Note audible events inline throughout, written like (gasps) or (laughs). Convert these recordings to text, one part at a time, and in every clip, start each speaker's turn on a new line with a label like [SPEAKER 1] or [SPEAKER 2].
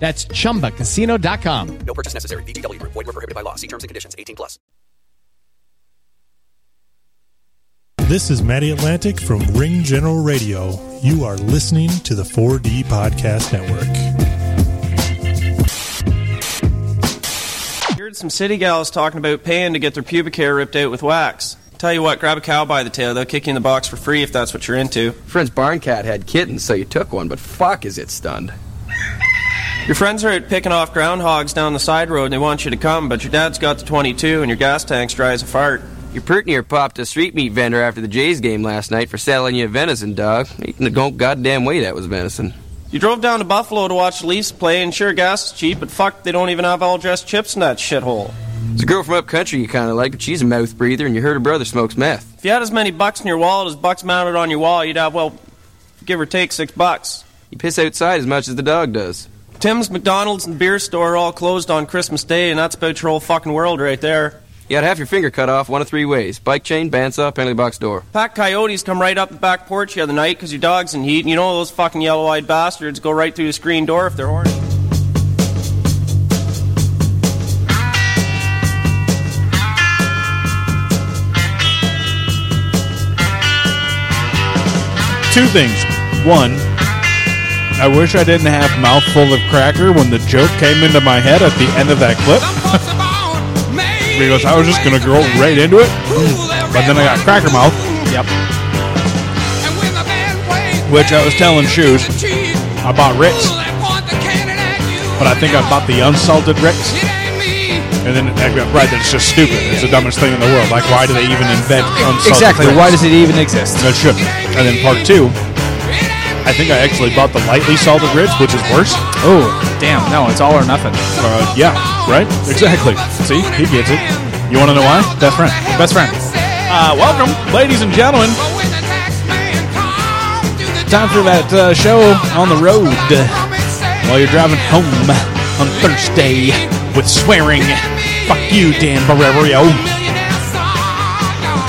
[SPEAKER 1] That's chumbacasino.com.
[SPEAKER 2] No purchase necessary. VGW Group. Void were prohibited by law. See terms and conditions. 18 plus.
[SPEAKER 3] This is Matty Atlantic from Ring General Radio. You are listening to the 4D Podcast Network.
[SPEAKER 4] Heard some city gals talking about paying to get their pubic hair ripped out with wax. Tell you what, grab a cow by the tail. They'll kick you in the box for free if that's what you're into.
[SPEAKER 5] Friend's barn cat had kittens, so you took one, but fuck is it stunned.
[SPEAKER 4] Your friends are out picking off groundhogs down the side road and they want you to come, but your dad's got the 22 and your gas tank's dry as a fart.
[SPEAKER 5] Your pert near popped a street meat vendor after the Jays game last night for selling you a venison dog. Eating the go- goddamn way that was venison.
[SPEAKER 4] You drove down to Buffalo to watch the Leafs play, and sure, gas is cheap, but fuck, they don't even have all dressed chips in that shithole.
[SPEAKER 5] There's a girl from up country you kinda like, but she's a mouth breather, and you heard her brother smokes meth.
[SPEAKER 4] If you had as many bucks in your wallet as bucks mounted on your wall, you'd have, well, give or take six bucks.
[SPEAKER 5] You piss outside as much as the dog does.
[SPEAKER 4] Tim's, McDonald's, and beer store are all closed on Christmas Day, and that's about your whole fucking world right there.
[SPEAKER 5] You had half your finger cut off one of three ways bike chain, bandsaw, penalty box door.
[SPEAKER 4] Pack coyotes come right up the back porch the other night 'cause your dog's in heat, and you know those fucking yellow eyed bastards go right through the screen door if they're horny.
[SPEAKER 6] two things. One, I wish I didn't have mouthful of cracker when the joke came into my head at the end of that clip (laughs) because I was just gonna go right into it, but then I got cracker mouth. Yep. Which I was telling Shoes, I bought Ritz, but I think I bought the unsalted Ritz, and then I got right. That's just stupid. It's the dumbest thing in the world. Like, why do they even invent unsalted? Ritz?
[SPEAKER 5] it even exist?
[SPEAKER 6] That shouldn't. And then part two, I think I actually bought the lightly salted Ritz, which is worse.
[SPEAKER 7] Oh, damn. No, it's all or nothing.
[SPEAKER 6] Uh, yeah, right? Exactly. See, he gets it. You want to know why? Best friend.
[SPEAKER 7] Best friend.
[SPEAKER 6] Uh, welcome, ladies and gentlemen.
[SPEAKER 7] Time for that uh, show on the road.
[SPEAKER 6] uh, While you're driving home on Thursday with swearing, fuck you, Dan Barrerio.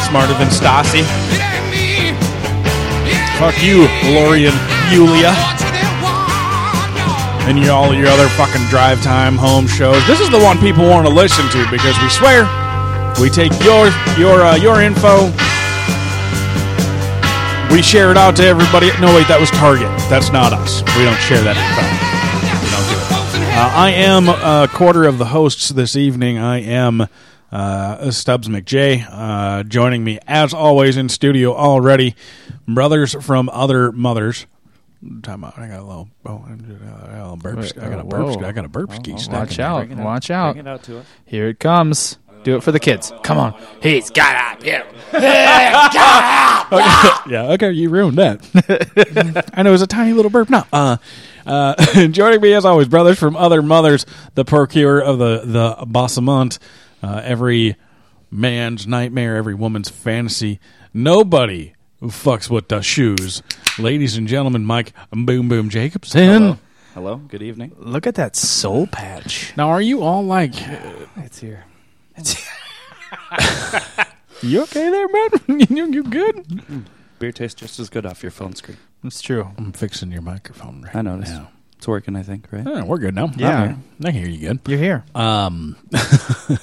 [SPEAKER 6] Smarter than Stassi. Fuck you, Lorian Yulia. and you, all your other fucking drive time home shows. This is the one people want to listen to because we swear we take your your uh, your info. We share it out to everybody. No, wait, that was Target. That's not us. We don't share that info. We don't do it. Uh, I am a quarter of the hosts this evening. I am uh, Stubbs McJay. Uh, joining me, as always, in studio already, brothers from other mothers. Time out. I got a little. Oh, I got a little burp. I got a burp. I got a burp ski.
[SPEAKER 7] uh, Watch out. Watch out. Here it comes. Do it for the kids. Come on. He's got a pill. (coughs)
[SPEAKER 6] yeah, okay, you ruined that. (laughs) I know it was a tiny little burp. No, uh, uh, (laughs) joining me as always, brothers from other mothers, the procurer of the the Bassamont, uh, every man's nightmare, every woman's fantasy. Nobody who fucks with the shoes, ladies and gentlemen. Mike Boom Boom Jacobson.
[SPEAKER 8] Hello. Good evening.
[SPEAKER 7] Look at that
[SPEAKER 6] (laughs)
[SPEAKER 7] soul patch. Uh,
[SPEAKER 8] (laughs)
[SPEAKER 6] Now, are you all like
[SPEAKER 7] It's here. You okay there,
[SPEAKER 6] (laughs)
[SPEAKER 7] man? you, you good?
[SPEAKER 8] Beer tastes just as good off your phone screen.
[SPEAKER 7] It's true.
[SPEAKER 6] I'm fixing your microphone right
[SPEAKER 8] I know this.
[SPEAKER 6] now.
[SPEAKER 8] It's working, I think, right?
[SPEAKER 6] Oh, we're good now.
[SPEAKER 7] Yeah.
[SPEAKER 6] I'm here. I can hear you good.
[SPEAKER 7] You're here.
[SPEAKER 6] Um, (laughs)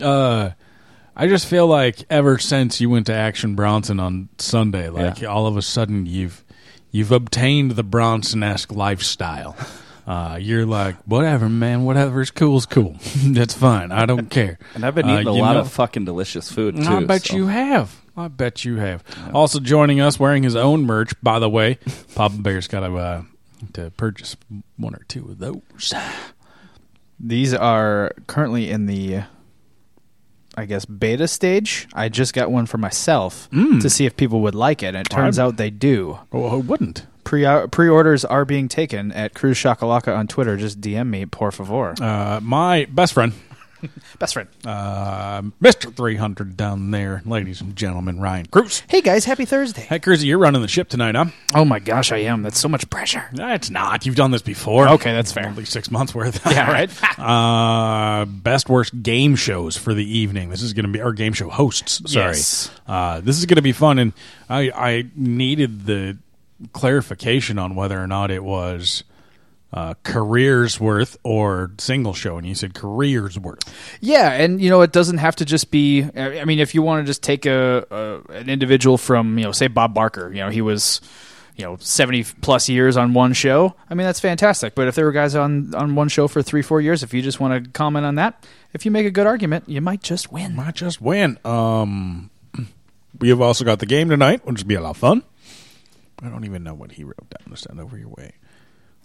[SPEAKER 6] uh, I just feel like ever since you went to Action Bronson on Sunday, like
[SPEAKER 8] Yeah.
[SPEAKER 6] all of a sudden you've you've obtained the Bronson-esque lifestyle. Uh, you're like whatever, man. Whatever's cool's cool. (laughs) That's fine. I don't care.
[SPEAKER 8] And I've been
[SPEAKER 6] Uh,
[SPEAKER 8] eating a
[SPEAKER 6] you
[SPEAKER 8] lot
[SPEAKER 6] know-
[SPEAKER 8] of fucking delicious food too.
[SPEAKER 6] I bet
[SPEAKER 8] so-
[SPEAKER 6] you have. I bet you have. Also joining us, wearing his own merch, by the way. (laughs) Papa Bear's got to uh, to purchase one or two of those.
[SPEAKER 7] These are currently in the, I guess, beta stage. I just got one for myself
[SPEAKER 6] Mm.
[SPEAKER 7] to see if people would like it, and it turns out they do.
[SPEAKER 6] Well, who Oh, wouldn't?
[SPEAKER 7] Pre uh, pre-orders are being taken at Cruz Shakalaka on Twitter. Just DM me, por favor.
[SPEAKER 6] Uh, my best friend,
[SPEAKER 7] (laughs) Best friend.
[SPEAKER 6] uh, Mister Three Hundred, down there, ladies and gentlemen, Ryan Cruz.
[SPEAKER 7] hey guys, happy Thursday.
[SPEAKER 6] Hey, Cruzy, you're running the ship tonight, huh?
[SPEAKER 7] Oh my gosh, I am. That's so much pressure.
[SPEAKER 6] It's not. You've done this before.
[SPEAKER 7] Okay, that's fair.
[SPEAKER 6] Only six months worth.
[SPEAKER 7] (laughs) Yeah, right.
[SPEAKER 6] (laughs) uh, best worst game shows for the evening. This is going to be our game show hosts. Sorry,
[SPEAKER 7] Yes.
[SPEAKER 6] uh, this is going to be fun, and I I needed the clarification on whether or not it was uh, careers worth or single show, and you said careers worth.
[SPEAKER 7] Yeah, and you know it doesn't have to just be. I I mean, if you want to just take a, a an individual from you know, say Bob Barker, you know he was, you know, seventy plus years on one show. I mean, that's fantastic. But if there were guys on on one show for three, four years, if you just want to comment on that, if you make a good argument, you might just win.
[SPEAKER 6] Might just win. Um, we have also got the game tonight, which will be a lot of fun. I don't even know what he wrote down to send over your way.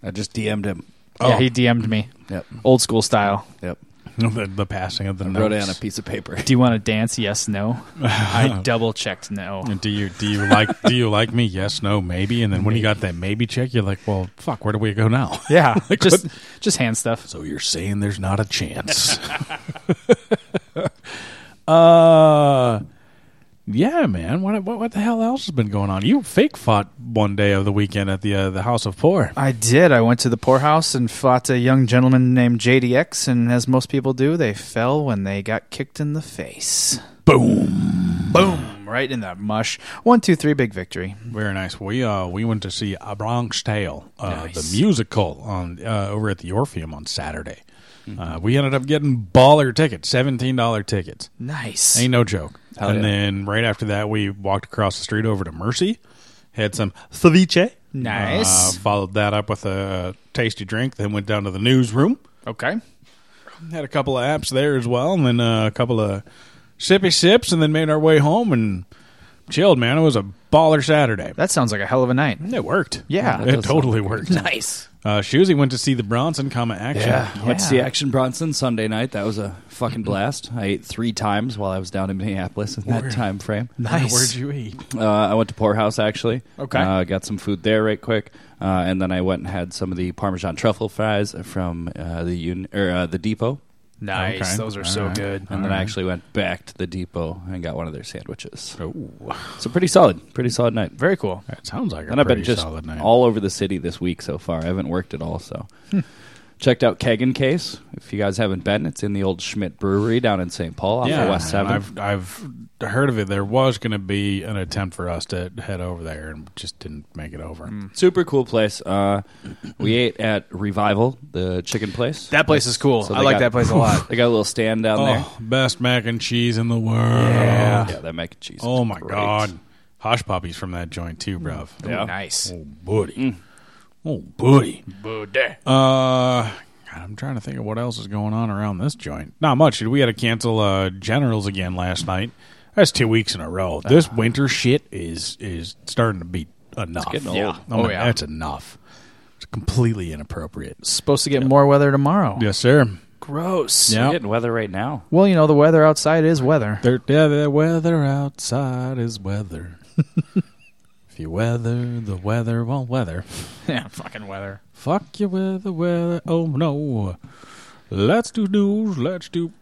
[SPEAKER 6] Oh.
[SPEAKER 8] I just DM'd him.
[SPEAKER 7] Yeah, he DM'd me,
[SPEAKER 8] Yep.
[SPEAKER 7] old school style.
[SPEAKER 8] Yep.
[SPEAKER 6] (laughs) The, the passing of the
[SPEAKER 8] Wrote it
[SPEAKER 6] notes.
[SPEAKER 8] on a piece of paper.
[SPEAKER 7] Do you want to dance? Yes,
[SPEAKER 6] (laughs)
[SPEAKER 7] no. I double checked no.
[SPEAKER 6] And Do you do you like do you like me? Yes, no, maybe. And then when you got that maybe check, you're like, well, fuck, where do we go now?
[SPEAKER 7] Yeah,
[SPEAKER 6] (laughs) Like,
[SPEAKER 7] just
[SPEAKER 6] what-
[SPEAKER 7] just hand stuff.
[SPEAKER 6] So you're saying there's not
[SPEAKER 7] (laughs)
[SPEAKER 6] a chance? (laughs) uh, yeah, man. What, what what the hell else has been going on? You fake fought one day of the weekend at the uh, the House of Poor.
[SPEAKER 7] I did. I went to the poorhouse and fought a young gentleman named JDX, and as most people do, they fell when they got kicked in the face. Boom. Boom. Right in the mush. One, two, three, big victory.
[SPEAKER 6] Very nice. We uh we went to see A Bronx Tale, uh,
[SPEAKER 7] Nice.
[SPEAKER 6] the musical on uh, over at the Orpheum on Saturday. Uh, we ended up getting baller tickets, seventeen dollar tickets.
[SPEAKER 7] Nice.
[SPEAKER 6] Ain't no joke.
[SPEAKER 8] Hell
[SPEAKER 6] and
[SPEAKER 8] yeah.
[SPEAKER 6] then right after that, we walked across the street over to Mercy, had some ceviche.
[SPEAKER 7] Nice.
[SPEAKER 6] Uh, followed that up with a tasty drink. Then went down to the newsroom.
[SPEAKER 7] okay.
[SPEAKER 6] Had a couple of apps there as well, and then uh, a couple of sippy sips, and then made our way home and chilled. Man, it was a baller Saturday.
[SPEAKER 7] That sounds like a hell of a night.
[SPEAKER 6] It worked.
[SPEAKER 7] Yeah. That
[SPEAKER 6] it
[SPEAKER 7] does
[SPEAKER 6] totally worked.
[SPEAKER 7] Nice.
[SPEAKER 6] Uh, Shuzy went to see the Bronson comma action.
[SPEAKER 7] Yeah.
[SPEAKER 8] Went to see Action Bronson Sunday night. That was a
[SPEAKER 6] (laughs)
[SPEAKER 8] fucking blast. I ate three times while I was down in Minneapolis in that time frame.
[SPEAKER 7] Nice.
[SPEAKER 6] Where'd you eat?
[SPEAKER 8] Uh, I went to Poorhouse actually.
[SPEAKER 7] Okay.
[SPEAKER 8] Uh, got some food there right quick, uh, and then I went and had some of the Parmesan truffle fries from uh, the un- or uh, the Depot.
[SPEAKER 7] Nice.
[SPEAKER 6] Okay.
[SPEAKER 7] Those are
[SPEAKER 6] All
[SPEAKER 7] so
[SPEAKER 6] right.
[SPEAKER 7] good.
[SPEAKER 8] And then I actually went back to the depot and got one of their sandwiches.
[SPEAKER 6] Oh,
[SPEAKER 8] So pretty solid, pretty solid night.
[SPEAKER 7] Very cool.
[SPEAKER 6] that sounds like a
[SPEAKER 8] And I've
[SPEAKER 6] pretty
[SPEAKER 8] been just
[SPEAKER 6] solid night.
[SPEAKER 8] all over the city this week so far. I haven't worked at all, so
[SPEAKER 6] Hmm.
[SPEAKER 8] checked out Kagan Case. If you guys haven't been, it's in the old Schmidt Brewery down in St. Paul, off of West Seven.
[SPEAKER 6] I've I've heard of it. There was going to be an attempt for us to head over there, and just didn't Hmm. make it over.
[SPEAKER 8] Hmm. Super cool place. Uh, we ate at Revival, the chicken place.
[SPEAKER 7] That place is cool.
[SPEAKER 8] So
[SPEAKER 7] I
[SPEAKER 8] they
[SPEAKER 7] like
[SPEAKER 8] got-
[SPEAKER 7] that place a lot.
[SPEAKER 8] (laughs) They got a little stand down there.
[SPEAKER 6] Oh, best mac and cheese in the world!
[SPEAKER 8] Yeah, that mac and cheese.
[SPEAKER 6] Oh
[SPEAKER 8] is
[SPEAKER 6] my
[SPEAKER 8] great.
[SPEAKER 6] god, Hosh Poppies from that joint too, bruv.
[SPEAKER 8] Yeah.
[SPEAKER 7] Nice.
[SPEAKER 6] Oh buddy,
[SPEAKER 7] Mm.
[SPEAKER 6] oh buddy,
[SPEAKER 7] Buddy.
[SPEAKER 6] Uh, God, I'm trying to think of what else is going on around this joint. Not much. We had to cancel uh, Generals again last night. That's two weeks in a row.
[SPEAKER 8] Ah.
[SPEAKER 6] This winter shit is is starting to be enough.
[SPEAKER 8] getting old. Yeah.
[SPEAKER 6] Oh,
[SPEAKER 7] Oh, yeah.
[SPEAKER 6] That's enough. It's completely inappropriate.
[SPEAKER 7] Supposed to get more weather tomorrow.
[SPEAKER 6] Yes, sir.
[SPEAKER 7] Gross.
[SPEAKER 8] We're
[SPEAKER 6] Yeah.
[SPEAKER 8] getting weather right now.
[SPEAKER 7] Well, you know, the weather outside is weather.
[SPEAKER 6] There, yeah, the weather outside is weather. (laughs) if you weather, the weather won't
[SPEAKER 8] (laughs)
[SPEAKER 6] weather.
[SPEAKER 7] yeah, fucking weather.
[SPEAKER 6] Fuck you with the weather. Oh no. Let's do news. Let's do.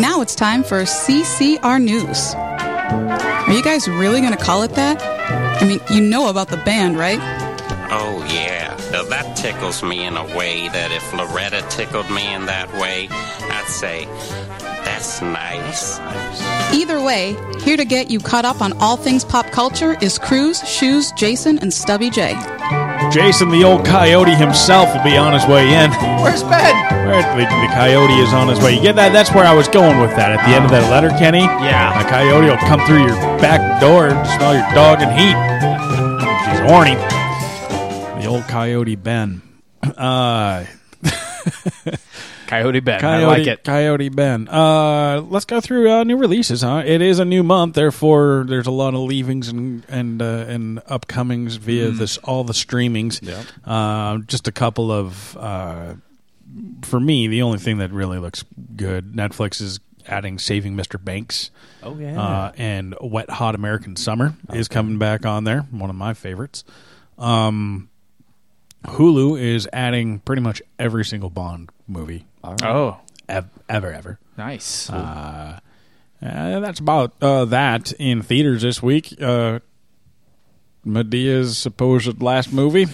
[SPEAKER 9] Now it's time for CCR News. Are you guys really going to call it that? I mean, you know about the band, right?
[SPEAKER 10] Oh, yeah. Uh, that tickles me in a way that if Loretta tickled me in that way, I'd say, that's nice.
[SPEAKER 9] Either way, here to get you caught up on all things pop culture is Cruz, Shoes, Jason, and Stubby J.
[SPEAKER 6] Jason, the old coyote himself, will be on his way in.
[SPEAKER 11] Where's Ben?
[SPEAKER 6] Where the, the coyote is on his way. You get that? That's where I was going with that. At the end of that letter, Kenny.
[SPEAKER 7] Yeah.
[SPEAKER 6] A coyote will come through your back door and smell your dog and heat. She's horny. The old coyote Ben. (clears throat) Uh,
[SPEAKER 7] (laughs) Coyote Ben.
[SPEAKER 6] Coyote,
[SPEAKER 7] I like it.
[SPEAKER 6] Coyote Ben. Uh, let's go through uh, new releases. Huh? It is a new month, therefore there's a lot of leavings and and uh, and upcomings via
[SPEAKER 8] Mm.
[SPEAKER 6] this all the streamings.
[SPEAKER 8] Yep.
[SPEAKER 6] Uh, just a couple of. Uh, for me, the only thing that really looks good, Netflix is adding Saving Mr. Banks.
[SPEAKER 8] Oh, yeah. Oh,
[SPEAKER 6] Uh, and Wet Hot American Summer is coming back on there. One of my favorites. Um, Hulu is adding pretty much every single Bond movie.
[SPEAKER 7] Oh.
[SPEAKER 6] Ev- ever, ever.
[SPEAKER 7] Nice.
[SPEAKER 6] Uh, uh, that's about uh, that in theaters this week. Uh, Medea's supposed last movie,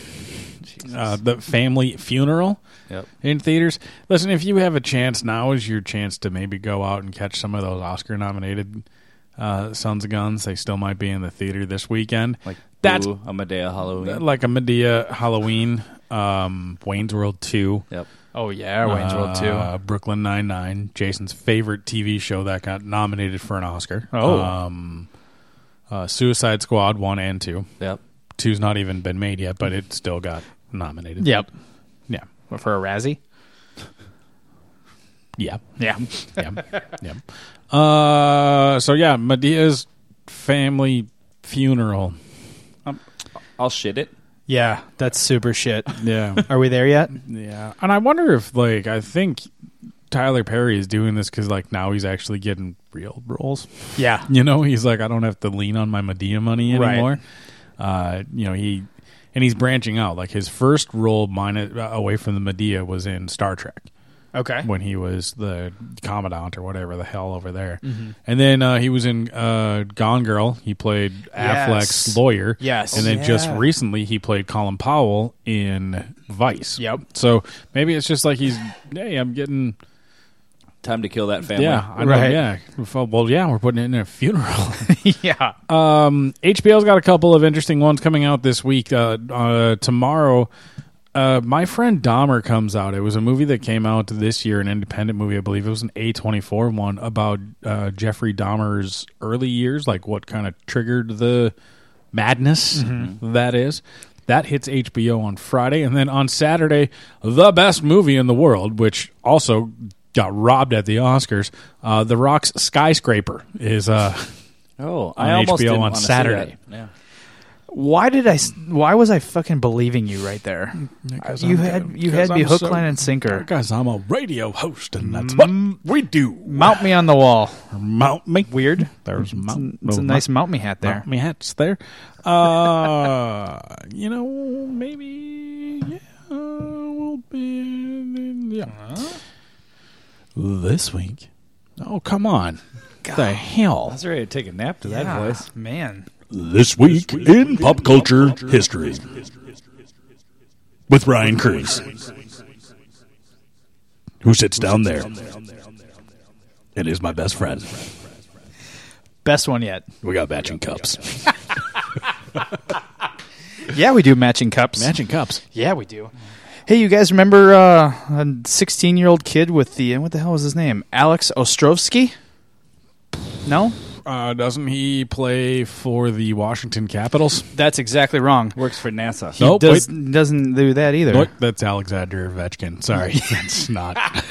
[SPEAKER 6] uh, the family funeral
[SPEAKER 8] Yep.
[SPEAKER 6] in theaters. Listen, if you have a chance, now is your chance to maybe go out and catch some of those Oscar-nominated uh, Sons of Guns. They still might be in the theater this weekend. Like that's
[SPEAKER 8] Ooh, a Medea Halloween.
[SPEAKER 6] like a Medea Halloween, um, Wayne's World Two.
[SPEAKER 8] Yep.
[SPEAKER 7] Oh yeah, Wayne's World 2.
[SPEAKER 6] Uh, Brooklyn Nine Nine, Jason's favorite TV show that got nominated for an Oscar.
[SPEAKER 7] Oh.
[SPEAKER 6] um, uh, Suicide Squad one and two.
[SPEAKER 8] Yep,
[SPEAKER 6] two's not even been made yet, but it still got nominated.
[SPEAKER 7] Yep.
[SPEAKER 6] yeah,
[SPEAKER 7] for a Razzie.
[SPEAKER 6] Yeah.
[SPEAKER 7] Yeah.
[SPEAKER 6] yeah. Yeah. Uh, so yeah, Medea's family funeral.
[SPEAKER 8] I'll shit it.
[SPEAKER 11] Yeah, that's super shit.
[SPEAKER 6] Yeah.
[SPEAKER 11] (laughs) Are we there yet?
[SPEAKER 6] Yeah. And I wonder if like I think Tyler Perry is doing this because like now he's actually getting real roles.
[SPEAKER 11] Yeah.
[SPEAKER 6] (laughs) you know he's like I don't have to lean on my Medea money
[SPEAKER 11] Right.
[SPEAKER 6] anymore. Uh, you know he and he's branching out. Like his first role, minus uh, away from the Medea, was in Star Trek.
[SPEAKER 7] Okay.
[SPEAKER 6] when he was the commandant or whatever the hell over there,
[SPEAKER 8] Mm-hmm.
[SPEAKER 7] Mhm.
[SPEAKER 6] and then uh, he was in uh, Gone Girl. He played Affleck's
[SPEAKER 7] Yes.
[SPEAKER 6] lawyer.
[SPEAKER 7] Yes.
[SPEAKER 6] and then
[SPEAKER 7] Yeah.
[SPEAKER 6] just recently he played Colin Powell in Vice.
[SPEAKER 7] Yep.
[SPEAKER 6] So maybe it's just like he's hey, I'm getting
[SPEAKER 8] time to kill that family.
[SPEAKER 6] Yeah, I know, yeah. Well, yeah, we're putting it in a funeral. (laughs)
[SPEAKER 7] yeah.
[SPEAKER 6] Um, HBO's got a couple of interesting ones coming out this week. Uh, uh, tomorrow, uh, my friend Dahmer comes out. It was a movie that came out this year, an independent movie, I believe. It was an A24 one about uh, Jeffrey Dahmer's early years, like what kind of triggered the madness that is. That hits HBO on Friday, and then on Saturday, the best movie in the world, which also got robbed at the Oscars. Uh, the Rock's Skyscraper is uh, (laughs)
[SPEAKER 8] Oh,
[SPEAKER 6] on
[SPEAKER 8] I almost
[SPEAKER 6] HBO
[SPEAKER 8] didn't
[SPEAKER 6] on
[SPEAKER 8] wanna see
[SPEAKER 6] Saturday.
[SPEAKER 8] that. Yeah.
[SPEAKER 7] Why did I? s- Why was I fucking believing you right there? you had you had me hook, line, and sinker.
[SPEAKER 6] Because I'm a radio host, and that's
[SPEAKER 7] Mm.
[SPEAKER 6] what we do.
[SPEAKER 7] Mount me on the
[SPEAKER 6] (laughs)
[SPEAKER 7] wall.
[SPEAKER 6] Mount me.
[SPEAKER 7] Weird.
[SPEAKER 6] There's mount.
[SPEAKER 7] It's a nice mount me hat there.
[SPEAKER 6] Mount me hats there. Uh, (laughs) you know, maybe yeah, we'll be yeah.
[SPEAKER 7] Uh-huh.
[SPEAKER 6] This week. Oh come on! The hell.
[SPEAKER 8] I was ready to take a nap to that
[SPEAKER 7] Yeah,
[SPEAKER 8] voice.
[SPEAKER 7] man.
[SPEAKER 3] This week in pop culture history with Ryan Curries. Who sits down there? It is my best friend.
[SPEAKER 7] Best one yet.
[SPEAKER 3] We got matching cups.
[SPEAKER 7] Yeah, we do matching cups.
[SPEAKER 6] Matching cups.
[SPEAKER 7] Yeah, we do. Hey, you guys remember uh, a 16 year old kid with the what the hell was his name? Alex Ostrovsky. No,
[SPEAKER 6] Uh, doesn't he play for the Washington Capitals?
[SPEAKER 7] that's exactly wrong.
[SPEAKER 8] Works for NASA.
[SPEAKER 7] He
[SPEAKER 6] Nope,
[SPEAKER 7] does, doesn't do
[SPEAKER 8] (laughs)
[SPEAKER 7] that either.
[SPEAKER 6] Nope, that's Alexander Ovechkin. Sorry, (laughs) that's not.
[SPEAKER 7] (laughs)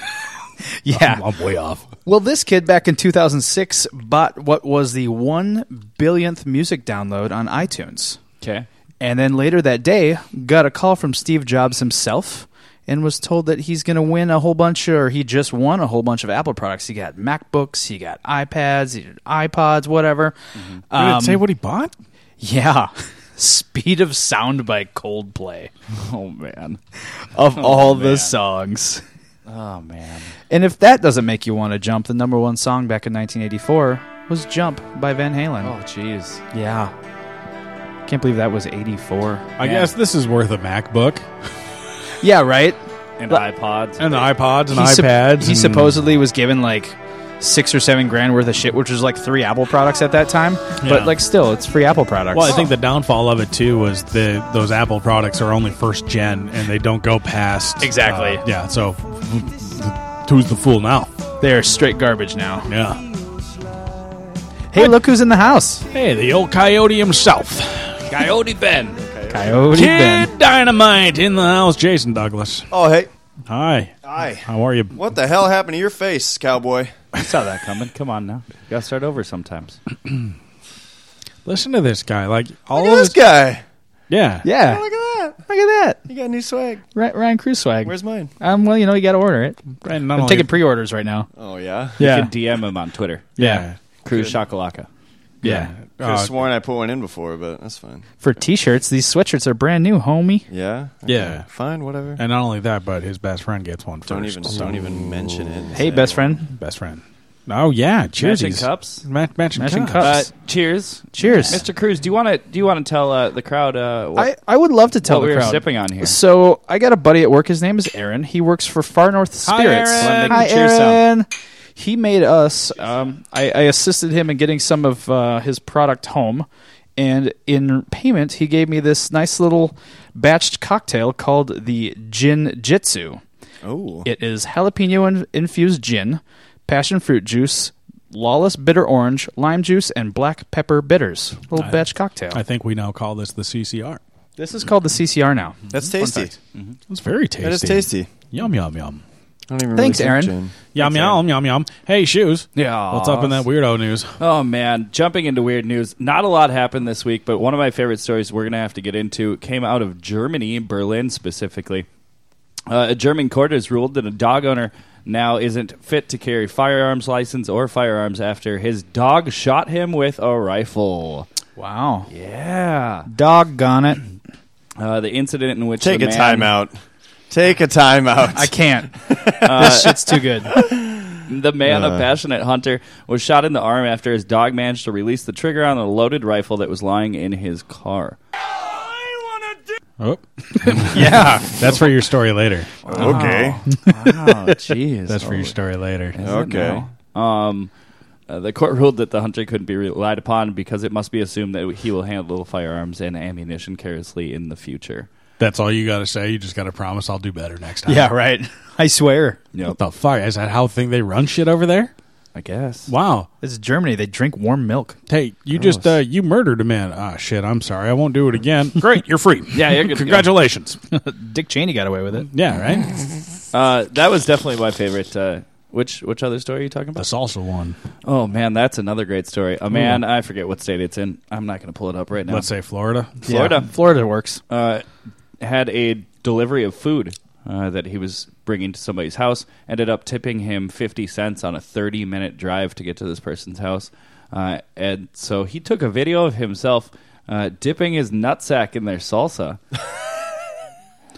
[SPEAKER 7] Yeah.
[SPEAKER 6] I'm, I'm way off.
[SPEAKER 7] Well, this kid back in 2006 bought what was the one billionth music download on iTunes.
[SPEAKER 8] Okay.
[SPEAKER 7] And then later that day, got a call from Steve Jobs himself and was told that he's going to win a whole bunch, or he just won a whole bunch of Apple products. He got MacBooks, he got iPads, he got iPods, whatever.
[SPEAKER 6] Did
[SPEAKER 7] Um,
[SPEAKER 6] it say what he bought?
[SPEAKER 7] Yeah. Speed of Sound by Coldplay,
[SPEAKER 8] Oh man.
[SPEAKER 7] of all
[SPEAKER 8] man.
[SPEAKER 7] the songs.
[SPEAKER 8] Oh man.
[SPEAKER 7] And if that doesn't make you want to jump, the number one song back in 1984 was Jump by Van Halen.
[SPEAKER 8] Oh jeez.
[SPEAKER 7] Yeah. Can't believe that was 84.
[SPEAKER 6] I guess this is worth a MacBook.
[SPEAKER 7] Yeah, right?
[SPEAKER 8] And iPods.
[SPEAKER 6] And iPods and
[SPEAKER 7] He sup-
[SPEAKER 6] iPads.
[SPEAKER 7] he
[SPEAKER 6] and-
[SPEAKER 7] supposedly was given like six or seven grand worth of shit, which was like three Apple products at that time.
[SPEAKER 6] Yeah.
[SPEAKER 7] But like still, it's free Apple products.
[SPEAKER 6] Well, I think the downfall of it too was the those Apple products are only first gen and they don't go past
[SPEAKER 7] Exactly.
[SPEAKER 6] uh, yeah, so who's the fool now?
[SPEAKER 7] They are straight garbage now.
[SPEAKER 6] Yeah.
[SPEAKER 7] Hey, look who's in the house.
[SPEAKER 6] Hey, the old coyote himself.
[SPEAKER 8] Coyote Ben.
[SPEAKER 7] Coyote
[SPEAKER 6] Kid Dynamite in the house, Jason Douglas.
[SPEAKER 12] Oh, hey.
[SPEAKER 6] Hi.
[SPEAKER 12] Hi.
[SPEAKER 6] How are you? (clears throat)
[SPEAKER 12] What the hell happened to your face, cowboy?
[SPEAKER 8] I saw that coming. Come on now. You gotta start over sometimes.
[SPEAKER 6] Listen to this guy. Like all
[SPEAKER 12] Look at
[SPEAKER 6] of
[SPEAKER 12] this
[SPEAKER 6] his-
[SPEAKER 12] guy.
[SPEAKER 6] Yeah.
[SPEAKER 7] Yeah.
[SPEAKER 12] Oh, Look at that.
[SPEAKER 7] Look at
[SPEAKER 12] You got new swag.
[SPEAKER 7] that. Ri- Ryan Cruz swag.
[SPEAKER 12] Where's mine?
[SPEAKER 7] Um, well, you know, you got to order it.
[SPEAKER 6] I'm
[SPEAKER 8] only-
[SPEAKER 7] taking pre orders right now.
[SPEAKER 12] Oh, yeah?
[SPEAKER 7] Yeah.
[SPEAKER 8] You can DM him on Twitter.
[SPEAKER 7] Yeah.
[SPEAKER 8] Cruz Shakalaka.
[SPEAKER 7] Yeah. Uh,
[SPEAKER 12] Could have sworn I put one in before, but that's fine.
[SPEAKER 7] For t shirts, these sweatshirts are brand new, homie.
[SPEAKER 12] Yeah.
[SPEAKER 6] Yeah.
[SPEAKER 12] Fine, whatever.
[SPEAKER 6] And not only that, but his best friend gets one first.
[SPEAKER 12] Don't even- don't even mention it.
[SPEAKER 7] Hey, best friend.
[SPEAKER 6] Best friend. Oh yeah, cheers.
[SPEAKER 8] Matching cups.
[SPEAKER 6] Ma- matching, cups.
[SPEAKER 8] Uh, cheers.
[SPEAKER 7] Cheers.
[SPEAKER 8] Mr. Cruz, do you want to do you want to tell uh, the crowd uh, what
[SPEAKER 7] I, I would love to tell
[SPEAKER 8] what
[SPEAKER 7] the
[SPEAKER 8] we
[SPEAKER 7] crowd.
[SPEAKER 8] were sipping on here?
[SPEAKER 7] So I got a buddy at work. His name is Aaron. He works for Far North
[SPEAKER 8] Hi,
[SPEAKER 7] Spirits.
[SPEAKER 8] Aaron.
[SPEAKER 7] Hi,
[SPEAKER 8] Make the cheer sound.
[SPEAKER 7] Aaron. He made us. Um, I, I assisted him in getting some of uh, his product home, and in payment, he gave me this nice little batched cocktail called the Gin Jitsu.
[SPEAKER 12] Oh,
[SPEAKER 7] it is jalapeno in- infused gin, passion fruit juice. Lawless bitter orange, lime juice, and black pepper bitters. Little
[SPEAKER 6] I-
[SPEAKER 7] batch cocktail.
[SPEAKER 6] I think we now call this the CCR.
[SPEAKER 7] This is called the CCR now.
[SPEAKER 12] That's
[SPEAKER 7] Fun
[SPEAKER 12] tasty.
[SPEAKER 7] fact.
[SPEAKER 6] It's very tasty.
[SPEAKER 12] That is tasty.
[SPEAKER 6] Yum yum yum.
[SPEAKER 12] I don't even
[SPEAKER 7] Thanks,
[SPEAKER 12] really
[SPEAKER 7] Aaron.
[SPEAKER 12] drink gin.
[SPEAKER 6] Yum yum yum yum. Hey shoes.
[SPEAKER 8] Yeah.
[SPEAKER 6] What's up in
[SPEAKER 7] (laughs)
[SPEAKER 6] that weirdo news?
[SPEAKER 8] Oh man, jumping into weird news. Not a lot happened this week, but one of my favorite stories we're gonna have to get into came out of Germany, Berlin specifically. Uh, a German court has ruled that a dog owner now isn't fit to carry firearms license or firearms after his dog shot him with a rifle.
[SPEAKER 7] Wow.
[SPEAKER 8] Yeah.
[SPEAKER 7] Doggone it.
[SPEAKER 8] Uh, the incident in which
[SPEAKER 12] Take
[SPEAKER 8] the
[SPEAKER 12] a
[SPEAKER 8] man-
[SPEAKER 12] timeout. Take a timeout. (laughs)
[SPEAKER 7] I can't.
[SPEAKER 8] Uh,
[SPEAKER 7] this shit's too good.
[SPEAKER 8] The man,
[SPEAKER 12] Uh.
[SPEAKER 8] a passionate hunter, was shot in the arm after his dog managed to release the trigger on a loaded rifle that was lying in his car. (laughs)
[SPEAKER 6] Oh. yeah. (laughs) That's for your story later.
[SPEAKER 12] Okay.
[SPEAKER 7] (laughs)
[SPEAKER 12] (laughs)
[SPEAKER 8] Wow, jeez.
[SPEAKER 6] That's for your story later.
[SPEAKER 12] Okay.
[SPEAKER 8] now? Um, uh, the court ruled that the hunter couldn't be relied upon because it must be assumed that he will handle firearms and ammunition carelessly in the future.
[SPEAKER 6] That's all you got to say. You just got to promise I'll do better next time.
[SPEAKER 7] Yeah, right. (laughs) I swear.
[SPEAKER 6] What the fuck? Is that how thing they run shit over there?
[SPEAKER 8] I guess.
[SPEAKER 6] Wow.
[SPEAKER 7] It's Germany. They drink warm milk.
[SPEAKER 6] Hey, you just uh, you murdered a man. Ah, shit. I'm sorry. I won't do it again. Great. You're (laughs) free.
[SPEAKER 8] Yeah, you're good to go.
[SPEAKER 6] (laughs) Congratulations.
[SPEAKER 7] Dick Cheney got away with it.
[SPEAKER 6] yeah. Right.
[SPEAKER 8] (laughs) Uh, that was definitely my favorite. Uh, which which other story are you talking
[SPEAKER 6] The
[SPEAKER 8] about?
[SPEAKER 6] salsa one.
[SPEAKER 8] Oh man, that's another great story. A man, I forget what state it's in. I'm not going to pull it up right now.
[SPEAKER 6] Let's say Florida.
[SPEAKER 8] Florida.
[SPEAKER 7] Florida works.
[SPEAKER 8] uh, had a delivery of food uh, that he was bringing to somebody's house. Ended up tipping him fifty cents on a thirty-minute drive to get to this person's house, uh, and so he took a video of himself uh, dipping his nutsack in their salsa.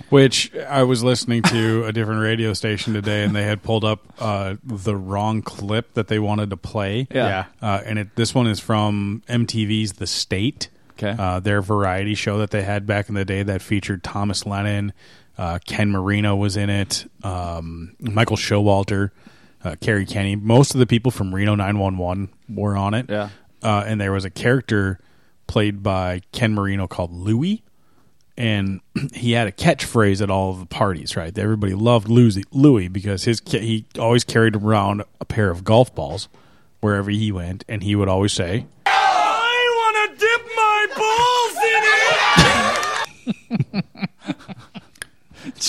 [SPEAKER 6] Which I was listening to a different radio station today, and they had pulled up uh, the wrong clip that they wanted to play.
[SPEAKER 8] Yeah.
[SPEAKER 6] Uh, and it, this one is from MTV's The State,
[SPEAKER 8] 'Kay.
[SPEAKER 6] uh, their variety show that they had back in the day that featured Thomas Lennon. Uh, Ken Marino was in it, um, Michael Showalter, uh, Kerry Kenny. Most of the people from Reno 911 were on it.
[SPEAKER 8] Yeah.
[SPEAKER 6] Uh, and there was a character played by Ken Marino called Louie and (clears throat) he had a catchphrase at all of the parties. Right, everybody loved Louis, Louis because his ca- he always carried around a pair of golf balls wherever he went, and he would always (laughs) say,
[SPEAKER 10] I want to dip my balls in it!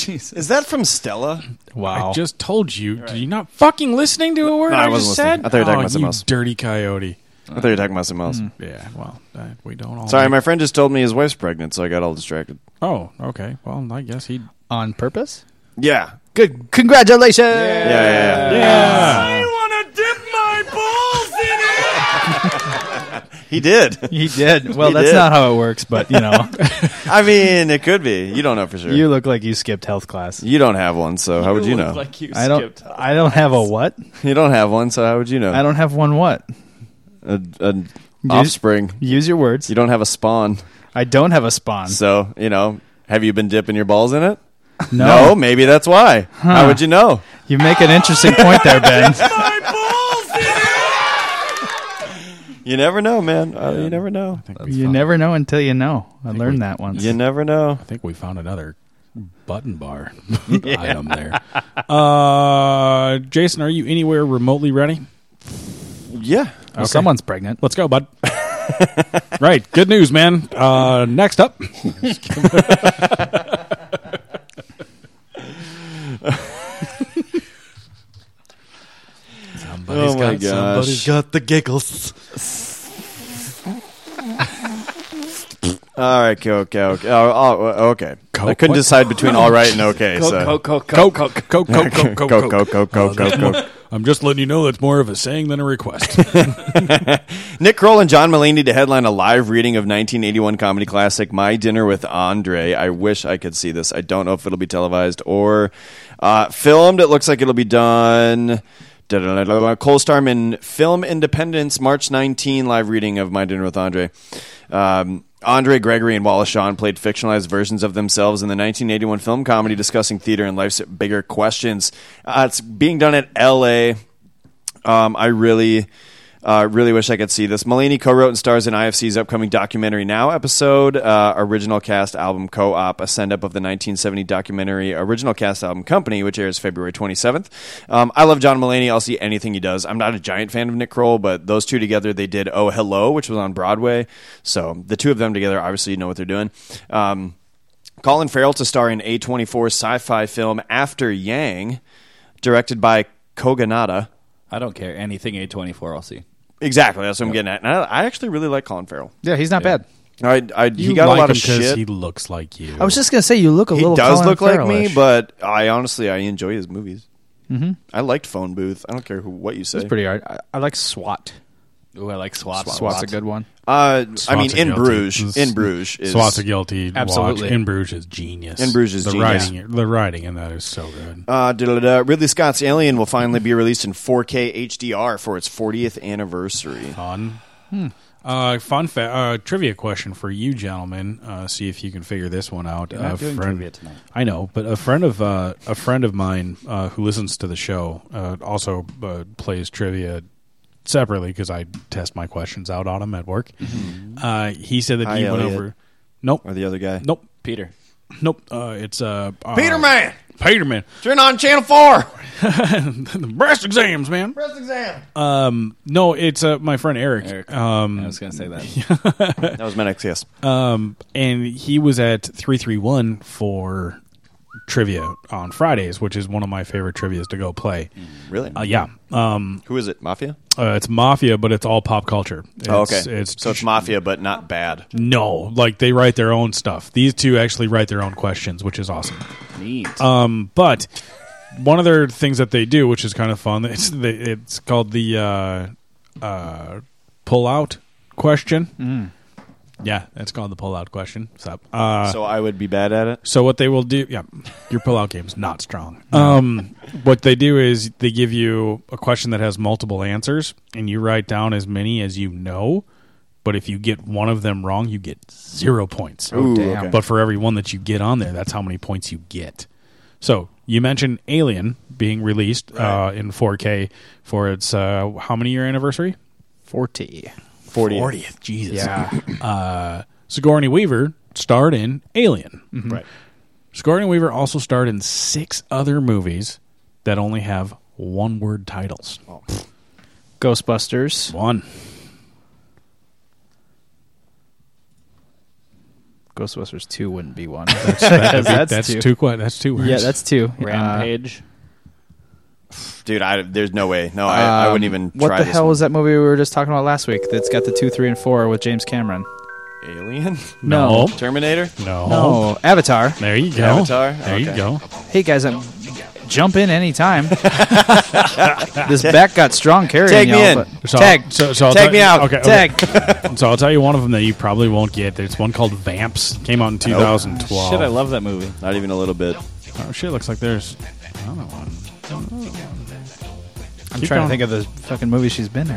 [SPEAKER 12] Is that from Stella?
[SPEAKER 7] Wow.
[SPEAKER 6] "I just told you, did you not fucking listening to a word
[SPEAKER 12] No, I
[SPEAKER 6] I,
[SPEAKER 12] wasn't
[SPEAKER 6] just
[SPEAKER 12] listening.
[SPEAKER 6] said?"
[SPEAKER 12] I thought you were talking
[SPEAKER 6] Oh,
[SPEAKER 12] about something
[SPEAKER 6] you
[SPEAKER 12] else.
[SPEAKER 6] dirty coyote.
[SPEAKER 12] I thought you were talking about something else.
[SPEAKER 7] Mm.
[SPEAKER 6] Yeah, well, uh, we don't all.
[SPEAKER 12] Sorry, my friend just told me his wife's pregnant, so I got all distracted.
[SPEAKER 6] Oh, okay. Well, I guess he.
[SPEAKER 7] On purpose?
[SPEAKER 12] Yeah.
[SPEAKER 7] Good. Congratulations.
[SPEAKER 12] Yeah, yeah, yeah.
[SPEAKER 6] Yeah,
[SPEAKER 10] want to dip my balls in it!
[SPEAKER 12] He did.
[SPEAKER 7] (laughs)
[SPEAKER 12] (laughs)
[SPEAKER 7] He did. (laughs) Well,
[SPEAKER 12] He
[SPEAKER 7] that's
[SPEAKER 12] did.
[SPEAKER 7] not how it works, but
[SPEAKER 12] (laughs)
[SPEAKER 7] you know,
[SPEAKER 12] I mean, it could be. You don't know for sure.
[SPEAKER 7] you
[SPEAKER 12] You,
[SPEAKER 7] look like you skipped health class.
[SPEAKER 12] don't have one, so how would you know?
[SPEAKER 8] Like you
[SPEAKER 7] I don't.
[SPEAKER 8] skipped.
[SPEAKER 7] I don't have a what?
[SPEAKER 12] you don't have one, so how would you know?
[SPEAKER 7] I don't have one what.
[SPEAKER 12] A, a offspring.
[SPEAKER 7] Use your words.
[SPEAKER 12] You don't have a spawn.
[SPEAKER 7] I don't have a spawn.
[SPEAKER 12] So you know, have you been dipping your balls in it?
[SPEAKER 7] No.
[SPEAKER 12] maybe that's why. How
[SPEAKER 7] Huh.
[SPEAKER 12] would you know?
[SPEAKER 7] You make an interesting point
[SPEAKER 12] (laughs)
[SPEAKER 7] there, Ben.
[SPEAKER 12] you never know, man. Uh, You never know.
[SPEAKER 7] you never know until you know. I, learned that once.
[SPEAKER 12] You never know. I
[SPEAKER 6] think we found another
[SPEAKER 12] (laughs)
[SPEAKER 6] button bar
[SPEAKER 7] Yeah.
[SPEAKER 6] item there. Uh, Jason, are you anywhere remotely ready?
[SPEAKER 12] Yeah.
[SPEAKER 7] Well, someone's pregnant.
[SPEAKER 6] Let's go, bud. (laughs) right. Good news, man. Uh,
[SPEAKER 12] (laughs)
[SPEAKER 6] next up.
[SPEAKER 12] oh my gosh.
[SPEAKER 13] got the giggles.
[SPEAKER 12] All right, Coke, Coke. Oh, oh, okay. I
[SPEAKER 6] Coke,
[SPEAKER 12] couldn't
[SPEAKER 6] what?
[SPEAKER 12] decide between all right and okay.
[SPEAKER 6] Coke,
[SPEAKER 12] so.
[SPEAKER 6] Coke, Coke, Coke, Coke, Coke, Coke, Coke,
[SPEAKER 12] (laughs)
[SPEAKER 6] Coke,
[SPEAKER 12] Coke, Coke, Coke,
[SPEAKER 6] Uh,
[SPEAKER 12] Coke,
[SPEAKER 6] that's
[SPEAKER 12] Coke,
[SPEAKER 6] more- I'm just letting you know that's more of a saying than a request.
[SPEAKER 12] Nick Kroll and John Mulaney to headline a live reading of 1981 comedy classic My Dinner with Andre. I wish I could see this. I don't know if it'll be televised or uh, filmed. It looks like it'll be done. Da-da-da-da-da. Cole Starman, Film Independence, March 19, live reading of My Dinner with Andre. Um, Andre Gregory and Wallace Shawn played fictionalized versions of themselves in the 1981 film comedy discussing theater and life's bigger questions. Uh, it's being done at LA. Um, I really, uh, really wish I could see this. Mulaney co-wrote and stars in IFC's upcoming documentary now episode, uh, original cast album co-op, a send-up of the 1970 documentary original cast album company, which airs February 27th. Um, I love John Mulaney. I'll see anything he does. I'm not a giant fan of Nick Kroll, but those two together, they did Oh Hello, which was on Broadway. So the two of them together, obviously, know what they're doing. Um, Colin Farrell to star in A24 sci-fi film After Yang, directed by Koganada.
[SPEAKER 8] I don't care anything A24. I'll see.
[SPEAKER 12] Exactly. That's what I'm getting at. And I, I actually really like Colin Farrell.
[SPEAKER 7] Yeah, he's not bad.
[SPEAKER 12] I, I, he
[SPEAKER 7] You
[SPEAKER 12] got
[SPEAKER 7] like
[SPEAKER 12] a lot
[SPEAKER 7] him
[SPEAKER 12] of
[SPEAKER 7] 'cause
[SPEAKER 12] shit.
[SPEAKER 7] he
[SPEAKER 6] looks like you.
[SPEAKER 7] I was just gonna say you look a
[SPEAKER 12] he
[SPEAKER 7] little.
[SPEAKER 12] does
[SPEAKER 7] Colin
[SPEAKER 12] look like me,
[SPEAKER 7] Farrell-ish.
[SPEAKER 12] but I honestly I enjoy his movies.
[SPEAKER 7] Mhm.
[SPEAKER 12] I liked Phone Booth. I don't care who what you say.
[SPEAKER 7] He's pretty hard. I, I like SWAT.
[SPEAKER 8] Ooh, I like SWAT.
[SPEAKER 7] SWAT's a
[SPEAKER 12] SWAT.
[SPEAKER 7] good one.
[SPEAKER 12] Uh, I mean,
[SPEAKER 6] Swat's a
[SPEAKER 12] in
[SPEAKER 6] guilty.
[SPEAKER 12] Bruges, in Bruges, is
[SPEAKER 6] Swat's a guilty.
[SPEAKER 12] Absolutely.
[SPEAKER 6] Watch. In Bruges is genius.
[SPEAKER 12] In Bruges is
[SPEAKER 6] the
[SPEAKER 12] genius.
[SPEAKER 6] Writing, the writing in that is so good.
[SPEAKER 12] Uh, da-da-da. Ridley Scott's Alien will finally be released in 4K HDR for its 40th anniversary.
[SPEAKER 6] Fun. Uh, fun fact, uh, trivia question for you, gentlemen. Uh, see if you can figure this one out.
[SPEAKER 8] You're not
[SPEAKER 6] A
[SPEAKER 8] doing trivia tonight.
[SPEAKER 6] I know, but a friend of uh, a friend of mine uh, who listens to the show uh, also uh, plays trivia separately because I test my questions out on him at work. Uh, he said that
[SPEAKER 12] Mm-hmm. Hi,
[SPEAKER 6] he went
[SPEAKER 12] Elliot.
[SPEAKER 6] over. Nope.
[SPEAKER 12] Or the other guy.
[SPEAKER 6] Nope.
[SPEAKER 8] Peter.
[SPEAKER 6] Nope. Uh, it's uh, uh,
[SPEAKER 12] Peterman!
[SPEAKER 6] Peterman.
[SPEAKER 12] Turn on Channel 4!
[SPEAKER 6] (laughs) the breast exams, man.
[SPEAKER 12] Breast exam.
[SPEAKER 6] Um, no, it's uh, my friend Eric. Um,
[SPEAKER 8] I was gonna
[SPEAKER 6] (laughs)
[SPEAKER 8] say that.
[SPEAKER 12] That was my next guess.
[SPEAKER 6] Um, and he was at 331 for trivia on Fridays, which is one of my favorite trivias to go play.
[SPEAKER 12] Really?
[SPEAKER 6] Uh, yeah. Um,
[SPEAKER 12] Who is it? Mafia?
[SPEAKER 6] Uh, it's Mafia, but it's all pop culture. It's,
[SPEAKER 12] Oh, okay.
[SPEAKER 6] It's
[SPEAKER 12] so it's Mafia, but not bad.
[SPEAKER 6] no, like they write their own stuff. These two actually write their own questions, which is awesome.
[SPEAKER 8] Neat.
[SPEAKER 6] Um, but one of their things that they do, which is kind of fun, (laughs) it's they, it's called the uh, uh, pull out question.
[SPEAKER 7] Mm.
[SPEAKER 6] Yeah, it's called the pull out question. Sup? Uh,
[SPEAKER 12] so I would be bad at it.
[SPEAKER 6] So what they will do? Yeah, your pull out game's
[SPEAKER 12] (laughs)
[SPEAKER 6] not strong. Um, what they do is they give you a question that has multiple answers, and you write down as many as you know. But if you get one of them wrong, you get zero points.
[SPEAKER 12] Ooh, Ooh, damn. okay.
[SPEAKER 6] But for every one that you get on there, that's how many points you get. So you mentioned Alien being released uh, in 4K for its uh, how many year anniversary?
[SPEAKER 7] 40.
[SPEAKER 6] 40th.
[SPEAKER 7] 40th,
[SPEAKER 6] Jesus.
[SPEAKER 7] Yeah. (clears throat)
[SPEAKER 6] uh, Sigourney Weaver starred in Alien.
[SPEAKER 7] Mm-hmm.
[SPEAKER 6] Right. Sigourney Weaver also starred in six other movies that only have one word titles.
[SPEAKER 7] Oh. Ghostbusters.
[SPEAKER 6] One.
[SPEAKER 7] Ghostbusters two wouldn't be one. (laughs)
[SPEAKER 6] (laughs) That's- that'd be- that's two que- that's two words.
[SPEAKER 7] Yeah, that's two. Uh,
[SPEAKER 8] Rampage.
[SPEAKER 12] Dude, I, there's no way. No, I, I wouldn't
[SPEAKER 7] Um,
[SPEAKER 12] even
[SPEAKER 7] What
[SPEAKER 12] try
[SPEAKER 7] the
[SPEAKER 12] this
[SPEAKER 7] hell
[SPEAKER 12] one.
[SPEAKER 7] was that movie we were just talking about last week? That's got the two, three, and four with James Cameron. (laughs)
[SPEAKER 12] Alien?
[SPEAKER 7] No.
[SPEAKER 12] Terminator?
[SPEAKER 7] No, Avatar.
[SPEAKER 6] There you
[SPEAKER 12] go. Avatar? There you Okay. go.
[SPEAKER 7] Hey guys, I'm, jump in
[SPEAKER 12] (laughs)
[SPEAKER 7] anytime. this back got strong carrying.
[SPEAKER 6] Tag me
[SPEAKER 7] y'all,
[SPEAKER 6] in.
[SPEAKER 7] but-
[SPEAKER 6] So-
[SPEAKER 7] tag.
[SPEAKER 6] so- so I'll
[SPEAKER 7] tag
[SPEAKER 6] tell-
[SPEAKER 7] me out.
[SPEAKER 6] okay, okay.
[SPEAKER 7] tag.
[SPEAKER 6] (laughs) so I'll tell you one of them that you probably won't get. There's one called Vamps. Came
[SPEAKER 7] Oh.
[SPEAKER 6] out in 2012.
[SPEAKER 8] Shit, I love that movie.
[SPEAKER 12] Not even a little bit.
[SPEAKER 6] Oh shit! Looks like there's another one.
[SPEAKER 7] I'm
[SPEAKER 6] Keep
[SPEAKER 7] trying
[SPEAKER 6] going.
[SPEAKER 7] to think of the fucking movie she's been in.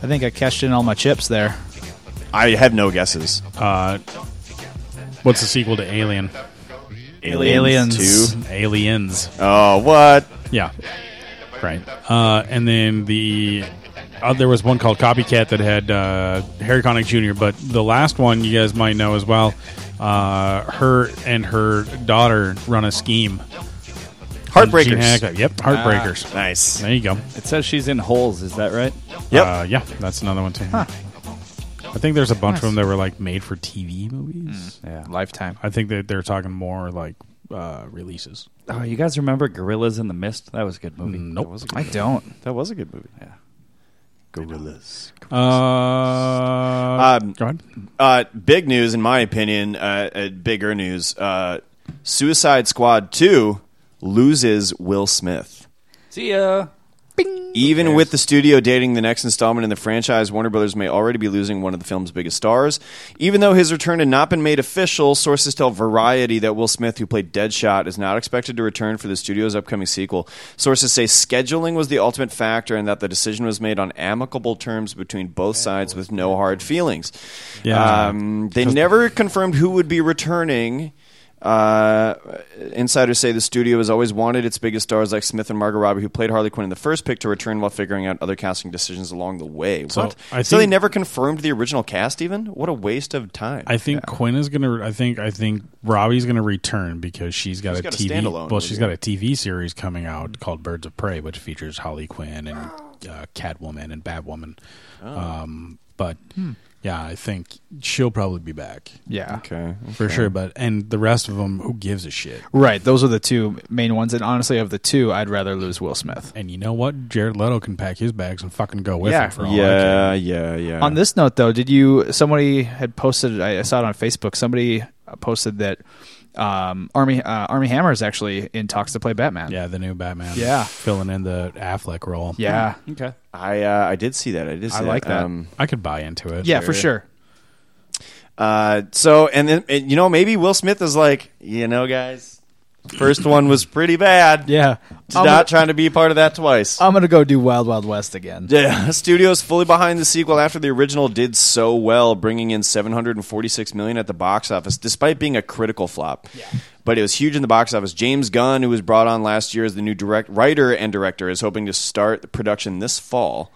[SPEAKER 7] I think I cashed in all my chips there.
[SPEAKER 12] I have no guesses.
[SPEAKER 6] Uh, what's the sequel to Alien?
[SPEAKER 12] Aliens
[SPEAKER 6] Aliens. Aliens.
[SPEAKER 12] Oh, what?
[SPEAKER 6] Yeah. Right. Uh, and then the uh, there was one called Copycat that had uh, Harry Connick Jr. But the last one you guys might know as well. Uh, her and her daughter run a scheme.
[SPEAKER 12] Heartbreakers. Ah,
[SPEAKER 6] Gene Hackman- Yep, Heartbreakers.
[SPEAKER 12] nice.
[SPEAKER 6] There you go.
[SPEAKER 8] It says she's in holes. Is that right?
[SPEAKER 6] Yep. Uh, yeah, that's another one too.
[SPEAKER 8] Huh.
[SPEAKER 6] I think there's a bunch
[SPEAKER 8] Nice.
[SPEAKER 6] of them that were like made for TV
[SPEAKER 12] Hmm.
[SPEAKER 6] movies.
[SPEAKER 8] Yeah, Lifetime.
[SPEAKER 6] I think that they're talking more like uh, releases.
[SPEAKER 8] Oh, you guys remember Gorillas in the Mist? That was a good movie.
[SPEAKER 6] Nope.
[SPEAKER 8] That was a
[SPEAKER 6] I
[SPEAKER 8] movie.
[SPEAKER 6] don't.
[SPEAKER 8] That was a good movie. Yeah.
[SPEAKER 12] Gorillas.
[SPEAKER 6] Uh, um, go ahead.
[SPEAKER 12] Uh, big news, in my opinion. Uh, uh, bigger news. Uh, Suicide Squad Two loses Will Smith.
[SPEAKER 8] See ya.
[SPEAKER 12] Even with the studio dating the next installment in the franchise, Warner Brothers may already be losing one of the film's biggest stars. Even though his return had not been made official, sources tell Variety that Will Smith, who played Deadshot, is not expected to return for the studio's upcoming sequel. Sources say scheduling was the ultimate factor and that the decision was made on amicable terms between both sides with no hard feelings.
[SPEAKER 6] Yeah.
[SPEAKER 12] Um, they never confirmed who would be returning. Uh, insiders say the studio has always wanted its biggest stars like Smith and Margot Robbie, who played Harley Quinn in the first pick, to return while figuring out other casting decisions along the way.
[SPEAKER 6] So,
[SPEAKER 12] what?
[SPEAKER 6] I
[SPEAKER 12] so they
[SPEAKER 6] think-
[SPEAKER 12] never confirmed the original cast, even? What a waste of time.
[SPEAKER 6] I think Quinn is gonna. I think. I think Robbie's gonna return because she's got
[SPEAKER 12] She's
[SPEAKER 6] a
[SPEAKER 12] got a
[SPEAKER 6] TV.
[SPEAKER 12] standalone
[SPEAKER 6] well, she's
[SPEAKER 12] movie.
[SPEAKER 6] got a TV series coming out called Birds of Prey, which features Holly
[SPEAKER 12] (gasps)
[SPEAKER 6] Quinn and uh, Catwoman and Batwoman.
[SPEAKER 12] Oh.
[SPEAKER 6] Um, but yeah, I think she'll probably be back.
[SPEAKER 7] Hmm. Yeah.
[SPEAKER 12] Okay,
[SPEAKER 6] for sure. But and the rest of them, who gives a shit?
[SPEAKER 7] Right. Those are the two main ones. And honestly, of the two, I'd rather lose Will Smith.
[SPEAKER 6] And you know what? Jared Leto can pack his bags and fucking go with
[SPEAKER 7] Yeah.
[SPEAKER 6] him for all I
[SPEAKER 12] yeah,
[SPEAKER 6] care.
[SPEAKER 12] yeah, yeah.
[SPEAKER 7] On this note, though, did you? Somebody had posted. I I saw it on Facebook. Somebody uh, posted that um, Army uh, Army Hammer is actually in talks to play Batman.
[SPEAKER 6] Yeah, the new Batman.
[SPEAKER 7] Yeah.
[SPEAKER 6] filling in the Affleck role.
[SPEAKER 7] Yeah.
[SPEAKER 8] Okay.
[SPEAKER 12] I uh, I did see that. I did. See
[SPEAKER 6] I like that.
[SPEAKER 12] Um,
[SPEAKER 6] I could buy into it.
[SPEAKER 7] Yeah, for sure.
[SPEAKER 12] Uh, so and then and, you know maybe Will Smith is like you know guys, first one was pretty bad.
[SPEAKER 6] Yeah,
[SPEAKER 12] not
[SPEAKER 7] I'm gonna-
[SPEAKER 12] trying to be a part of that twice.
[SPEAKER 7] I'm gonna go do Wild Wild West again.
[SPEAKER 12] Yeah, (laughs) studios fully behind the sequel after the original did so well, bringing in 746 million at the box office, despite being a critical flop. But it was huge in the box office. James Gunn, who was brought on last year as the new direct writer and director, is hoping to start the production this fall,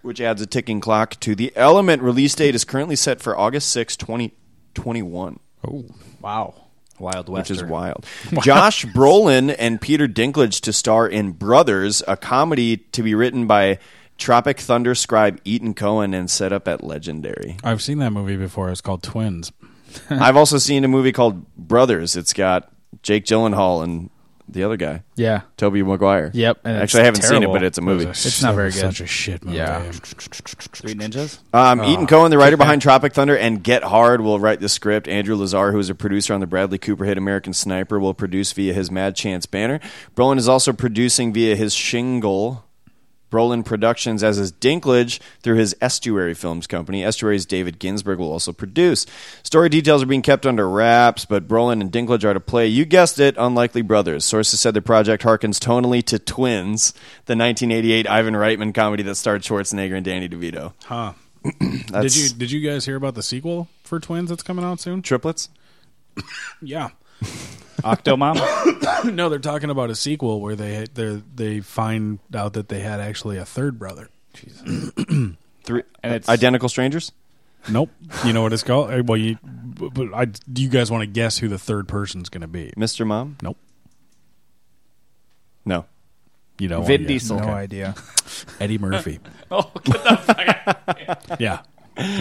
[SPEAKER 12] which adds a ticking clock to the element. Release date is currently set for August 6, 2021
[SPEAKER 6] Oh,
[SPEAKER 7] wow.
[SPEAKER 8] Wild
[SPEAKER 12] which
[SPEAKER 8] West.
[SPEAKER 12] is
[SPEAKER 7] (laughs)
[SPEAKER 12] wild. Josh Brolin and Peter Dinklage to star in Brothers, a comedy to be written by Tropic Thunder scribe Eaton Cohen and set up at
[SPEAKER 7] (laughs)
[SPEAKER 12] Legendary.
[SPEAKER 6] I've seen that movie before. It's called Twins.
[SPEAKER 12] (laughs) I've also seen a movie called Brothers. It's got Jake Gyllenhaal and the other guy.
[SPEAKER 7] Yeah.
[SPEAKER 12] Toby Maguire.
[SPEAKER 7] Yep, and it's
[SPEAKER 12] Actually, I haven't seen
[SPEAKER 7] terrible.
[SPEAKER 12] it, but it's a movie.
[SPEAKER 7] It's not very good.
[SPEAKER 6] Such a shit movie.
[SPEAKER 7] Yeah.
[SPEAKER 8] Three Ninjas?
[SPEAKER 12] Um,
[SPEAKER 8] Uh,
[SPEAKER 12] Eaton Cohen, the writer behind Tropic Thunder and Get Hard, will write the script. Andrew Lazar, who is a producer on the Bradley Cooper hit American Sniper, will produce via his Mad Chance banner. Brolin is also producing via his shingle. Brolin Productions as his Dinklage through his Estuary Films Company. Estuary's David Ginsberg will also produce. Story details are being kept under wraps, but Brolin and Dinklage are to play, you guessed it, unlikely brothers. Sources said the project harkens tonally to Twins, the 1988 Ivan Reitman comedy that starred Schwarzenegger and Danny DeVito.
[SPEAKER 6] (laughs) Huh.
[SPEAKER 12] That's-
[SPEAKER 6] Did you did you guys hear about the sequel for Twins that's coming out soon?
[SPEAKER 12] Triplets?
[SPEAKER 6] (coughs)
[SPEAKER 12] (laughs)
[SPEAKER 6] yeah. (coughs)
[SPEAKER 8] Octomom?
[SPEAKER 6] no, they're talking about a sequel where they they they find out that they had actually a third brother.
[SPEAKER 12] Three
[SPEAKER 8] and it's
[SPEAKER 12] identical strangers.
[SPEAKER 6] Nope. You know what it's called? Eh, Well, you but but I do you guys want to guess who the third person's going to be?
[SPEAKER 12] Mr. Mom?
[SPEAKER 6] Nope.
[SPEAKER 12] No.
[SPEAKER 6] You don't.
[SPEAKER 8] Vin
[SPEAKER 6] wanna guess.
[SPEAKER 8] Diesel.
[SPEAKER 6] Okay.
[SPEAKER 7] No idea.
[SPEAKER 12] (laughs)
[SPEAKER 6] Eddie Murphy.
[SPEAKER 11] (laughs)
[SPEAKER 8] oh, get the fuck out.
[SPEAKER 6] Yeah.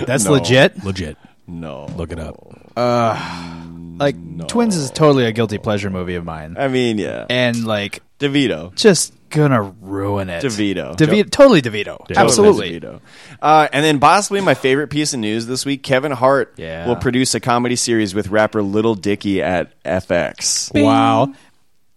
[SPEAKER 7] That's legit?
[SPEAKER 6] Legit.
[SPEAKER 12] No.
[SPEAKER 6] Look it up.
[SPEAKER 7] Uh, like Twins is totally a guilty pleasure movie of mine.
[SPEAKER 12] I mean, yeah.
[SPEAKER 7] And like
[SPEAKER 12] DeVito.
[SPEAKER 7] Just gonna ruin it.
[SPEAKER 12] DeVito.
[SPEAKER 7] DeVito totally DeVito.
[SPEAKER 12] Totally
[SPEAKER 7] Absolutely.
[SPEAKER 12] DeVito. Uh, and then possibly my favorite piece of news this week: Kevin Hart will produce a comedy series with rapper Little Dicky at FX.
[SPEAKER 7] Wow.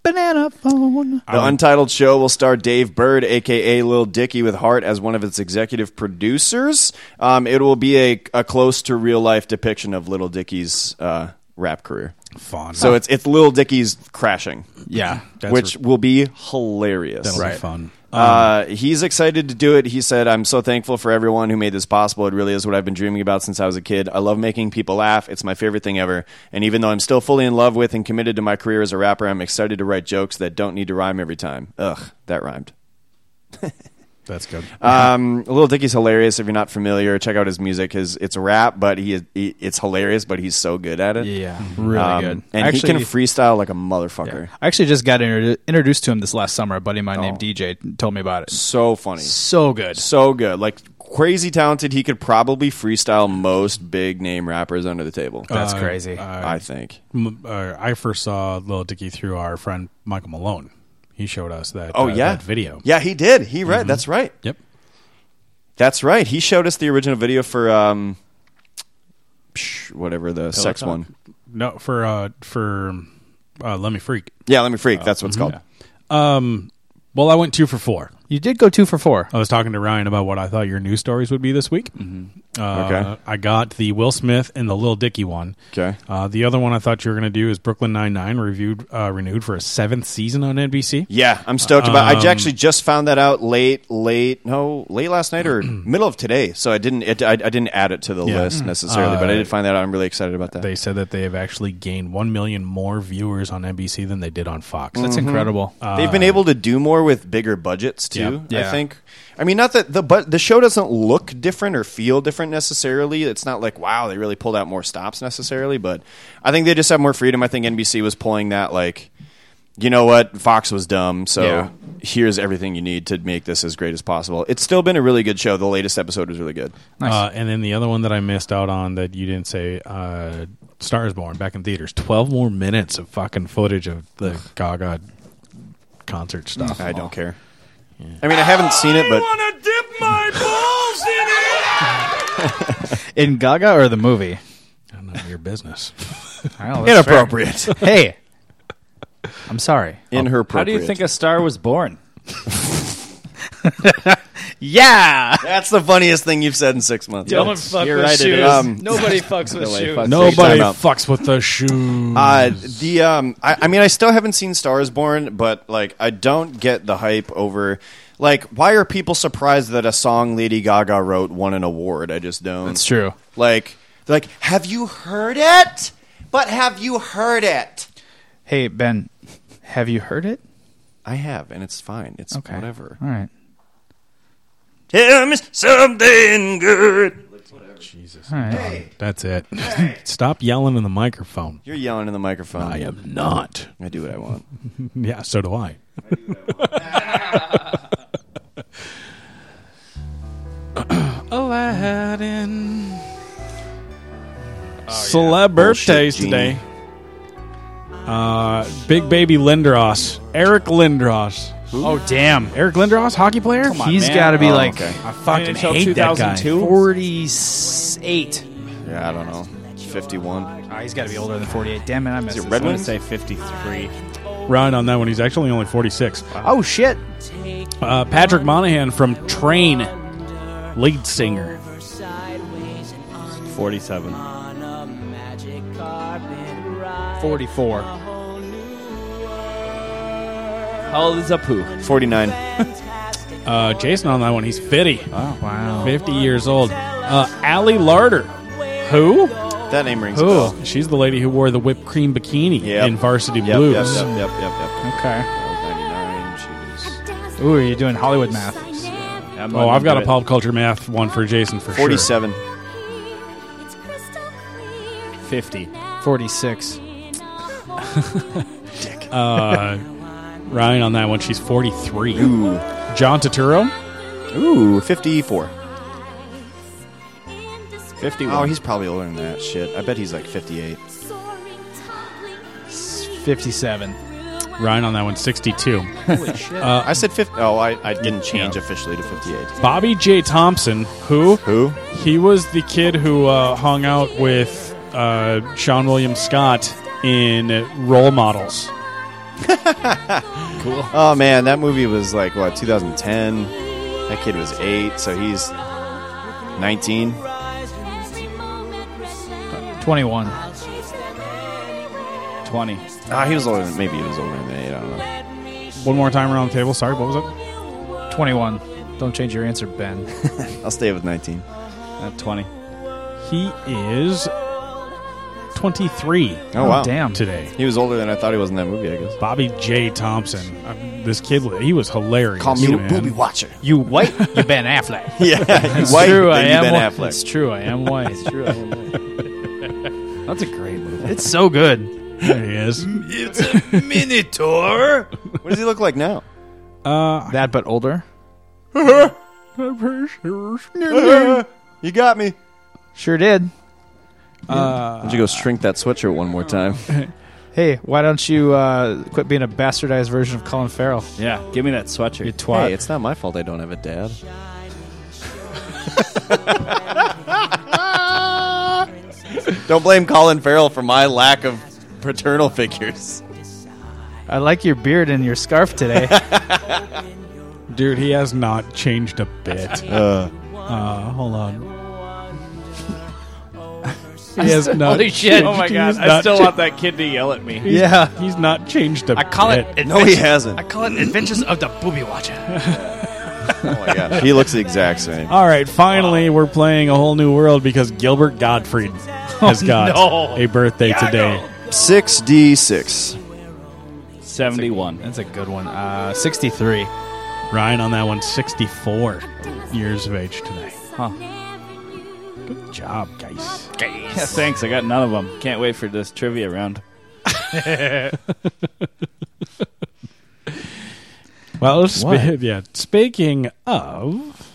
[SPEAKER 7] Banana phone.
[SPEAKER 6] Um,
[SPEAKER 12] The untitled show will star Dave Bird, aka Lil Dicky, with Hart as one of its executive producers. Um, it will be a, a close to real life depiction of Little Dicky's uh, rap career.
[SPEAKER 6] Fun.
[SPEAKER 12] So it's it's Lil Dicky's crashing.
[SPEAKER 6] Yeah. That's
[SPEAKER 12] which will be hilarious.
[SPEAKER 6] That'll be Right. fun.
[SPEAKER 12] Uh, he's excited to do it. He said, I'm so thankful for everyone who made this possible. It really is what I've been dreaming about since I was a kid. I love making people laugh. It's my favorite thing ever. And even though I'm still fully in love with and committed to my career as a rapper, I'm excited to write jokes that don't need to rhyme every time. Ugh,
[SPEAKER 11] (laughs)
[SPEAKER 12] that rhymed.
[SPEAKER 6] That's good.
[SPEAKER 12] Um, Little Dicky's hilarious. If you're not familiar, check out his music. His it's rap, but he, is- he it's hilarious. But he's so good at it. Um,
[SPEAKER 11] Yeah, really good.
[SPEAKER 12] And he
[SPEAKER 11] Actually-
[SPEAKER 12] can freestyle like a motherfucker.
[SPEAKER 11] I actually just got introdu- introduced to him this last summer. A buddy of mine named DJ told me about it.
[SPEAKER 12] Oh. So funny.
[SPEAKER 11] So
[SPEAKER 12] (laughs)
[SPEAKER 11] good.
[SPEAKER 12] So good. Like crazy talented. He could probably freestyle most big name rappers under the table.
[SPEAKER 6] That's Uh, crazy. uh,
[SPEAKER 12] I think.
[SPEAKER 6] M- uh, I first saw Little Dicky through our friend Michael Malone. He showed us that.
[SPEAKER 12] Oh
[SPEAKER 6] uh,
[SPEAKER 12] yeah,
[SPEAKER 6] that video. Mm-hmm.
[SPEAKER 12] Yeah, he did. He read. That's right.
[SPEAKER 6] Yep.
[SPEAKER 12] That's right. He showed us the original video for um, psh, whatever the
[SPEAKER 6] Pillow
[SPEAKER 12] sex
[SPEAKER 6] Talk?
[SPEAKER 12] one.
[SPEAKER 6] No, for uh for uh, Let Me Freak. Uh,
[SPEAKER 12] Yeah, Let Me Freak. That's what it's called.
[SPEAKER 6] Um, well, I went two for four.
[SPEAKER 11] You did go two for four.
[SPEAKER 6] I was talking to Ryan about what I thought your news stories would be this week. Uh,
[SPEAKER 12] Mm-hmm. Okay.
[SPEAKER 6] I got the Will Smith and the Lil Dicky one.
[SPEAKER 12] Okay.
[SPEAKER 6] Uh, the other one I thought you were going to do is Brooklyn Nine Nine reviewed uh, renewed for a seventh season on NBC.
[SPEAKER 12] Yeah, I'm stoked about.
[SPEAKER 6] Um,
[SPEAKER 12] I actually just found that out late, late, no, late last night
[SPEAKER 6] (clears throat)
[SPEAKER 12] or middle of today. So I didn't, it, I, I didn't add it to the
[SPEAKER 6] Yeah.
[SPEAKER 12] list necessarily, but I
[SPEAKER 6] Uh,
[SPEAKER 12] did find that out. I'm really excited about that.
[SPEAKER 6] They said that they have actually gained one million more viewers on NBC than they did on Fox.
[SPEAKER 12] Mhm. They've been
[SPEAKER 6] Mm-hmm. Uh,
[SPEAKER 12] able to do more with bigger budgets too.
[SPEAKER 6] Yeah.
[SPEAKER 12] I
[SPEAKER 6] Yeah.
[SPEAKER 12] think. I mean, not that the but the show doesn't look different or feel different necessarily. It's not like wow, they really pulled out more stops necessarily. But I think they just have more freedom. I think NBC was pulling that like, you know what, Fox was dumb, so
[SPEAKER 6] Yeah.
[SPEAKER 12] here's everything you need to make this as great as possible. It's still been a really good show. The latest episode was really good.
[SPEAKER 6] Uh, and then the other one that I missed out on that you didn't say, uh, Stars Born back in theaters. Twelve more minutes of fucking footage of the Gaga concert stuff. Oh,
[SPEAKER 12] I don't care. I mean, I haven't seen it, but
[SPEAKER 11] In Gaga or the movie?
[SPEAKER 6] None of your
[SPEAKER 12] (laughs)
[SPEAKER 6] business.
[SPEAKER 11] Well, that's fair. (laughs) hey, I'm
[SPEAKER 12] (laughs)
[SPEAKER 11] sorry.
[SPEAKER 12] In her
[SPEAKER 8] How do you think a star was born?
[SPEAKER 11] yeah,
[SPEAKER 12] that's the funniest thing you've said in six months. Um,
[SPEAKER 8] Don't fuck with
[SPEAKER 12] it
[SPEAKER 8] shoes.
[SPEAKER 12] is. (laughs)
[SPEAKER 8] Nobody fucks with shoes.
[SPEAKER 6] Nobody
[SPEAKER 12] Time out.
[SPEAKER 6] fucks with the shoes.
[SPEAKER 12] Uh, the um, I, I mean, I still haven't seen Stars Born, but like, I don't get the hype over. Like, why are people surprised that a song Lady Gaga wrote won an award? I just don't.
[SPEAKER 11] That's true.
[SPEAKER 12] Like, they're like, have you heard it? But have you heard it?
[SPEAKER 11] Hey Ben, have you heard it?
[SPEAKER 12] I have, and it's fine. It's whatever.
[SPEAKER 11] All right.
[SPEAKER 12] Tell me something good.
[SPEAKER 6] Jesus.
[SPEAKER 11] All right.
[SPEAKER 6] Done. That's it. (laughs) Stop yelling in the microphone.
[SPEAKER 12] You're yelling in the microphone.
[SPEAKER 6] I am not.
[SPEAKER 12] Um, I do what I want.
[SPEAKER 6] (laughs) yeah, so do I.
[SPEAKER 7] (laughs)
[SPEAKER 6] Oh, Aladdin.
[SPEAKER 7] Oh,
[SPEAKER 6] Celeb birthdays today. Uh, Big Baby Lindros. Eric Lindros.
[SPEAKER 7] Oh, damn.
[SPEAKER 6] Eric Lindros, hockey player?
[SPEAKER 7] Come on, He's man. gotta be Oh, like- okay.
[SPEAKER 6] I fucking
[SPEAKER 7] NHL
[SPEAKER 6] hate that guy.
[SPEAKER 7] 2002?
[SPEAKER 11] 48.
[SPEAKER 12] Yeah, I don't know. Fifty-one.
[SPEAKER 11] Oh, he's got to be older than 48. Damn it, I missed
[SPEAKER 12] Is it
[SPEAKER 11] this
[SPEAKER 12] Red
[SPEAKER 11] one.
[SPEAKER 12] Wings?
[SPEAKER 11] say 53.
[SPEAKER 6] Right on that one. He's actually only 46.
[SPEAKER 11] Oh, shit.
[SPEAKER 6] Uh, Patrick Monahan from Train, lead singer.
[SPEAKER 8] 47.
[SPEAKER 11] 44.
[SPEAKER 8] How old is Apu?
[SPEAKER 12] 49.
[SPEAKER 6] (laughs) Uh, Jason on that one, he's 50.
[SPEAKER 11] Oh, wow.
[SPEAKER 6] 50 years old. Uh, Allie Larder. Who?
[SPEAKER 12] That name rings a
[SPEAKER 6] Who?
[SPEAKER 12] bell.
[SPEAKER 6] She's the lady who wore the whipped cream bikini
[SPEAKER 12] Yep.
[SPEAKER 6] in Varsity
[SPEAKER 12] Yep,
[SPEAKER 6] Blues.
[SPEAKER 12] Yep, yep, yep, yep, yep.
[SPEAKER 11] Okay.
[SPEAKER 12] That was 99. She was
[SPEAKER 11] Ooh, you're doing Hollywood math.
[SPEAKER 6] Oh, I've got a pop culture math one for Jason for
[SPEAKER 12] 47.
[SPEAKER 8] 50.
[SPEAKER 11] 46.
[SPEAKER 6] sure. Uh, Ryan on that one, she's 43. John Turturro.
[SPEAKER 12] Ooh, 54.
[SPEAKER 8] 51.
[SPEAKER 12] Oh, he's probably older than that shit. I bet he's like 58.
[SPEAKER 11] 57.
[SPEAKER 6] Ryan on that one, 62.
[SPEAKER 11] Holy shit.
[SPEAKER 6] Uh,
[SPEAKER 12] I said 50. Oh, I, I didn't change officially to 58.
[SPEAKER 6] Bobby J. Thompson, who
[SPEAKER 12] who
[SPEAKER 6] he was the kid who uh, hung out with uh, Sean William Scott in Role Models.
[SPEAKER 12] Cool. Oh, man, that movie was like, what, 2010? That kid was 8, so he's 19.
[SPEAKER 11] 21.
[SPEAKER 8] 20.
[SPEAKER 12] Ah, he was older than, maybe he was older than 8, I don't know.
[SPEAKER 6] One more time around the table. Sorry, what was it?
[SPEAKER 7] 21. Don't change your answer,
[SPEAKER 11] (laughs)
[SPEAKER 7] Ben.
[SPEAKER 12] I'll stay with 19.
[SPEAKER 8] At 20.
[SPEAKER 6] He is 23.
[SPEAKER 12] Oh, wow.
[SPEAKER 6] Damn. Today.
[SPEAKER 12] He was older than I thought he was in that movie, I guess.
[SPEAKER 6] Bobby
[SPEAKER 12] (laughs)
[SPEAKER 6] J. Thompson. Um, this kid, he was hilarious.
[SPEAKER 12] Call me the
[SPEAKER 6] man.
[SPEAKER 12] booby watcher.
[SPEAKER 7] You white, you Ben (laughs) Affleck.
[SPEAKER 12] (laughs) Yeah,
[SPEAKER 7] it's
[SPEAKER 12] you white,
[SPEAKER 7] true.
[SPEAKER 12] then
[SPEAKER 7] I
[SPEAKER 12] you
[SPEAKER 7] am
[SPEAKER 12] Ben
[SPEAKER 7] white.
[SPEAKER 12] Affleck.
[SPEAKER 7] It's true. I am white.
[SPEAKER 12] It's
[SPEAKER 7] true. I am white.
[SPEAKER 8] That's a
[SPEAKER 6] (laughs)
[SPEAKER 8] great movie.
[SPEAKER 7] (laughs) It's so good.
[SPEAKER 6] There he is. (laughs)
[SPEAKER 7] It's a minotaur.
[SPEAKER 12] What does he look like (laughs) now?
[SPEAKER 6] Uh,
[SPEAKER 7] that but older.
[SPEAKER 12] you got me.
[SPEAKER 7] Sure did.
[SPEAKER 6] Uh,
[SPEAKER 12] Why don't you go shrink that sweatshirt one more (laughs) time?
[SPEAKER 7] Hey, why don't you uh, quit being a bastardized version of Colin Farrell?
[SPEAKER 8] Yeah, give me that sweatshirt.
[SPEAKER 7] You twat.
[SPEAKER 12] Hey, it's not my fault I don't have a dad. (laughs) don't blame Colin Farrell for my lack of paternal figures.
[SPEAKER 7] I like your beard and your scarf
[SPEAKER 12] (laughs)
[SPEAKER 7] today.
[SPEAKER 6] Dude, he has not changed a bit.
[SPEAKER 12] (laughs) Uh.
[SPEAKER 6] Uh, hold on.
[SPEAKER 7] (laughs)
[SPEAKER 6] He has not
[SPEAKER 8] Holy
[SPEAKER 6] (laughs)
[SPEAKER 8] shit. Oh my
[SPEAKER 6] changed.
[SPEAKER 8] god.
[SPEAKER 6] He's
[SPEAKER 8] I
[SPEAKER 6] not
[SPEAKER 8] still
[SPEAKER 6] cha-
[SPEAKER 8] want that kid to yell at me.
[SPEAKER 6] He's- He's not changed a
[SPEAKER 8] I call it
[SPEAKER 6] bit.
[SPEAKER 12] No, he hasn't.
[SPEAKER 7] I call it Adventures of the Booby (laughs) Watcher.
[SPEAKER 12] Oh my gosh, he looks the exact same.
[SPEAKER 6] All right, finally, we're playing a whole new world because Gilbert
[SPEAKER 7] (laughs)
[SPEAKER 6] Gottfried has got
[SPEAKER 8] no.
[SPEAKER 6] a birthday today.
[SPEAKER 12] Six D six.
[SPEAKER 8] 71.
[SPEAKER 7] That's a good one. Uh, 63.
[SPEAKER 6] Ryan on that one, 64 years of age today.
[SPEAKER 8] Huh.
[SPEAKER 6] Good job, guys.
[SPEAKER 8] Yeah, (laughs) thanks. I got none of them. Can't wait for this trivia (laughs) round.
[SPEAKER 6] Well, sp-
[SPEAKER 8] What?
[SPEAKER 6] yeah. Speaking of,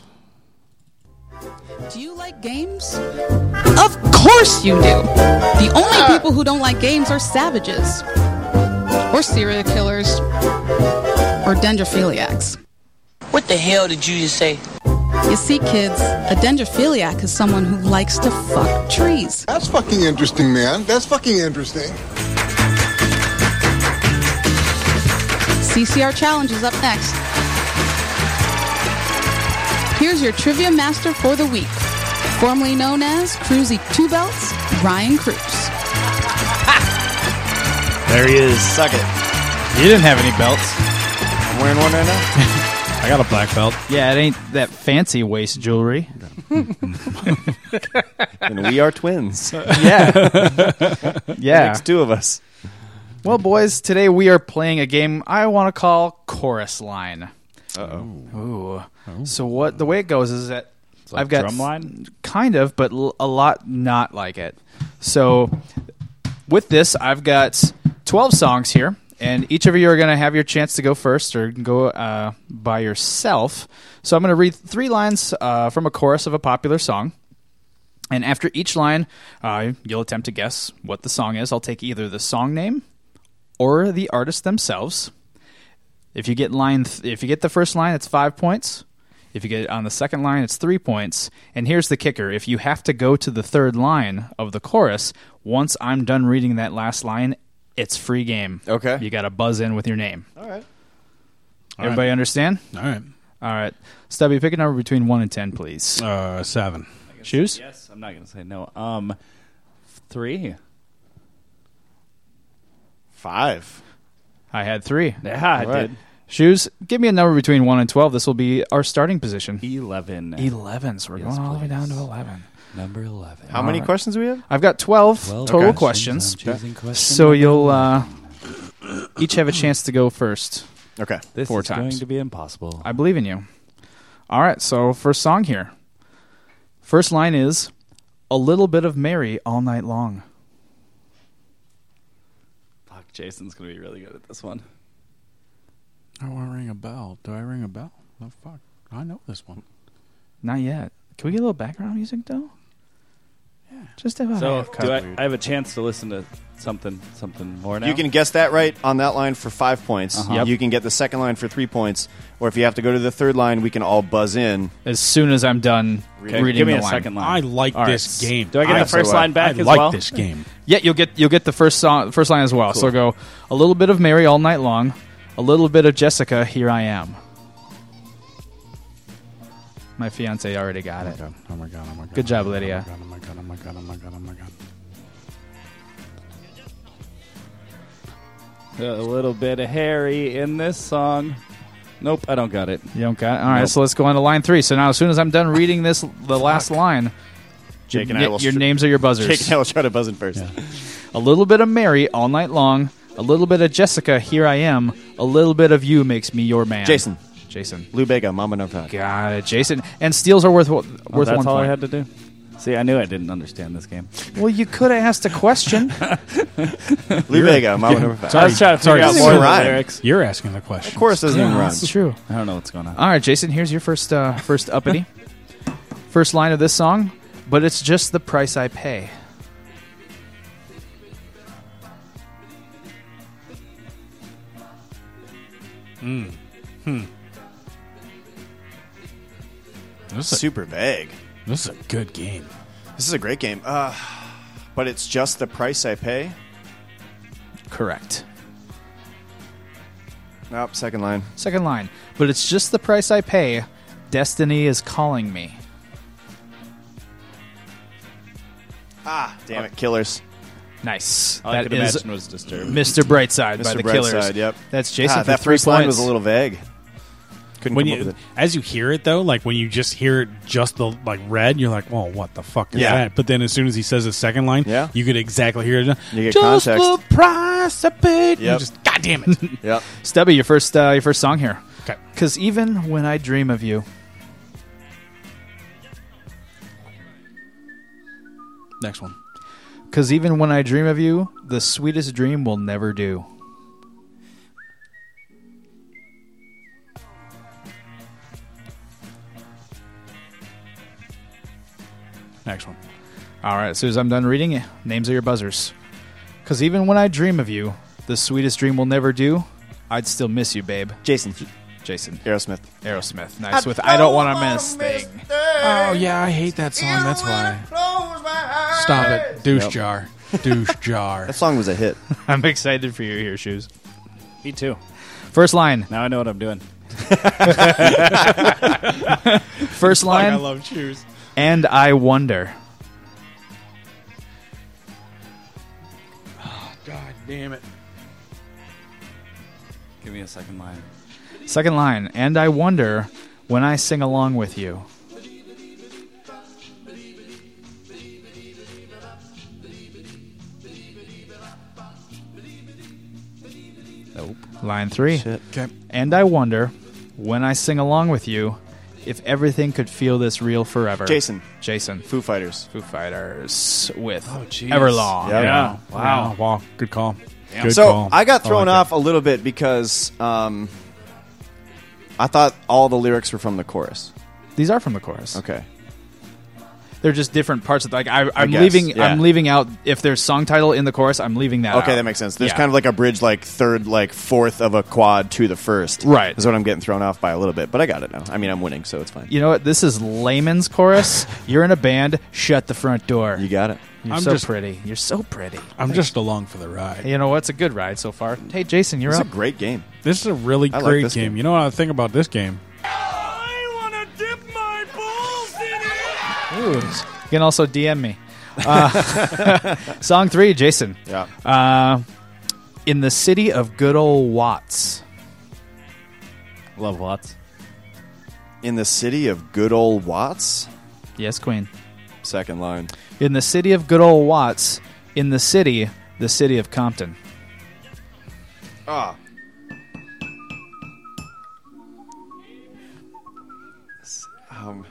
[SPEAKER 9] Do you like games? Of course you do. The
[SPEAKER 11] Uh.
[SPEAKER 9] only people who don't like games are savages, or serial killers, or dendrophiliacs.
[SPEAKER 14] What the hell did you just say?
[SPEAKER 9] You see, kids, a dendrophiliac is someone who likes to fuck trees.
[SPEAKER 15] That's fucking interesting, man. That's fucking interesting.
[SPEAKER 9] CCR Challenge is up next. Here's your trivia master for the week, formerly known as Cruzy Two Belts, Ryan Cruz.
[SPEAKER 12] There he is. Suck it.
[SPEAKER 7] You didn't have any belts.
[SPEAKER 12] I'm wearing one right
[SPEAKER 7] (laughs)
[SPEAKER 12] now.
[SPEAKER 6] I got a black belt.
[SPEAKER 7] Yeah, it ain't that fancy waist jewelry.
[SPEAKER 12] (laughs) And we are
[SPEAKER 7] (laughs)
[SPEAKER 12] twins. (laughs)
[SPEAKER 7] Yeah. Yeah.
[SPEAKER 12] Makes two of us.
[SPEAKER 7] Well, boys, today we are playing a game I want to call Chorus Line.
[SPEAKER 12] Uh-oh.
[SPEAKER 7] Ooh. So what the way it goes Oh. is that
[SPEAKER 8] like
[SPEAKER 7] I've got
[SPEAKER 8] Drumline?
[SPEAKER 7] kind of, but l- a lot not like it. So with this, I've got twelve songs here, and each of you are going to have your chance to go first or go uh, by yourself. So I'm going to read three lines uh, from a chorus of a popular song. And after each line, uh, you'll attempt to guess what the song is. I'll take either the song name or the artist themselves. If you get line, th- if you get the first line, it's five points. If you get it on the second line, it's three points. And here's the kicker: if you have to go to the third line of the chorus, once I'm done reading that last line, it's free game. Okay, you got to buzz in with your name.
[SPEAKER 12] All right.
[SPEAKER 6] All right.
[SPEAKER 7] Everybody understand?
[SPEAKER 6] All right.
[SPEAKER 7] All right. Stubby, pick a number between one and ten, please.
[SPEAKER 6] Uh, seven.
[SPEAKER 7] Shoes.
[SPEAKER 8] Yes, I'm not going to say no. Um, three.
[SPEAKER 12] Five.
[SPEAKER 7] I had three.
[SPEAKER 8] Yeah, I
[SPEAKER 7] Alright.
[SPEAKER 8] did.
[SPEAKER 7] Shoes, give me a number between 1 and 12. This will be our starting position.
[SPEAKER 8] 11.
[SPEAKER 7] 11, so we're going all the way down to 11.
[SPEAKER 8] Number 11.
[SPEAKER 12] How many
[SPEAKER 7] Alright.
[SPEAKER 12] questions do we have?
[SPEAKER 7] I've got 12
[SPEAKER 8] Twelve
[SPEAKER 7] total
[SPEAKER 8] questions.
[SPEAKER 7] questions.
[SPEAKER 8] I'm choosing question
[SPEAKER 7] so
[SPEAKER 8] number
[SPEAKER 7] you'll uh, each have a chance to go first.
[SPEAKER 12] Okay.
[SPEAKER 8] This
[SPEAKER 7] Four
[SPEAKER 8] is
[SPEAKER 7] times.
[SPEAKER 8] going to be impossible.
[SPEAKER 7] I believe in you. All right, so first song here. First line is A Little Bit of Mary All Night Long.
[SPEAKER 8] Fuck, Jason's going to be really good at this one.
[SPEAKER 6] I want to ring a bell. Do I ring a bell? Oh, fuck. I know this one. Oh
[SPEAKER 7] Not yet. Can we get a little background music, though? Oh, Yeah. Just about
[SPEAKER 8] So,
[SPEAKER 7] half
[SPEAKER 8] do
[SPEAKER 7] cut.
[SPEAKER 8] I, I have a chance to listen to something something more now?
[SPEAKER 12] You can guess that right on that line for five points.
[SPEAKER 8] Uh-huh. Yep.
[SPEAKER 12] You can get the second line for three points, or if you have to go to the third line, we can all buzz in.
[SPEAKER 7] As soon as I'm done
[SPEAKER 8] Okay,
[SPEAKER 7] reading
[SPEAKER 8] give me
[SPEAKER 7] the
[SPEAKER 8] a
[SPEAKER 7] line.
[SPEAKER 8] second line.
[SPEAKER 6] I like
[SPEAKER 7] All right.
[SPEAKER 6] this game.
[SPEAKER 8] Do I get the first line back
[SPEAKER 6] I
[SPEAKER 8] as
[SPEAKER 6] like
[SPEAKER 8] well?
[SPEAKER 6] this game.
[SPEAKER 7] Yeah, you'll get you'll get the first song, first line as well. So go a little bit of Mary all night long, a little bit of Jessica. Here I am. My fiance already got it.
[SPEAKER 6] Oh my god! Oh my god!
[SPEAKER 7] Good job, Lydia.
[SPEAKER 6] Oh my god! Oh my god! Oh my god! Oh my god!
[SPEAKER 8] A little bit of Harry in this song. Nope, I don't got it.
[SPEAKER 7] You don't got. All right, so let's go on to line three. So now, as soon as I'm done reading this, the last line,
[SPEAKER 8] Jake and
[SPEAKER 7] your,
[SPEAKER 8] I will
[SPEAKER 7] your
[SPEAKER 8] str-
[SPEAKER 7] names are your buzzers.
[SPEAKER 8] Jake and I
[SPEAKER 12] will try to buzz in first.
[SPEAKER 7] A little bit of Mary all night long. A little bit of Jessica. Here I am. A little bit of you makes me your man.
[SPEAKER 12] Jason.
[SPEAKER 7] Jason.
[SPEAKER 12] Lou Bega, Mama No Talk.
[SPEAKER 7] Got it, Jason. And steals are worth worth
[SPEAKER 8] Oh, that's
[SPEAKER 7] one
[SPEAKER 8] all
[SPEAKER 7] point.
[SPEAKER 8] I had to do. See, I knew I didn't understand this game.
[SPEAKER 7] Well, you could have asked
[SPEAKER 12] (laughs)
[SPEAKER 7] a question.
[SPEAKER 8] Lou Vega, Mama Number Five. I was trying to figure out more of the lyrics.
[SPEAKER 6] You're asking the question.
[SPEAKER 8] Of course, it doesn't
[SPEAKER 7] Yeah,
[SPEAKER 8] even rhyme.
[SPEAKER 7] That's true.
[SPEAKER 8] I don't know what's going on.
[SPEAKER 7] All right, Jason. Here's your first uh, first
[SPEAKER 8] (laughs)
[SPEAKER 7] uppity. first line of this song, but it's just the price I pay.
[SPEAKER 6] Mm. Hmm. This is a-
[SPEAKER 12] Super vague.
[SPEAKER 6] This is a good game.
[SPEAKER 12] This is a great game. Uh, but it's just the price I pay.
[SPEAKER 7] Correct.
[SPEAKER 12] Nope, second line.
[SPEAKER 7] Second line, but it's just the price I pay. Destiny is calling me.
[SPEAKER 12] Ah, damn it, Killers.
[SPEAKER 7] Nice.
[SPEAKER 8] All
[SPEAKER 7] That
[SPEAKER 8] I could
[SPEAKER 7] is
[SPEAKER 8] imagine was Disturbed.
[SPEAKER 7] Mr. Brightside by
[SPEAKER 12] Mr.
[SPEAKER 7] the
[SPEAKER 12] Brightside,
[SPEAKER 7] Killers.
[SPEAKER 12] Yep.
[SPEAKER 7] That's Jason
[SPEAKER 12] Ah,
[SPEAKER 7] for
[SPEAKER 12] that
[SPEAKER 7] three
[SPEAKER 12] first line was a
[SPEAKER 7] points.
[SPEAKER 12] little vague. Couldn't
[SPEAKER 6] when
[SPEAKER 12] come
[SPEAKER 6] you,
[SPEAKER 12] up with it.
[SPEAKER 6] As you hear it though, like when you just hear it just the like red, you're like, "Well, what the fuck is
[SPEAKER 12] Yeah.
[SPEAKER 6] that?" But then as soon as he says the second line, yeah. you could exactly hear it.
[SPEAKER 12] You get
[SPEAKER 6] just
[SPEAKER 12] context.
[SPEAKER 6] the price I
[SPEAKER 12] Yep.
[SPEAKER 6] paid. You just, God damn it.
[SPEAKER 12] yep.
[SPEAKER 7] (laughs) Stubby, your first uh, your first song here.
[SPEAKER 6] 'Kay.
[SPEAKER 7] Cause even when I dream of you,
[SPEAKER 6] Next one.
[SPEAKER 7] cause even when I dream of you, the sweetest dream will never do.
[SPEAKER 6] Next one.
[SPEAKER 7] All right, as soon as I'm done reading, names are your buzzers. Cause even when I dream of you, the sweetest dream will never do. I'd still miss you, babe.
[SPEAKER 12] Jason.
[SPEAKER 7] Jason.
[SPEAKER 12] Aerosmith.
[SPEAKER 7] Aerosmith. Nice with I don't want to miss thing.
[SPEAKER 6] Oh yeah, I hate that song. That's why. Stop it, douche
[SPEAKER 12] Yep.
[SPEAKER 6] jar,
[SPEAKER 12] (laughs)
[SPEAKER 6] douche jar.
[SPEAKER 12] That song was a hit.
[SPEAKER 7] (laughs) I'm excited for you here, shoes.
[SPEAKER 8] Me too.
[SPEAKER 7] First line.
[SPEAKER 8] Now I know what
[SPEAKER 6] (laughs)
[SPEAKER 8] I'm doing. (laughs)
[SPEAKER 7] First
[SPEAKER 8] Fuck, I
[SPEAKER 7] line.
[SPEAKER 8] love shoes.
[SPEAKER 7] And I wonder.
[SPEAKER 6] God damn it.
[SPEAKER 8] Give me a second line.
[SPEAKER 7] Second line. And I wonder when I sing along with you.
[SPEAKER 8] Nope.
[SPEAKER 7] Line three.
[SPEAKER 8] Shit. Okay.
[SPEAKER 7] And I wonder when I sing along with you if everything could feel this real forever.
[SPEAKER 12] Jason.
[SPEAKER 7] Jason.
[SPEAKER 12] Foo Fighters.
[SPEAKER 7] Foo Fighters with oh,
[SPEAKER 8] jeez.
[SPEAKER 7] Everlong.
[SPEAKER 12] Yeah. Yeah.
[SPEAKER 6] Wow. Wow. Good call. Good
[SPEAKER 12] so
[SPEAKER 6] call.
[SPEAKER 12] I got thrown
[SPEAKER 6] like
[SPEAKER 12] off a little bit because um, I thought all the lyrics were from the chorus.
[SPEAKER 7] These are from the chorus.
[SPEAKER 12] Okay.
[SPEAKER 7] They're just different parts of like I, I'm
[SPEAKER 12] guess,
[SPEAKER 7] leaving.
[SPEAKER 12] yeah.
[SPEAKER 7] I'm leaving out if there's song title in the chorus. I'm leaving that.
[SPEAKER 12] Okay,
[SPEAKER 7] out.
[SPEAKER 12] that makes sense. There's
[SPEAKER 7] Yeah.
[SPEAKER 12] kind of like a bridge, like third, like fourth of a quad to the first.
[SPEAKER 7] Right.
[SPEAKER 12] Is what I'm getting thrown off by a little bit, but I got it now. I mean, I'm winning, so it's fine.
[SPEAKER 7] You know what? This is layman's chorus. You're in a band. Shut the front door. You
[SPEAKER 12] got it.
[SPEAKER 7] You're
[SPEAKER 6] I'm
[SPEAKER 7] so
[SPEAKER 6] just-
[SPEAKER 7] pretty. You're so pretty.
[SPEAKER 6] that. I'm just along for the ride.
[SPEAKER 7] You know what? It's a good ride so far. Hey, Jason, you're
[SPEAKER 12] It's a
[SPEAKER 7] up.
[SPEAKER 12] great game.
[SPEAKER 6] This is a really
[SPEAKER 12] I like
[SPEAKER 6] great
[SPEAKER 12] this
[SPEAKER 6] game.
[SPEAKER 12] game.
[SPEAKER 6] You know what I think about this game?
[SPEAKER 7] Ooh. You can also DM me. Uh, (laughs) song three, Jason.
[SPEAKER 12] Yeah.
[SPEAKER 7] Uh, in the city of good old Watts.
[SPEAKER 8] Love Watts.
[SPEAKER 12] In the city of good old Watts.
[SPEAKER 7] Yes, Queen.
[SPEAKER 12] Second line.
[SPEAKER 7] In the city of good old Watts. In the city, the city of Compton.
[SPEAKER 12] Ah. S- Um,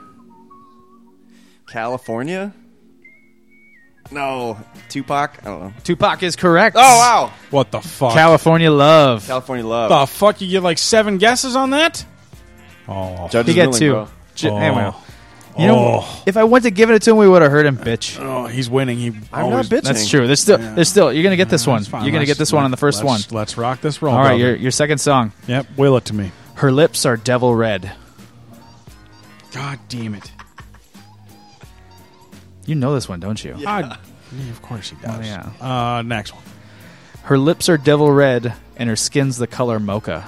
[SPEAKER 12] California? No. Tupac? I don't know.
[SPEAKER 7] Tupac is correct.
[SPEAKER 12] Oh, wow.
[SPEAKER 6] What the fuck?
[SPEAKER 7] California love.
[SPEAKER 12] California Love.
[SPEAKER 6] the fuck? You get like seven guesses on that? Oh,
[SPEAKER 12] Judges
[SPEAKER 7] He got
[SPEAKER 12] ruling,
[SPEAKER 7] two.
[SPEAKER 12] bro.
[SPEAKER 7] J-
[SPEAKER 6] Oh.
[SPEAKER 7] anyway. You know,
[SPEAKER 6] Oh.
[SPEAKER 7] if I went to give it to him, we would have heard him, bitch.
[SPEAKER 6] Oh, he's winning. He
[SPEAKER 12] I'm
[SPEAKER 6] always-
[SPEAKER 12] not bitching.
[SPEAKER 7] That's true. There's still, there's still. You're gonna get this one.
[SPEAKER 6] That's fine.
[SPEAKER 7] You're gonna
[SPEAKER 6] Let's-
[SPEAKER 7] get this one on the 1st one.
[SPEAKER 6] let's- Let's rock this roll.
[SPEAKER 7] All right,
[SPEAKER 6] brother.
[SPEAKER 7] your your second song.
[SPEAKER 6] Yep, will it to me.
[SPEAKER 7] Her lips are devil red.
[SPEAKER 6] God damn it.
[SPEAKER 7] You know this one, don't you?
[SPEAKER 6] God- yeah, of course he does.
[SPEAKER 7] yeah.
[SPEAKER 6] Uh, next one.
[SPEAKER 7] Her lips are devil red, and her skin's the color mocha.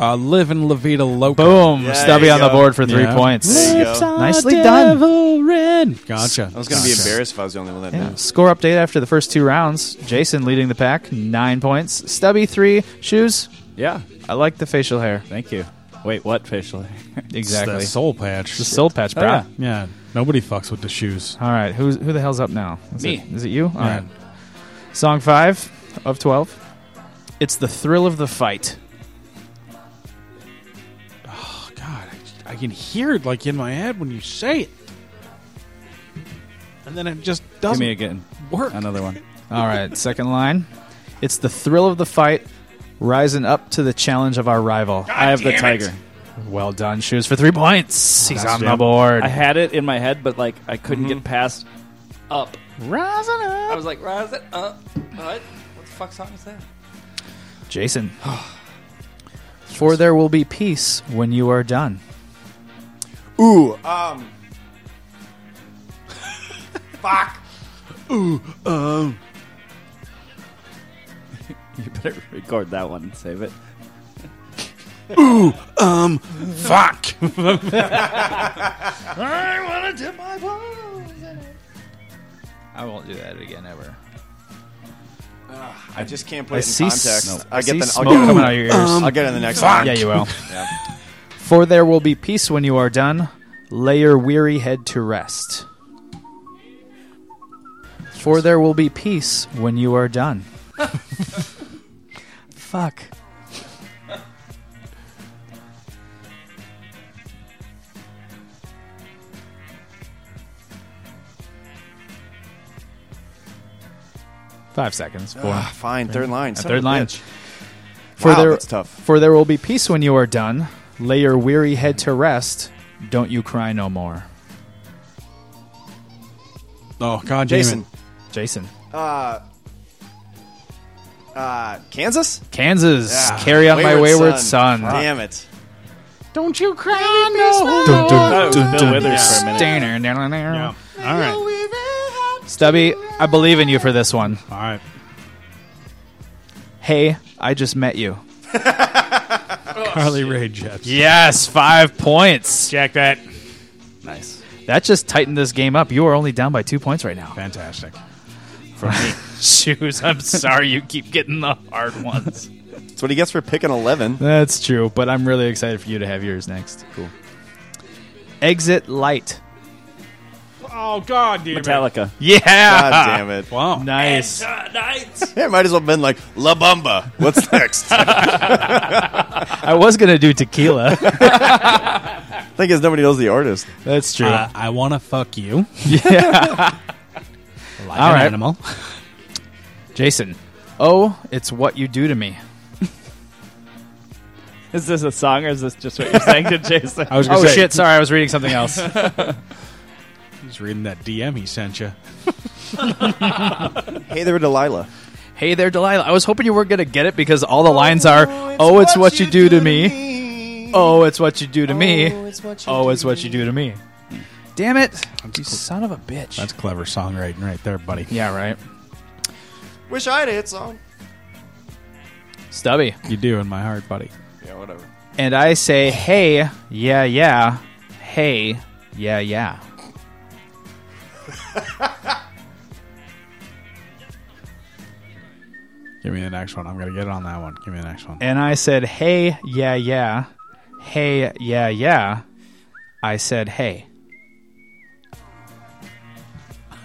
[SPEAKER 6] Uh, live in La Vida Loca.
[SPEAKER 7] Boom!
[SPEAKER 12] Yeah,
[SPEAKER 7] Stubby
[SPEAKER 12] there
[SPEAKER 7] on
[SPEAKER 12] you
[SPEAKER 7] the
[SPEAKER 12] go.
[SPEAKER 7] board for three
[SPEAKER 6] Yeah.
[SPEAKER 7] points.
[SPEAKER 12] There you go.
[SPEAKER 7] Nicely done.
[SPEAKER 6] Devil Red. Gotcha.
[SPEAKER 12] I was going to be
[SPEAKER 6] Gotcha.
[SPEAKER 12] embarrassed if I was the only one that
[SPEAKER 7] Yeah.
[SPEAKER 12] knew.
[SPEAKER 7] Score update after the first two rounds. Jason leading the pack, nine points. Stubby three. Shoes
[SPEAKER 8] Yeah.
[SPEAKER 7] I like the facial hair.
[SPEAKER 8] Thank you. Wait, what facial hair? (laughs)
[SPEAKER 7] Exactly.
[SPEAKER 6] It's the soul patch.
[SPEAKER 7] The soul patch,
[SPEAKER 6] Oh,
[SPEAKER 7] bro.
[SPEAKER 6] yeah. Yeah. Nobody fucks with the shoes.
[SPEAKER 7] All right, who's who the hell's up now? Is
[SPEAKER 8] Me.
[SPEAKER 7] It, is it you? All
[SPEAKER 6] Yeah.
[SPEAKER 7] right. Song five of twelve. It's the thrill of the fight.
[SPEAKER 6] I can hear it like in my head when you say it. And then it just doesn't
[SPEAKER 7] me again.
[SPEAKER 6] work.
[SPEAKER 8] Another one.
[SPEAKER 7] All right, second line. It's the thrill of the fight, rising up to the challenge of our rival.
[SPEAKER 8] I have the tiger.
[SPEAKER 7] Well done, shoes for three points. He's
[SPEAKER 8] Gosh
[SPEAKER 7] on
[SPEAKER 8] damn.
[SPEAKER 7] the board.
[SPEAKER 8] I had it in my head, but like I couldn't
[SPEAKER 6] Mm-hmm.
[SPEAKER 8] get past up.
[SPEAKER 7] Rising up.
[SPEAKER 5] I was like, rise it up. What? What the fuck song is that?
[SPEAKER 7] Jason. (sighs) For there will be peace when you are done.
[SPEAKER 12] Ooh, um. fuck.
[SPEAKER 8] Ooh, um. (laughs) you better record that one and save it.
[SPEAKER 6] Ooh, um, fuck.
[SPEAKER 7] I want to dip (laughs) my I won't do that again ever.
[SPEAKER 12] I just can't play it in
[SPEAKER 7] see
[SPEAKER 12] context.
[SPEAKER 7] s-
[SPEAKER 12] I get
[SPEAKER 7] see
[SPEAKER 12] the I'll
[SPEAKER 7] smoke
[SPEAKER 12] get it-
[SPEAKER 7] coming out of your ears.
[SPEAKER 12] I'll get it in
[SPEAKER 7] Um,
[SPEAKER 12] the next one.
[SPEAKER 7] Yeah, you will.
[SPEAKER 12] (laughs) Yeah.
[SPEAKER 7] For there will be peace when you are done. Lay your weary head to rest. For there will be peace when you
[SPEAKER 12] (laughs)
[SPEAKER 7] are done. Fuck. Five seconds. Four.
[SPEAKER 12] Ah, fine, third line, son of a
[SPEAKER 7] third line.
[SPEAKER 12] bitch. Wow, that's tough.
[SPEAKER 7] For there will be peace when you are done. Lay your weary head to rest. Don't you cry no more.
[SPEAKER 6] Oh God,
[SPEAKER 12] Jason.
[SPEAKER 7] Jason.
[SPEAKER 12] Uh, uh, Kansas?
[SPEAKER 7] Kansas. Carry out my wayward son.
[SPEAKER 12] Damn it.
[SPEAKER 6] Don't you cry no.
[SPEAKER 7] Dun,
[SPEAKER 8] That
[SPEAKER 7] dun,
[SPEAKER 8] was
[SPEAKER 7] dun,
[SPEAKER 8] Bill
[SPEAKER 7] dun.
[SPEAKER 8] Withers for a minute.
[SPEAKER 7] Dun, dun, dun, dun.
[SPEAKER 6] All right.
[SPEAKER 7] Stubby, I believe in you for this one.
[SPEAKER 6] All right.
[SPEAKER 7] Hey, I just met
[SPEAKER 8] (laughs)
[SPEAKER 7] you.
[SPEAKER 6] Carly Rae Jepsen.
[SPEAKER 7] Yes, five points. Jack that.
[SPEAKER 8] Nice.
[SPEAKER 7] That just tightened this game up. You are only down by two points right now. (laughs)
[SPEAKER 6] Fantastic. For me.
[SPEAKER 7] Shoes, I'm sorry you keep getting the hard ones.
[SPEAKER 12] That's what he gets for picking 11.
[SPEAKER 7] That's true, but I'm really excited for you to have yours next. Cool. Exit light.
[SPEAKER 6] (laughs) Oh God, damn
[SPEAKER 8] Metallica.
[SPEAKER 7] Yeah. (laughs)
[SPEAKER 12] God damn it.
[SPEAKER 6] Wow.
[SPEAKER 12] (laughs)
[SPEAKER 7] Nice.
[SPEAKER 12] It might as well have been like La Bamba.
[SPEAKER 7] (laughs)
[SPEAKER 12] What's next? (laughs)
[SPEAKER 7] I was gonna do
[SPEAKER 6] (laughs)
[SPEAKER 7] tequila.
[SPEAKER 12] thing is, nobody knows the artist.
[SPEAKER 7] That's true.
[SPEAKER 6] Uh, I, I want to fuck you.
[SPEAKER 7] (laughs) yeah.
[SPEAKER 6] (laughs) Like
[SPEAKER 7] All
[SPEAKER 6] an
[SPEAKER 7] right.
[SPEAKER 6] animal.
[SPEAKER 7] Jason. Oh, it's what you do to me.
[SPEAKER 8] Is this a song or is this just what you're saying
[SPEAKER 6] (laughs)
[SPEAKER 8] to Jason?
[SPEAKER 6] I was gonna
[SPEAKER 7] Oh
[SPEAKER 6] say,
[SPEAKER 7] shit! Sorry, I was reading something
[SPEAKER 6] (laughs)
[SPEAKER 7] else.
[SPEAKER 6] Just reading that DM he
[SPEAKER 7] (laughs)
[SPEAKER 6] sent you.
[SPEAKER 12] Hey there, Delilah.
[SPEAKER 7] hey there, Delilah. I was hoping you were gonna get it because all the lines are, "Oh, it's what you do to me." Oh, it's what you do to me. Oh, it's what you do to me. Damn it! You son of a bitch.
[SPEAKER 6] That's clever songwriting right there, buddy.
[SPEAKER 7] yeah, right.
[SPEAKER 12] Wish I had a hit song.
[SPEAKER 7] Stubby.
[SPEAKER 6] You do in my heart, buddy.
[SPEAKER 12] Yeah, whatever.
[SPEAKER 7] And I say, hey, yeah, yeah. Hey, yeah, yeah.
[SPEAKER 6] Give me the next one. I'm gonna get it on that one. Give me the next one.
[SPEAKER 7] And I said, hey, yeah, yeah. Hey, yeah, yeah. I said, hey. (laughs)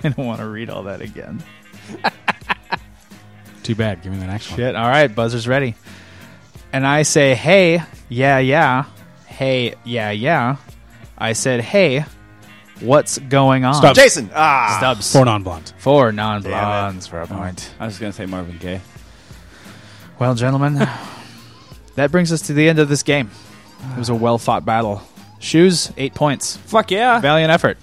[SPEAKER 7] I don't want to read all that again.
[SPEAKER 6] (laughs) Too bad. Give me the next one.
[SPEAKER 7] Shit. All right, buzzer's ready. And I say, hey, yeah, yeah. Hey, yeah, yeah. I said, hey, what's going on?
[SPEAKER 6] Stop.
[SPEAKER 12] Jason. Ah.
[SPEAKER 7] Stubbs.
[SPEAKER 6] Four non blonde.
[SPEAKER 7] Four non blondes for a point.
[SPEAKER 8] I was gonna say Marvin Gaye.
[SPEAKER 7] Well, gentlemen, (laughs) that brings us to the end of this game. It was a well fought battle. Shoes, eight points.
[SPEAKER 8] Fuck yeah!
[SPEAKER 7] Valiant effort.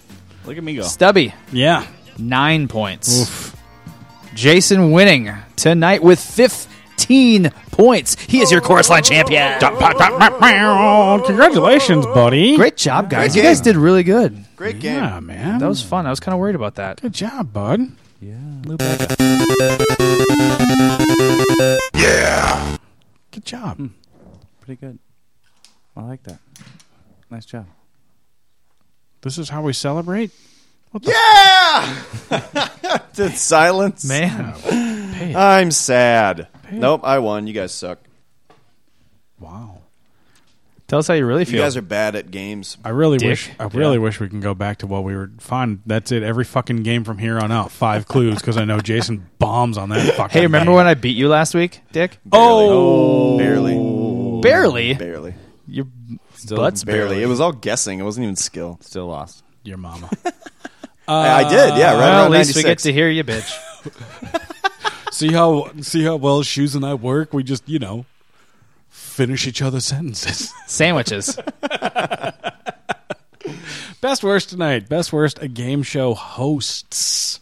[SPEAKER 8] Look at me go.
[SPEAKER 7] Stubby,
[SPEAKER 6] Yeah.
[SPEAKER 7] nine points. Jason winning tonight with 15 points. He is your chorus line champion.
[SPEAKER 6] Congratulations, buddy.
[SPEAKER 7] Great job, guys. you guys did really good.
[SPEAKER 12] Great game.
[SPEAKER 6] Yeah, man.
[SPEAKER 7] That was fun. I was kind of worried about that.
[SPEAKER 6] good job, bud.
[SPEAKER 7] Good
[SPEAKER 6] Good job.
[SPEAKER 8] Hmm. Pretty good. I like that. Nice job.
[SPEAKER 6] This is how we celebrate.
[SPEAKER 12] Yeah! (laughs) Did silence.
[SPEAKER 7] Man.
[SPEAKER 12] I'm sad. Nope, I won. You guys suck.
[SPEAKER 6] Wow.
[SPEAKER 7] Tell us how you really
[SPEAKER 12] You guys are bad at games.
[SPEAKER 6] I really
[SPEAKER 12] Dick.
[SPEAKER 6] wish. I really wish we can go back to what we were. Fine, that's it. Every fucking game from here on out, five (laughs) clues because I know Jason bombs on that. Fucking
[SPEAKER 7] Hey, remember
[SPEAKER 6] game.
[SPEAKER 7] when I beat you last week, Dick?
[SPEAKER 6] Oh,
[SPEAKER 12] barely,
[SPEAKER 7] barely,
[SPEAKER 12] barely.
[SPEAKER 7] Your
[SPEAKER 12] Still
[SPEAKER 7] butt's
[SPEAKER 12] barely.
[SPEAKER 7] barely.
[SPEAKER 12] It was all guessing. It wasn't even skill.
[SPEAKER 8] Still lost.
[SPEAKER 7] (laughs)
[SPEAKER 6] Your mama.
[SPEAKER 12] I I did. Yeah, right.
[SPEAKER 7] Well, at
[SPEAKER 12] around
[SPEAKER 7] least we get
[SPEAKER 12] 96.
[SPEAKER 7] to hear you, bitch. (laughs)
[SPEAKER 6] see how see how well shoes and I work. We just you know finish each other's sentences.
[SPEAKER 7] Sandwiches.
[SPEAKER 6] (laughs) Best worst tonight. Best worst a game show hosts.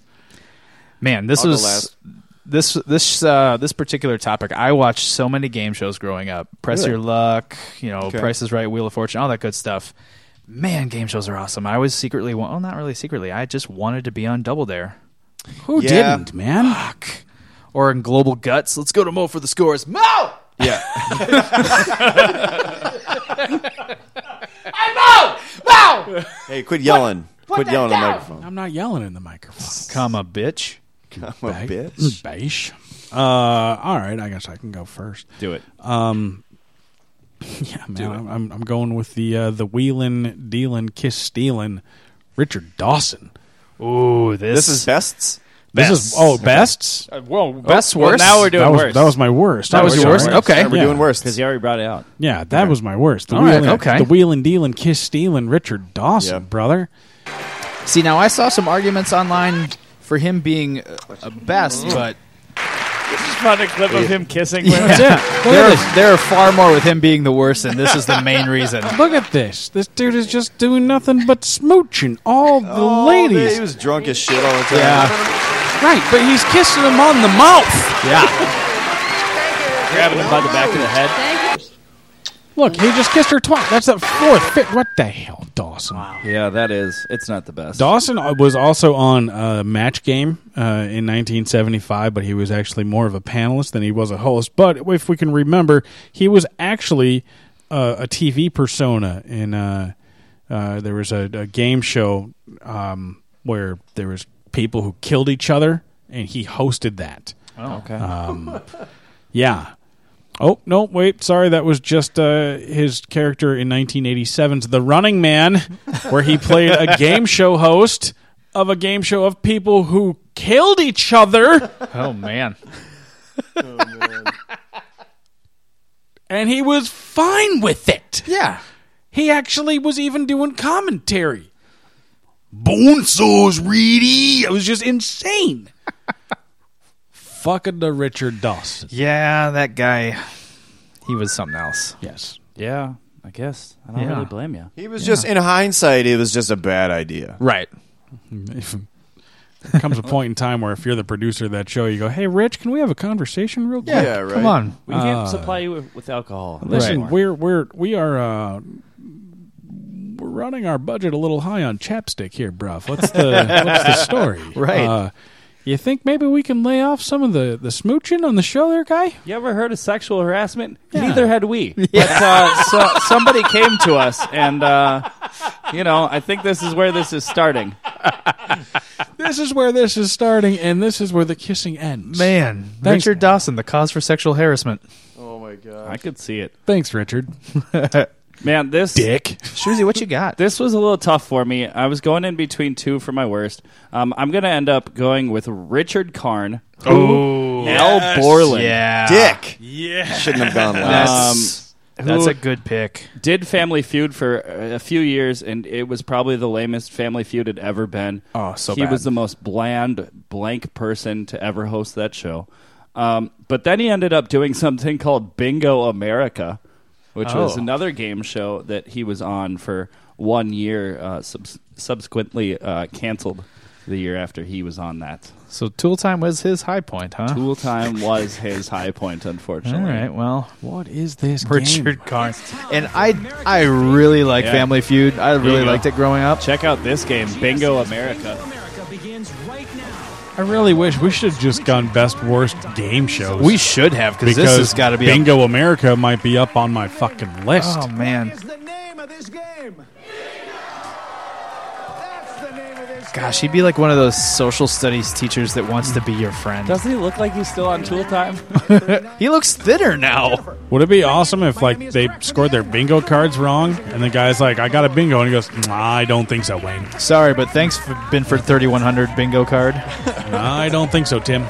[SPEAKER 7] Man, this
[SPEAKER 6] I'll go
[SPEAKER 7] was
[SPEAKER 6] last.
[SPEAKER 7] this this uh, this particular topic. I watched so many game shows growing up. Press
[SPEAKER 11] Really?
[SPEAKER 7] Your Luck, you know,
[SPEAKER 11] Okay.
[SPEAKER 7] Price is Right, Wheel of Fortune, all that good stuff. Man, game shows are awesome. I was secretly, wa- well, not really secretly. I just wanted to be on Double Dare.
[SPEAKER 6] Who
[SPEAKER 7] Yeah.
[SPEAKER 6] didn't, man?
[SPEAKER 7] Or in Global Guts, let's go to Mo for the scores. Mo!
[SPEAKER 12] Yeah.
[SPEAKER 7] Mo! Mo!
[SPEAKER 12] Hey, quit yelling.
[SPEAKER 7] Put
[SPEAKER 12] quit
[SPEAKER 7] that
[SPEAKER 12] yelling in the
[SPEAKER 7] down!
[SPEAKER 12] microphone.
[SPEAKER 6] I'm not yelling in the microphone.
[SPEAKER 7] Come a bitch.
[SPEAKER 12] (laughs) Come a
[SPEAKER 6] Ba-
[SPEAKER 12] bitch.
[SPEAKER 6] Bish. Uh, all right. I guess I can go first.
[SPEAKER 8] Do it.
[SPEAKER 6] Um, (laughs) yeah, man. I'm, I'm, I'm going with the uh, the wheeling, dealing, kiss stealing, Richard Dawson.
[SPEAKER 7] Ooh, this,
[SPEAKER 12] This is bests.
[SPEAKER 6] This is oh
[SPEAKER 8] Okay.
[SPEAKER 6] bests. Oh,
[SPEAKER 8] Uh, well,
[SPEAKER 7] best
[SPEAKER 8] well,
[SPEAKER 7] worst?
[SPEAKER 8] now we're doing
[SPEAKER 6] that was,
[SPEAKER 8] worst.
[SPEAKER 6] That was my worst.
[SPEAKER 8] That was your worst? Okay.
[SPEAKER 12] Yeah, we're doing worst.
[SPEAKER 8] because he already brought it out.
[SPEAKER 6] Yeah, that was my worst. The
[SPEAKER 7] All right,
[SPEAKER 6] wheeling,
[SPEAKER 7] okay.
[SPEAKER 6] The wheeling, dealing, kiss stealing, Richard Dawson, brother.
[SPEAKER 7] (laughs) See, now I saw some arguments online for him being a, a best, but
[SPEAKER 8] Just found a clip of him kissing.
[SPEAKER 7] there, are, there are far more with him being the worst, and this is the main reason.
[SPEAKER 6] Look at this. This dude is just doing nothing but smooching all the ladies.
[SPEAKER 12] Oh, He was drunk as shit all the time.
[SPEAKER 6] Right, but he's kissing him on the mouth.
[SPEAKER 8] Yeah. Grabbing him by the back of the head.
[SPEAKER 6] Look, he just kissed her twice. That's the fourth, fifth. What the hell, Dawson?
[SPEAKER 8] Yeah, that is. It's not the best.
[SPEAKER 6] Dawson uh, was also on uh, Match Game uh, in 1975, but he was actually more of a panelist than he was a host. But if we can remember, he was actually uh, a TV persona. In uh, uh, there was a, a game show um, where there was people who killed each other, and he hosted that.
[SPEAKER 8] Oh, okay.
[SPEAKER 6] Um, yeah. Oh no! Wait, sorry. That was just uh, his character in 1987's *The Running Man*, where he played a game show host of a game show of people who killed each other,
[SPEAKER 7] Oh man,
[SPEAKER 6] (laughs) and he was fine with it.
[SPEAKER 7] Yeah,
[SPEAKER 6] he actually was even doing commentary.
[SPEAKER 11] Bonsos,
[SPEAKER 6] Reedy, it was just insane. (laughs) Fucking the Richard Dawson.
[SPEAKER 7] yeah, that guy, he was something else.
[SPEAKER 6] Yes,
[SPEAKER 8] Yeah, I guess. I don't
[SPEAKER 7] Yeah.
[SPEAKER 8] really blame you.
[SPEAKER 12] He was just in hindsight. It was just a bad idea.
[SPEAKER 7] right.
[SPEAKER 6] There comes a point in time where if you're the producer of that show, you go, "Hey, Rich, can we have a conversation real quick?
[SPEAKER 8] Yeah,
[SPEAKER 12] right.
[SPEAKER 6] Come on,
[SPEAKER 8] We can't
[SPEAKER 6] Uh,
[SPEAKER 8] supply you with, with alcohol.
[SPEAKER 6] Listen,
[SPEAKER 8] Right.
[SPEAKER 6] we're we're we are uh, we're running our budget a little high on chapstick here, bruv. What's the what's the story?
[SPEAKER 8] Right.
[SPEAKER 6] Uh, you think maybe we can lay off some of the the smooching on the show, there, guy?
[SPEAKER 8] You ever heard of sexual harassment? Neither
[SPEAKER 6] (laughs)
[SPEAKER 8] had we. But, uh, so, somebody came to us, and uh, you know, I think this is where this is starting.
[SPEAKER 6] This is where this is starting, and this is where the kissing ends.
[SPEAKER 7] Man,
[SPEAKER 6] thanks,
[SPEAKER 7] Richard Dawson, the cause for sexual harassment.
[SPEAKER 12] Oh my god.
[SPEAKER 8] I could see it,
[SPEAKER 6] thanks,
[SPEAKER 7] (laughs)
[SPEAKER 6] Richard.
[SPEAKER 8] man. This
[SPEAKER 6] Dick.
[SPEAKER 7] Shuzy, what you got?
[SPEAKER 8] This was a little tough for me. I was going in between two for my worst. Um, I'm going to end up going with Richard Karn.
[SPEAKER 7] Oh,
[SPEAKER 8] Al
[SPEAKER 7] Yes.
[SPEAKER 8] Borland.
[SPEAKER 7] Yeah.
[SPEAKER 12] Dick. Yeah. Shouldn't have gone last.
[SPEAKER 8] Um,
[SPEAKER 7] That's
[SPEAKER 8] who
[SPEAKER 7] a good pick.
[SPEAKER 8] Did Family Feud for uh, a few years, and it was probably the lamest Family Feud had ever been.
[SPEAKER 7] Oh, so
[SPEAKER 8] he
[SPEAKER 7] bad.
[SPEAKER 8] was the most bland, blank person to ever host that show. Um, but then he ended up doing something called Bingo America, which was
[SPEAKER 7] Oh.
[SPEAKER 8] another game show that he was on for one year, uh, subs- subsequently uh, canceled the year after he was on that.
[SPEAKER 7] So tool time was his high point, huh?
[SPEAKER 8] Tool time was his high
[SPEAKER 7] (laughs)
[SPEAKER 8] point,
[SPEAKER 7] All
[SPEAKER 8] unfortunately.
[SPEAKER 7] right, well,
[SPEAKER 6] What is this? game?
[SPEAKER 7] Richard Karn, and I, I really like
[SPEAKER 8] Yeah.
[SPEAKER 7] Family Feud. I
[SPEAKER 8] There
[SPEAKER 7] really
[SPEAKER 8] you go.
[SPEAKER 7] liked it growing up.
[SPEAKER 8] Check out this game, Bingo America.
[SPEAKER 6] I really wish we should have just gone best worst game shows.
[SPEAKER 7] We should have, 'cause this has gotta be up-
[SPEAKER 6] Bingo America might be up on my fucking list.
[SPEAKER 7] Oh man,
[SPEAKER 16] Is the name of this game? That's the name of this
[SPEAKER 7] Gosh, he'd be like one of those social studies teachers that wants to be your friend.
[SPEAKER 8] Doesn't he look like he's still on tool (laughs) time?
[SPEAKER 7] he looks thinner now.
[SPEAKER 6] Would it be awesome if like they scored their bingo cards wrong and the guy's like, "I got a bingo," and he goes, "Nah, "I don't think so, Wayne.
[SPEAKER 7] Sorry, but thanks for Binford 3100 bingo card.
[SPEAKER 6] Nah, (laughs) I don't think so, Tim."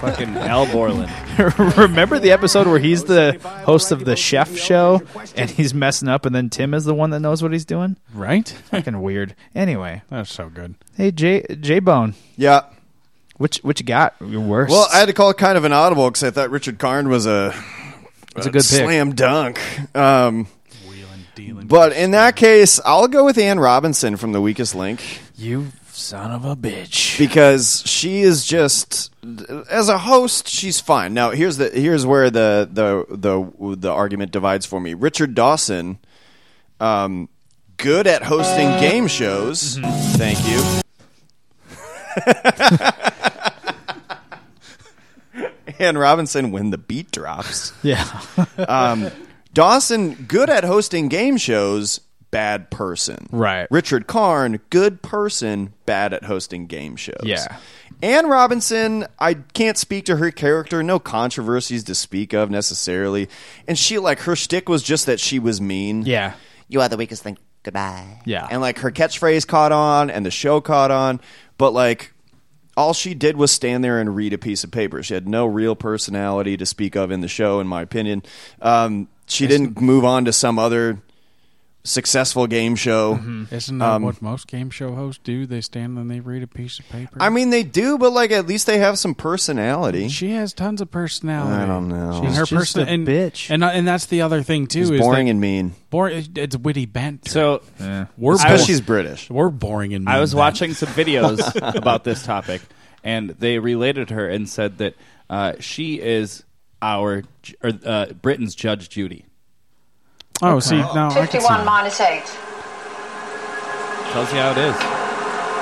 [SPEAKER 8] Fucking Al Borland.
[SPEAKER 7] (laughs) Remember the episode where he's the host of the chef show and he's messing up, and then Tim is the one that knows what he's doing?
[SPEAKER 6] Right?
[SPEAKER 7] (laughs) Fucking weird. Anyway,
[SPEAKER 6] that's so good.
[SPEAKER 7] Hey, J J Bone.
[SPEAKER 12] Yeah.
[SPEAKER 7] Which which you got? Your worst.
[SPEAKER 12] Well, I had to call it kind of an audible because I thought Richard Karn was a,
[SPEAKER 7] It's a good pick.
[SPEAKER 12] slam dunk. Um, but in that case, I'll go with Ann Robinson from The Weakest Link.
[SPEAKER 7] You son of a bitch.
[SPEAKER 12] because she is just as a host she's fine now here's the here's where the the the the argument divides for me richard dawson um good at hosting game shows thank you (laughs) and robinson when the beat drops
[SPEAKER 7] Yeah.
[SPEAKER 12] (laughs) um, Dawson, good at hosting game shows, bad person.
[SPEAKER 7] Right.
[SPEAKER 12] Richard Karn, good person, bad at hosting game shows.
[SPEAKER 7] Yeah.
[SPEAKER 12] Anne Robinson, I can't speak to her character, no controversies to speak of necessarily. And she, like, her shtick was just that she was mean.
[SPEAKER 7] Yeah.
[SPEAKER 12] You are the weakest link. Goodbye.
[SPEAKER 7] Yeah.
[SPEAKER 12] And, like, her catchphrase caught on and the show caught on. But, like, all she did was stand there and read a piece of paper. She had no real personality to speak of in the show, in my opinion. Um, she didn't move on to some other successful game show.
[SPEAKER 7] Mm-hmm.
[SPEAKER 6] Isn't that
[SPEAKER 12] Um,
[SPEAKER 6] Mm-hmm. what most game show hosts do? They stand and they read a piece of paper.
[SPEAKER 12] I mean, they do, but like at least they have some personality.
[SPEAKER 6] She has tons of personality.
[SPEAKER 12] I don't know.
[SPEAKER 6] And her person and bitch, and uh, and that's the other thing too.
[SPEAKER 12] She's
[SPEAKER 6] is
[SPEAKER 12] boring
[SPEAKER 6] that-
[SPEAKER 12] and mean.
[SPEAKER 6] Boring. It's witty banter.
[SPEAKER 8] So
[SPEAKER 6] we're
[SPEAKER 8] I was-
[SPEAKER 6] boring. We're boring and mean.
[SPEAKER 8] I was
[SPEAKER 6] then.
[SPEAKER 8] watching
[SPEAKER 6] (laughs)
[SPEAKER 8] some videos about this topic, and they related her and said that uh, she is our ju- or uh, Britain's Judge Judy.
[SPEAKER 6] Oh, see now I can see.
[SPEAKER 16] 51 minus 8.
[SPEAKER 8] Tells you how it is.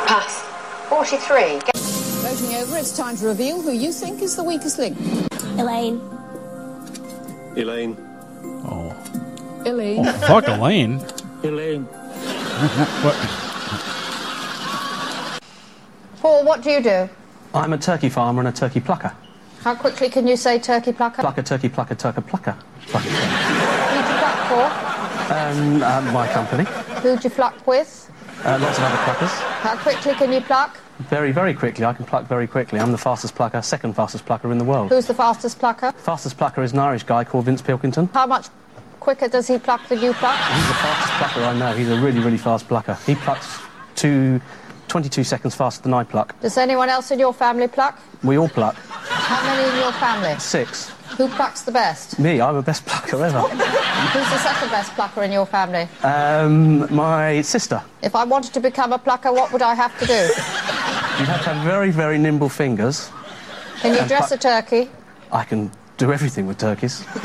[SPEAKER 16] Pass. 43.
[SPEAKER 17] Voting over, it's time to reveal who you think is the weakest link. Elaine.
[SPEAKER 18] Elaine.
[SPEAKER 6] Oh,
[SPEAKER 17] Elaine.
[SPEAKER 6] fuck Elaine.
[SPEAKER 18] Elaine.
[SPEAKER 6] what?
[SPEAKER 16] Paul, what do you do?
[SPEAKER 18] I'm a turkey farmer and a turkey plucker.
[SPEAKER 16] How quickly can you say turkey plucker?
[SPEAKER 18] Plucker, turkey, plucker, turkey, plucker.
[SPEAKER 16] Who'd you pluck for?
[SPEAKER 18] Um, uh, my company.
[SPEAKER 16] Who'd you pluck with?
[SPEAKER 18] Uh, lots of other pluckers.
[SPEAKER 16] How quickly can you pluck?
[SPEAKER 18] Very, very quickly. I can pluck very quickly. I'm the fastest plucker, second fastest plucker in the world.
[SPEAKER 16] Who's the fastest plucker?
[SPEAKER 18] Fastest plucker is an Irish guy called Vince Pilkington.
[SPEAKER 16] How much quicker does he pluck than you pluck?
[SPEAKER 18] He's the fastest plucker I know. He's a really, really fast plucker. He plucks two, 22 seconds faster than I pluck.
[SPEAKER 16] Does anyone else in your family pluck?
[SPEAKER 18] We all pluck.
[SPEAKER 16] How many in your family?
[SPEAKER 18] Six.
[SPEAKER 16] Who plucks the best?
[SPEAKER 18] Me, I'm the best (laughs) plucker ever.
[SPEAKER 16] Who's the second best plucker in your family?
[SPEAKER 18] Um, my sister.
[SPEAKER 16] If I wanted to become a plucker, what would I have to do?
[SPEAKER 18] You have to have very, very nimble fingers.
[SPEAKER 16] Can you
[SPEAKER 18] And
[SPEAKER 16] dress
[SPEAKER 18] plu-
[SPEAKER 16] a turkey?
[SPEAKER 18] I can do everything with turkeys.
[SPEAKER 12] Piped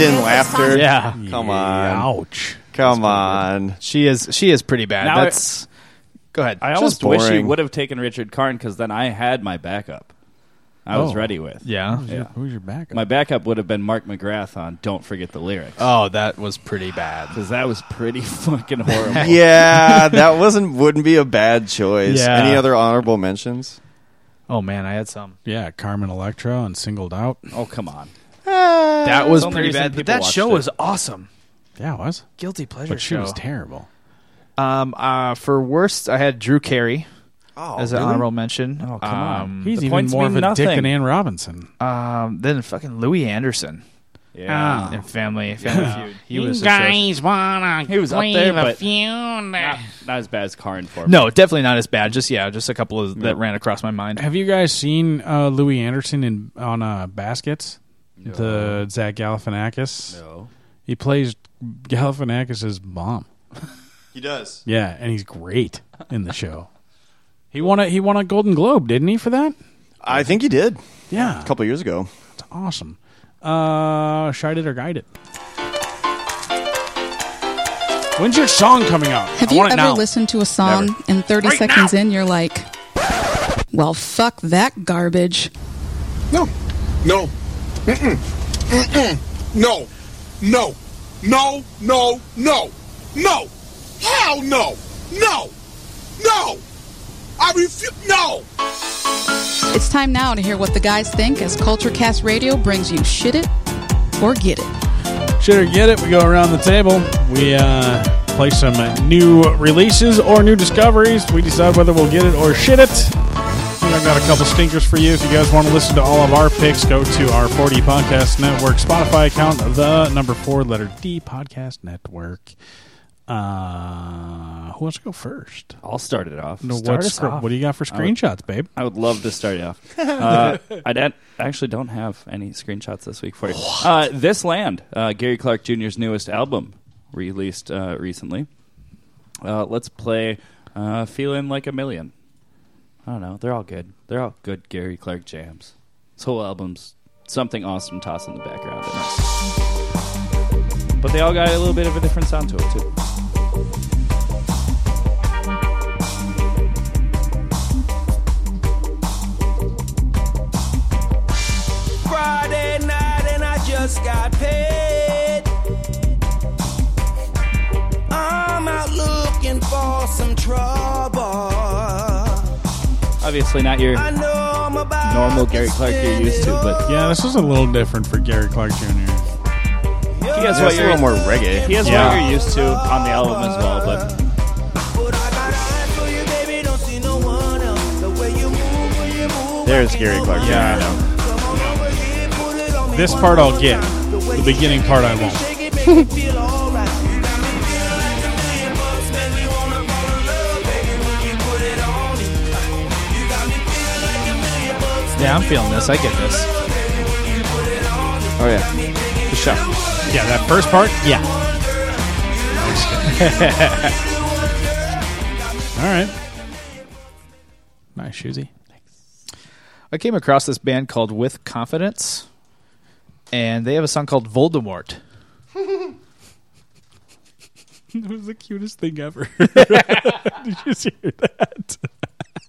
[SPEAKER 12] in laughter.
[SPEAKER 7] Yeah.
[SPEAKER 12] Come on.
[SPEAKER 6] Ouch.
[SPEAKER 12] Come on.
[SPEAKER 7] She is she is pretty bad.
[SPEAKER 8] Now
[SPEAKER 7] That's go ahead.
[SPEAKER 8] I almost wish he would have taken Richard Karn because then I had my backup. I was
[SPEAKER 7] Oh.
[SPEAKER 8] ready with.
[SPEAKER 7] Yeah? Who's
[SPEAKER 6] your- who's your backup?
[SPEAKER 8] My backup would have been Mark McGrath on "Don't Forget the Lyrics."
[SPEAKER 7] Oh, that was pretty bad
[SPEAKER 8] because that was
[SPEAKER 7] (laughs)
[SPEAKER 8] pretty (laughs) fucking horrible. (laughs)
[SPEAKER 12] yeah, that wasn't wouldn't be a bad choice.
[SPEAKER 7] Yeah.
[SPEAKER 12] Any other honorable mentions?
[SPEAKER 7] Oh man, I had some.
[SPEAKER 6] Yeah, Carmen Electra and singled out.
[SPEAKER 8] Oh come on.
[SPEAKER 7] That was
[SPEAKER 8] It's the only
[SPEAKER 7] pretty
[SPEAKER 8] reason
[SPEAKER 7] bad. But
[SPEAKER 8] people
[SPEAKER 7] that
[SPEAKER 8] watched
[SPEAKER 7] show
[SPEAKER 8] it.
[SPEAKER 7] was awesome.
[SPEAKER 6] Yeah, it was.
[SPEAKER 7] Guilty pleasure
[SPEAKER 6] But she was
[SPEAKER 7] show.
[SPEAKER 6] terrible.
[SPEAKER 7] Um, uh, for worst, I had Drew Carey
[SPEAKER 12] oh,
[SPEAKER 7] as an
[SPEAKER 6] really?
[SPEAKER 7] honorable mention.
[SPEAKER 6] Oh, come on.
[SPEAKER 7] Um,
[SPEAKER 6] He's The even points more mean of a dick nothing. than Ann Robinson.
[SPEAKER 7] Um, then fucking Louis Anderson.
[SPEAKER 8] Yeah.
[SPEAKER 7] and Family Family
[SPEAKER 8] Yeah.
[SPEAKER 6] (laughs)
[SPEAKER 7] Feud.
[SPEAKER 8] You
[SPEAKER 7] Ah. was
[SPEAKER 8] guys
[SPEAKER 7] wanna
[SPEAKER 8] He was up there,
[SPEAKER 7] crave a
[SPEAKER 8] but
[SPEAKER 7] feud?
[SPEAKER 8] Not, not as bad as Karn for me.
[SPEAKER 7] No, definitely not as bad. Just yeah, just a couple of that ran across my mind.
[SPEAKER 6] Have you guys seen uh, Louis Anderson in on uh, Baskets? The Zach Galifianakis.
[SPEAKER 8] No.
[SPEAKER 6] He plays Galifianakis's mom.
[SPEAKER 12] He does.
[SPEAKER 6] Yeah, and he's great in the show. he won a he won a Golden Globe, didn't he, for that?
[SPEAKER 12] I think he did.
[SPEAKER 6] Yeah,
[SPEAKER 12] a couple years ago.
[SPEAKER 6] It's awesome. Uh, shite it or guide it. When's your song coming out?
[SPEAKER 9] Have
[SPEAKER 6] I
[SPEAKER 9] you
[SPEAKER 6] want
[SPEAKER 9] ever
[SPEAKER 6] it now.
[SPEAKER 9] listened to a song
[SPEAKER 6] Never.
[SPEAKER 9] and 30
[SPEAKER 6] Right
[SPEAKER 9] seconds in you're like, well, fuck that garbage?
[SPEAKER 15] No. No. Mm-mm. Mm-mm. No. No. No. No. No. No. Hell no! No! No! I refuse. No!
[SPEAKER 9] It's time now to hear what the guys think as Culture Cast Radio brings you Shit It or Get It.
[SPEAKER 6] Shit or get it? We go around the table. We uh, play some new releases or new discoveries. We decide whether we'll get it or shit it. I got a couple stinkers for you. If you guys want to listen to all of our picks, go to our 4D Podcast Network Spotify account, the number four letter D Podcast Network. Uh, who wants to go first?
[SPEAKER 8] I'll start it off.
[SPEAKER 6] No,
[SPEAKER 8] Start
[SPEAKER 6] what,
[SPEAKER 8] us
[SPEAKER 6] scr-
[SPEAKER 8] off.
[SPEAKER 6] what do you got for
[SPEAKER 8] I would-
[SPEAKER 6] screenshots, babe?
[SPEAKER 8] I would love to start you (laughs) off. Uh, I don't- I actually don't have any screenshots this week for you. Uh, this Land, uh, Gary Clark Jr.'s newest album, released uh, recently. Uh, let's play uh, Feeling Like a Million. I don't know. They're all good. They're all good Gary Clark jams. This whole album's something awesome tossed in the background. But they all got a little bit of a different sound to it, too.
[SPEAKER 19] Friday night and I just got paid. I'm out looking for some trouble.
[SPEAKER 8] Obviously, not your
[SPEAKER 19] I know I'm about
[SPEAKER 8] normal Gary Clark you're used to, but
[SPEAKER 6] Yeah, this is a little different for Gary Clark Jr.
[SPEAKER 8] He has
[SPEAKER 6] Yeah,
[SPEAKER 8] what
[SPEAKER 6] it's a
[SPEAKER 8] you're
[SPEAKER 6] little more reggae.
[SPEAKER 8] He has
[SPEAKER 6] Yeah.
[SPEAKER 8] what you're used to on the album as well, but
[SPEAKER 6] There's Gary Clark Jr. Yeah. This part I'll get. The beginning part I won't.
[SPEAKER 7] Yeah, I'm feeling this. I get this.
[SPEAKER 6] Oh yeah, for sure. Yeah, that first part. Yeah.
[SPEAKER 7] (laughs)
[SPEAKER 6] All right. Nice shoesy.
[SPEAKER 7] I came across this band called With Confidence, and they have a song called Voldemort.
[SPEAKER 6] That was the cutest thing ever. (laughs) Did you just hear that?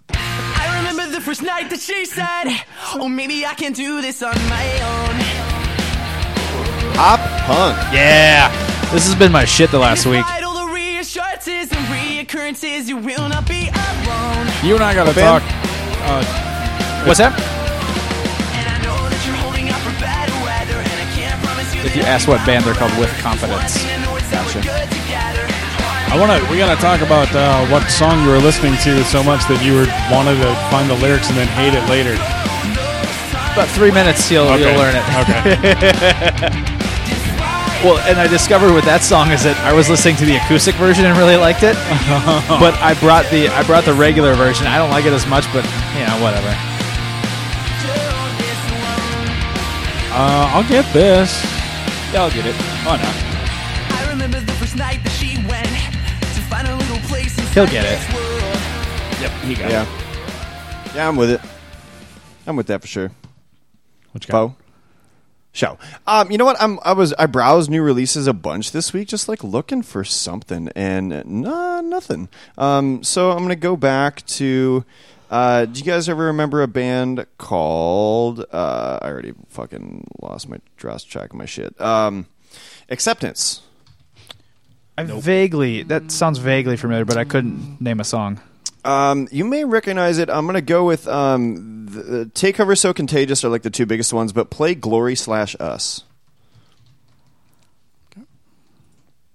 [SPEAKER 19] I remember the first night that she said, Oh, maybe I can do this on my own.
[SPEAKER 12] Op punk.
[SPEAKER 7] Yeah. This has been my shit the last week.
[SPEAKER 19] All the reassurances and reoccurrences, you will not be alone.
[SPEAKER 6] You and I gotta
[SPEAKER 19] Ben?
[SPEAKER 6] talk. Uh,
[SPEAKER 7] What's that? If you ask what band they're called With Confidence. Gotcha.
[SPEAKER 6] I want to. We gotta talk about uh, what song you were listening to so much that you were wanted to find the lyrics and then hate it later.
[SPEAKER 7] About three minutes, you'll,
[SPEAKER 8] Oh,
[SPEAKER 6] Okay.
[SPEAKER 7] you'll learn it. (laughs)
[SPEAKER 8] (laughs)
[SPEAKER 7] well, and I discovered with that song is that I was listening to the acoustic version and really liked
[SPEAKER 6] (laughs)
[SPEAKER 7] it, but I brought the I brought the regular version. I don't like it as much, but you know whatever.
[SPEAKER 6] Uh, I'll get this.
[SPEAKER 8] Yeah, I'll get it. Oh no,
[SPEAKER 19] I remember the first night that she went to find a little place inside
[SPEAKER 7] He'll get it.
[SPEAKER 19] this world.
[SPEAKER 8] Yep, he got
[SPEAKER 12] Yeah. Yeah, I'm with it. I'm with that for sure.
[SPEAKER 6] What you
[SPEAKER 12] got? Show. Um, you know what? I'm I was I browsed new releases a bunch this week, just like looking for something, and nah, nothing. Um, so I'm gonna go back to. Uh, do you guys ever remember a band called? Uh, I already fucking lost my lost track of my shit. Um, Acceptance.
[SPEAKER 7] I vaguely that sounds vaguely familiar, but I couldn't name a song.
[SPEAKER 12] Um, you may recognize it. I'm gonna go with um, the, the Takeover So Contagious are like the two biggest ones, but play Glory slash Us.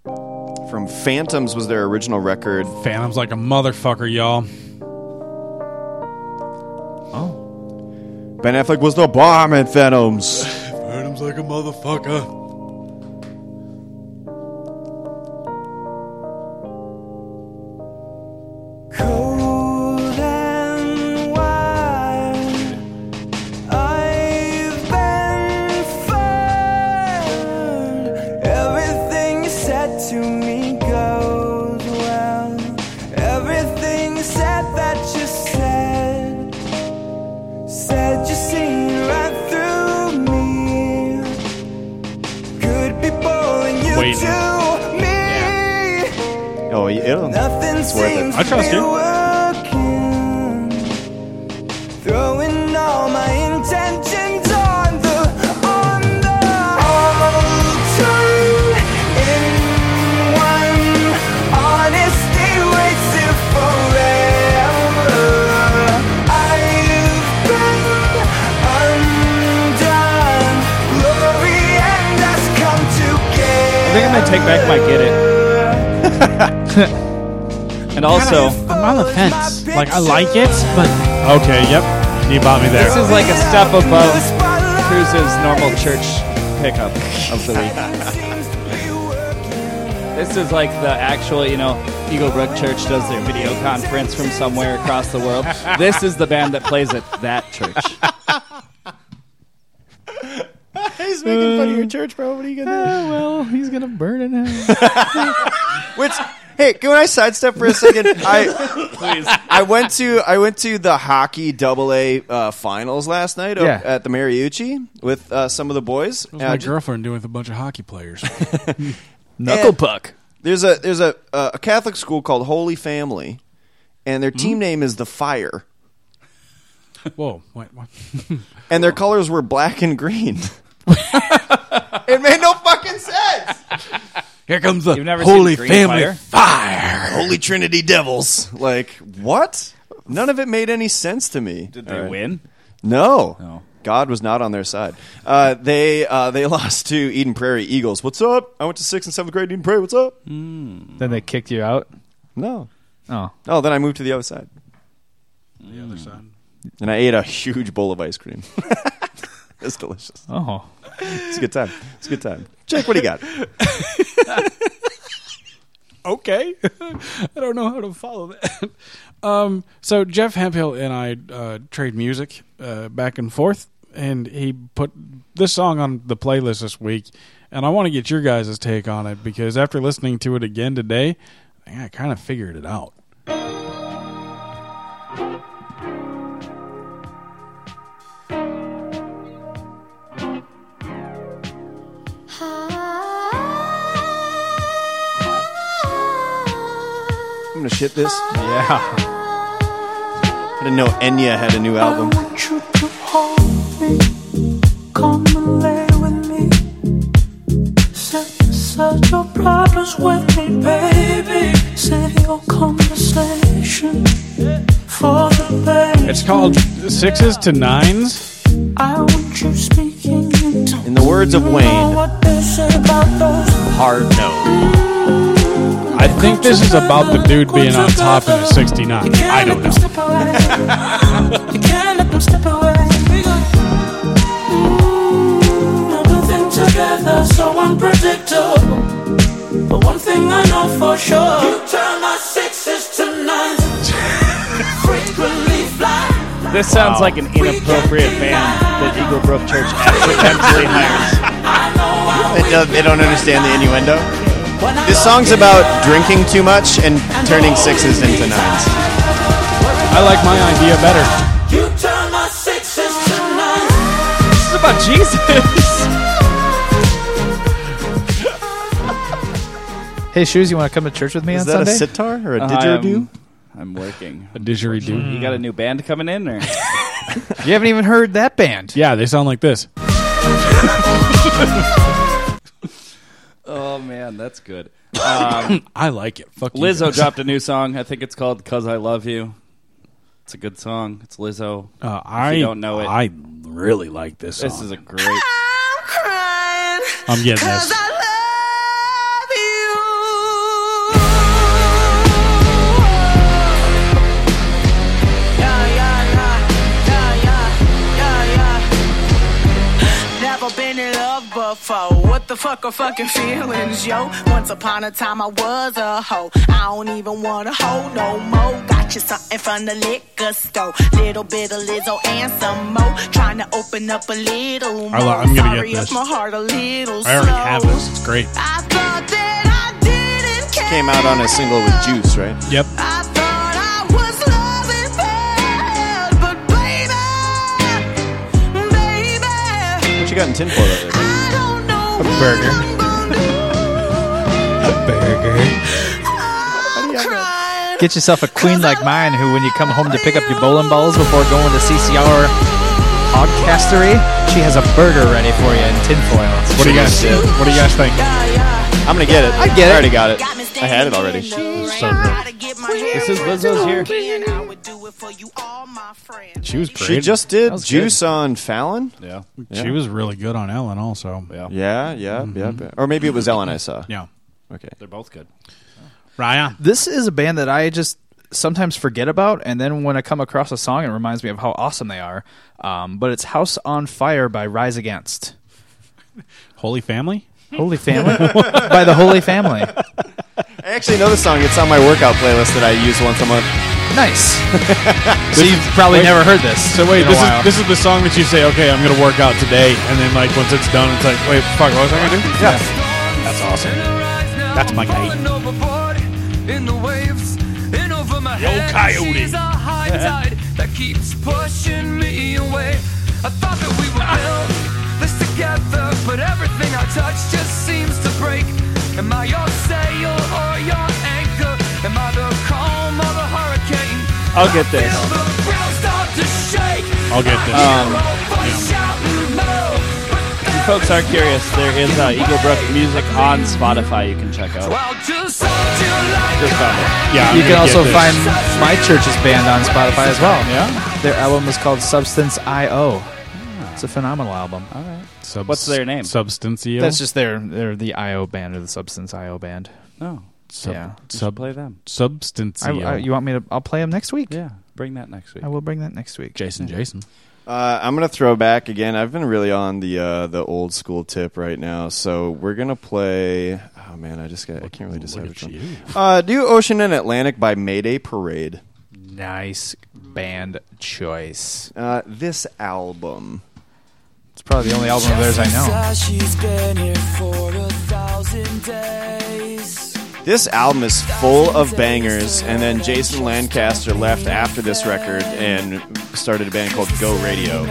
[SPEAKER 12] From Phantoms was their original record.
[SPEAKER 6] Phantoms like a motherfucker, y'all.
[SPEAKER 12] Ben Affleck was the bomb in
[SPEAKER 6] (laughs)
[SPEAKER 12] Phantoms.
[SPEAKER 13] Burnham's like a motherfucker.
[SPEAKER 19] Everything you said to me goes well. Everything you said that you said, said you seen right through me. Could be pulling you
[SPEAKER 12] Waiting.
[SPEAKER 19] to me.
[SPEAKER 12] Oh, y- it'll.
[SPEAKER 19] Nothing
[SPEAKER 12] it's worth it.
[SPEAKER 19] seems to be working. Throwing all my intentions on the on the all in one honest
[SPEAKER 8] I think I'm gonna take back my get it.
[SPEAKER 6] (laughs)
[SPEAKER 8] and also,
[SPEAKER 6] I'm on the fence. Like I like it, but
[SPEAKER 20] okay, yep, you bought me there.
[SPEAKER 8] this is like a step above Cruz's normal church pickup of the week. this is like the actual, you know, Eagle Brook Church does their video conference from somewhere across the world. This is the band that plays at that church.
[SPEAKER 6] (laughs) he's making fun of
[SPEAKER 7] Uh,
[SPEAKER 6] your church, bro. What are you gonna do? well, he's gonna burn it (laughs) now.
[SPEAKER 12] Which hey, can I sidestep for a second?
[SPEAKER 19] (laughs)
[SPEAKER 12] I I went to I went to the hockey double A uh, finals last night o-
[SPEAKER 20] Yeah.
[SPEAKER 12] at the Mariucci with uh, some of the boys.
[SPEAKER 6] What
[SPEAKER 12] And
[SPEAKER 6] was
[SPEAKER 12] I
[SPEAKER 6] my
[SPEAKER 12] ju-
[SPEAKER 6] girlfriend doing with a bunch of hockey players?
[SPEAKER 12] and There's a there's a uh, a Catholic school called Holy Family, and their team name is the Fire,
[SPEAKER 6] Whoa! What, what?
[SPEAKER 12] and their colors were black and green. (laughs)
[SPEAKER 19] It made no fucking sense.
[SPEAKER 6] Here comes the
[SPEAKER 12] You've never
[SPEAKER 6] Holy
[SPEAKER 12] seen Green
[SPEAKER 6] Family
[SPEAKER 12] Fire? Holy Trinity Devils. Like what? None of it made any sense to me. Did
[SPEAKER 8] they win?
[SPEAKER 12] No. God was not on their side. Uh, they uh, they (laughs) lost to Eden Prairie Eagles. What's up? I went to sixth and seventh grade Eden Prairie. What's up?
[SPEAKER 6] Hmm.
[SPEAKER 7] Then they kicked you out.
[SPEAKER 12] No.
[SPEAKER 7] Oh.
[SPEAKER 12] Oh, then I moved to the other side,
[SPEAKER 6] The
[SPEAKER 8] Hmm.
[SPEAKER 6] other side.
[SPEAKER 12] and I ate a huge bowl of ice cream. (laughs) it's delicious.
[SPEAKER 7] Oh,
[SPEAKER 12] it's a good time. It's a good time. Jake, what do you got?
[SPEAKER 6] okay. (laughs) I don't know how to follow that. Um, so Jeff Hemphill and I uh, trade music uh, back and forth, and he put this song on the playlist this week, and I want to get your guys' take on it because after listening to it again today, I, think I kind of figured it out.
[SPEAKER 12] I'm gonna shit this. Yeah. I didn't know Enya had a new album.
[SPEAKER 19] Come and lay with me. Set aside your problems with me, baby. Save your conversation for the day.
[SPEAKER 6] It's called Sixes to Nines.
[SPEAKER 19] I want you speaking in tongues.
[SPEAKER 12] In the words of
[SPEAKER 19] Know
[SPEAKER 6] Wayne,
[SPEAKER 19] what they say about those
[SPEAKER 6] hard no. I think this is about the dude being on top in a 69. I don't know.
[SPEAKER 19] step away. (laughs) you can't let them step away. We got mm, everything together, so unpredictable. But one thing I know for sure: you turn my sixes to nines. Frequently fly.
[SPEAKER 8] This sounds like an inappropriate band that Eagle Brook Church accidentally hires.
[SPEAKER 12] They don't, they don't understand the innuendo. This song's about drinking too much and turning sixes into nines.
[SPEAKER 6] I like my idea better.
[SPEAKER 19] You turn my sixes to nines.
[SPEAKER 8] This is about Jesus.
[SPEAKER 7] Hey, shoes, you want to come to church with me
[SPEAKER 8] Is
[SPEAKER 7] on
[SPEAKER 8] that a
[SPEAKER 7] Sunday? Uh,
[SPEAKER 8] sitar or a didgeridoo? I'm working.
[SPEAKER 6] A didgeridoo.
[SPEAKER 8] You got a new band coming in, or
[SPEAKER 6] You haven't even heard that band. Yeah, they sound like this.
[SPEAKER 8] (laughs) oh man, that's good.
[SPEAKER 6] (laughs) I like it. Fuck you
[SPEAKER 8] Um, Lizzo
[SPEAKER 6] guys.
[SPEAKER 8] dropped a new song. I think it's called "Cause I Love You." It's a good song. It's Lizzo.
[SPEAKER 6] Uh,
[SPEAKER 8] If
[SPEAKER 6] I
[SPEAKER 8] you don't know it.
[SPEAKER 6] I really like this. Song.
[SPEAKER 8] This is a great.
[SPEAKER 6] I'm getting this.
[SPEAKER 15] Never been in love before. What the fuck are fucking feelings, yo? Once upon a time I was a hoe. I don't even wanna hold no more. Got you something from the liquor store. Little bit of Lizzo and some more. Trying to open up a little more.
[SPEAKER 6] I lo- I'm gonna get
[SPEAKER 15] Sorry if
[SPEAKER 6] this.
[SPEAKER 15] my heart a little
[SPEAKER 6] I already
[SPEAKER 15] slow.
[SPEAKER 6] have this. It's great.
[SPEAKER 15] I thought that I didn't care.
[SPEAKER 12] Came out on a single with Juice, right?
[SPEAKER 6] Yep.
[SPEAKER 15] I thought I was loving bad, but baby, baby,
[SPEAKER 12] What you got in tinfoil over there?
[SPEAKER 15] I don't know
[SPEAKER 12] A burger.
[SPEAKER 6] A burger.
[SPEAKER 7] Get yourself a queen like mine who, when you come home to pick up your bowling balls before going to CCR Podcastery, she has a burger ready for you in tinfoil.
[SPEAKER 6] What do you guys do? What do you guys think?
[SPEAKER 12] I'm gonna get it.
[SPEAKER 7] I get it.
[SPEAKER 12] I already got it. I had it already.
[SPEAKER 15] to get my
[SPEAKER 8] This is Lizzo's year.
[SPEAKER 6] She was
[SPEAKER 12] She
[SPEAKER 6] great.
[SPEAKER 12] just
[SPEAKER 6] That
[SPEAKER 12] did
[SPEAKER 6] was
[SPEAKER 12] Juice
[SPEAKER 6] good.
[SPEAKER 12] on Fallon.
[SPEAKER 8] Yeah.
[SPEAKER 6] She was really good on Ellen, also. Mm-hmm.
[SPEAKER 12] Yeah, yeah, yeah, yeah. Or maybe it was Ellen I saw.
[SPEAKER 6] Yeah.
[SPEAKER 12] Okay.
[SPEAKER 8] They're both good.
[SPEAKER 6] Ryan.
[SPEAKER 7] This is a band that I just sometimes forget about, and then when I come across a song, it reminds me of how awesome they are. Um, but it's House on Fire by Rise Against.
[SPEAKER 6] Holy Family?
[SPEAKER 7] Holy Family? (laughs) by the Holy Family.
[SPEAKER 12] I actually know the song. It's on my workout playlist that I use once a month.
[SPEAKER 7] Nice. so you've probably
[SPEAKER 6] Wait.
[SPEAKER 7] never heard this.
[SPEAKER 6] So wait,
[SPEAKER 7] in a
[SPEAKER 6] this
[SPEAKER 7] while.
[SPEAKER 6] is this is the song that you say, okay, I'm gonna work out today, and then like once it's done, it's like, wait, fuck, what was I gonna do? Yeah. that's awesome. That's my guy.
[SPEAKER 15] Yo,
[SPEAKER 6] coyote.
[SPEAKER 15] She's a
[SPEAKER 6] (laughs)
[SPEAKER 15] high tide that keeps pushing me away. I thought that we were built this together, but everything I touch just seems to break. Am I your sail or your anchor? Am I the calm or the hurricane?
[SPEAKER 8] I'll get this.
[SPEAKER 15] Start to shake.
[SPEAKER 8] I'll get this. Um, If you folks are curious, there is uh, Eagle Brook music on Spotify you can check out.
[SPEAKER 15] I'll just hold you like
[SPEAKER 8] Just found it.
[SPEAKER 7] you can also find my church's band on Spotify as well. Yeah, their album is called Substance I.O. It's a phenomenal album. All right,
[SPEAKER 6] Subs- E
[SPEAKER 8] What's their name?
[SPEAKER 6] Substancio.
[SPEAKER 7] that's just their they're the I.O. band or the Substance I.O. band.
[SPEAKER 1] Oh.
[SPEAKER 8] No.
[SPEAKER 6] Sub-
[SPEAKER 7] yeah.
[SPEAKER 6] sub- E
[SPEAKER 8] play them.
[SPEAKER 6] Substancio.
[SPEAKER 7] I- I- you want me to? I'll play them next week.
[SPEAKER 8] Yeah, bring that next week.
[SPEAKER 7] I will bring that next week.
[SPEAKER 6] Jason, Jason.
[SPEAKER 12] Uh, I'm gonna throw back again. I've been really on the uh, the old school tip right now, so we're gonna play. Oh man, I just got. I can't really decide which one. Uh, do Ocean and Atlantic by Mayday Parade.
[SPEAKER 7] Nice band choice.
[SPEAKER 12] Uh, this album.
[SPEAKER 7] It's probably Oh, the only album of theirs I know.
[SPEAKER 15] She's been here for a thousand days.
[SPEAKER 12] This album is full of bangers, and then Jason Lancaster left after this record and started a band called Go Radio,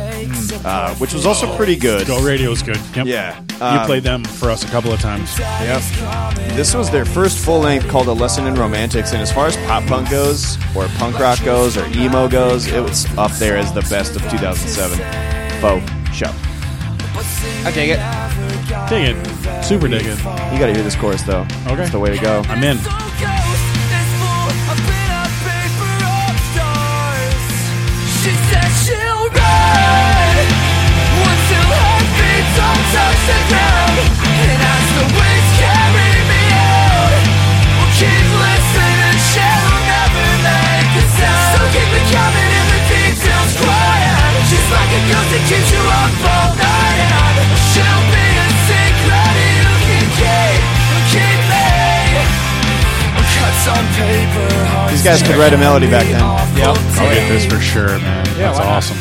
[SPEAKER 12] uh, which was also pretty good.
[SPEAKER 6] Go Radio's good. Yep.
[SPEAKER 12] Yeah,
[SPEAKER 6] you
[SPEAKER 12] um,
[SPEAKER 6] played them for us a couple of times.
[SPEAKER 12] Yep. This was their first full length called A Lesson in Romantics, and as far as pop punk goes, or punk rock goes, or emo goes, it was up there as the best of 2007. Faux show.
[SPEAKER 7] I dig it.
[SPEAKER 6] Dig it. Super dig it.
[SPEAKER 12] You gotta hear this chorus though.
[SPEAKER 6] Okay.
[SPEAKER 12] It's the way to go.
[SPEAKER 6] I'm in.
[SPEAKER 15] She said she'll ride until her feet don't touch the ground. And as the waves carry me out, we'll keep listening, she'll never make a sound. So keep me coming in the details quiet. She's like a ghost that keeps you up all night. And she'll be a secret you can keep, keep me. Cuts on paper,
[SPEAKER 12] These guys could write a melody back then.
[SPEAKER 6] Yep. I'll get this for sure, man.
[SPEAKER 15] Yeah,
[SPEAKER 6] That's
[SPEAKER 15] why not?
[SPEAKER 6] awesome.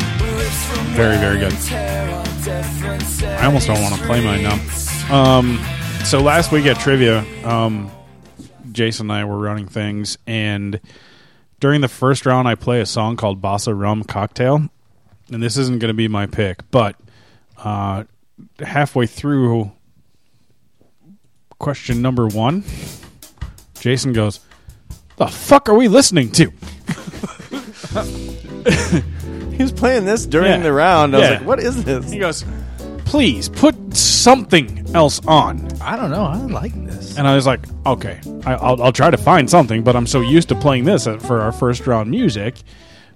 [SPEAKER 6] Very, very good. I almost don't want to play mine now. Um, so last week at trivia, um, Jason and I were running things, and during the first round, I play a song called Bossa Rum Cocktail, and this isn't going to be my pick, but uh, halfway through question number one, Jason goes, "The fuck are we listening to?"
[SPEAKER 12] (laughs) He was playing this during
[SPEAKER 6] Yeah.
[SPEAKER 12] the round. I
[SPEAKER 6] Yeah.
[SPEAKER 12] was like, what is this?
[SPEAKER 6] He goes, please put something else on.
[SPEAKER 7] I don't know. I like this.
[SPEAKER 6] And I was like, okay, I, I'll, I'll try to find something, but I'm so used to playing this at- for our first round music.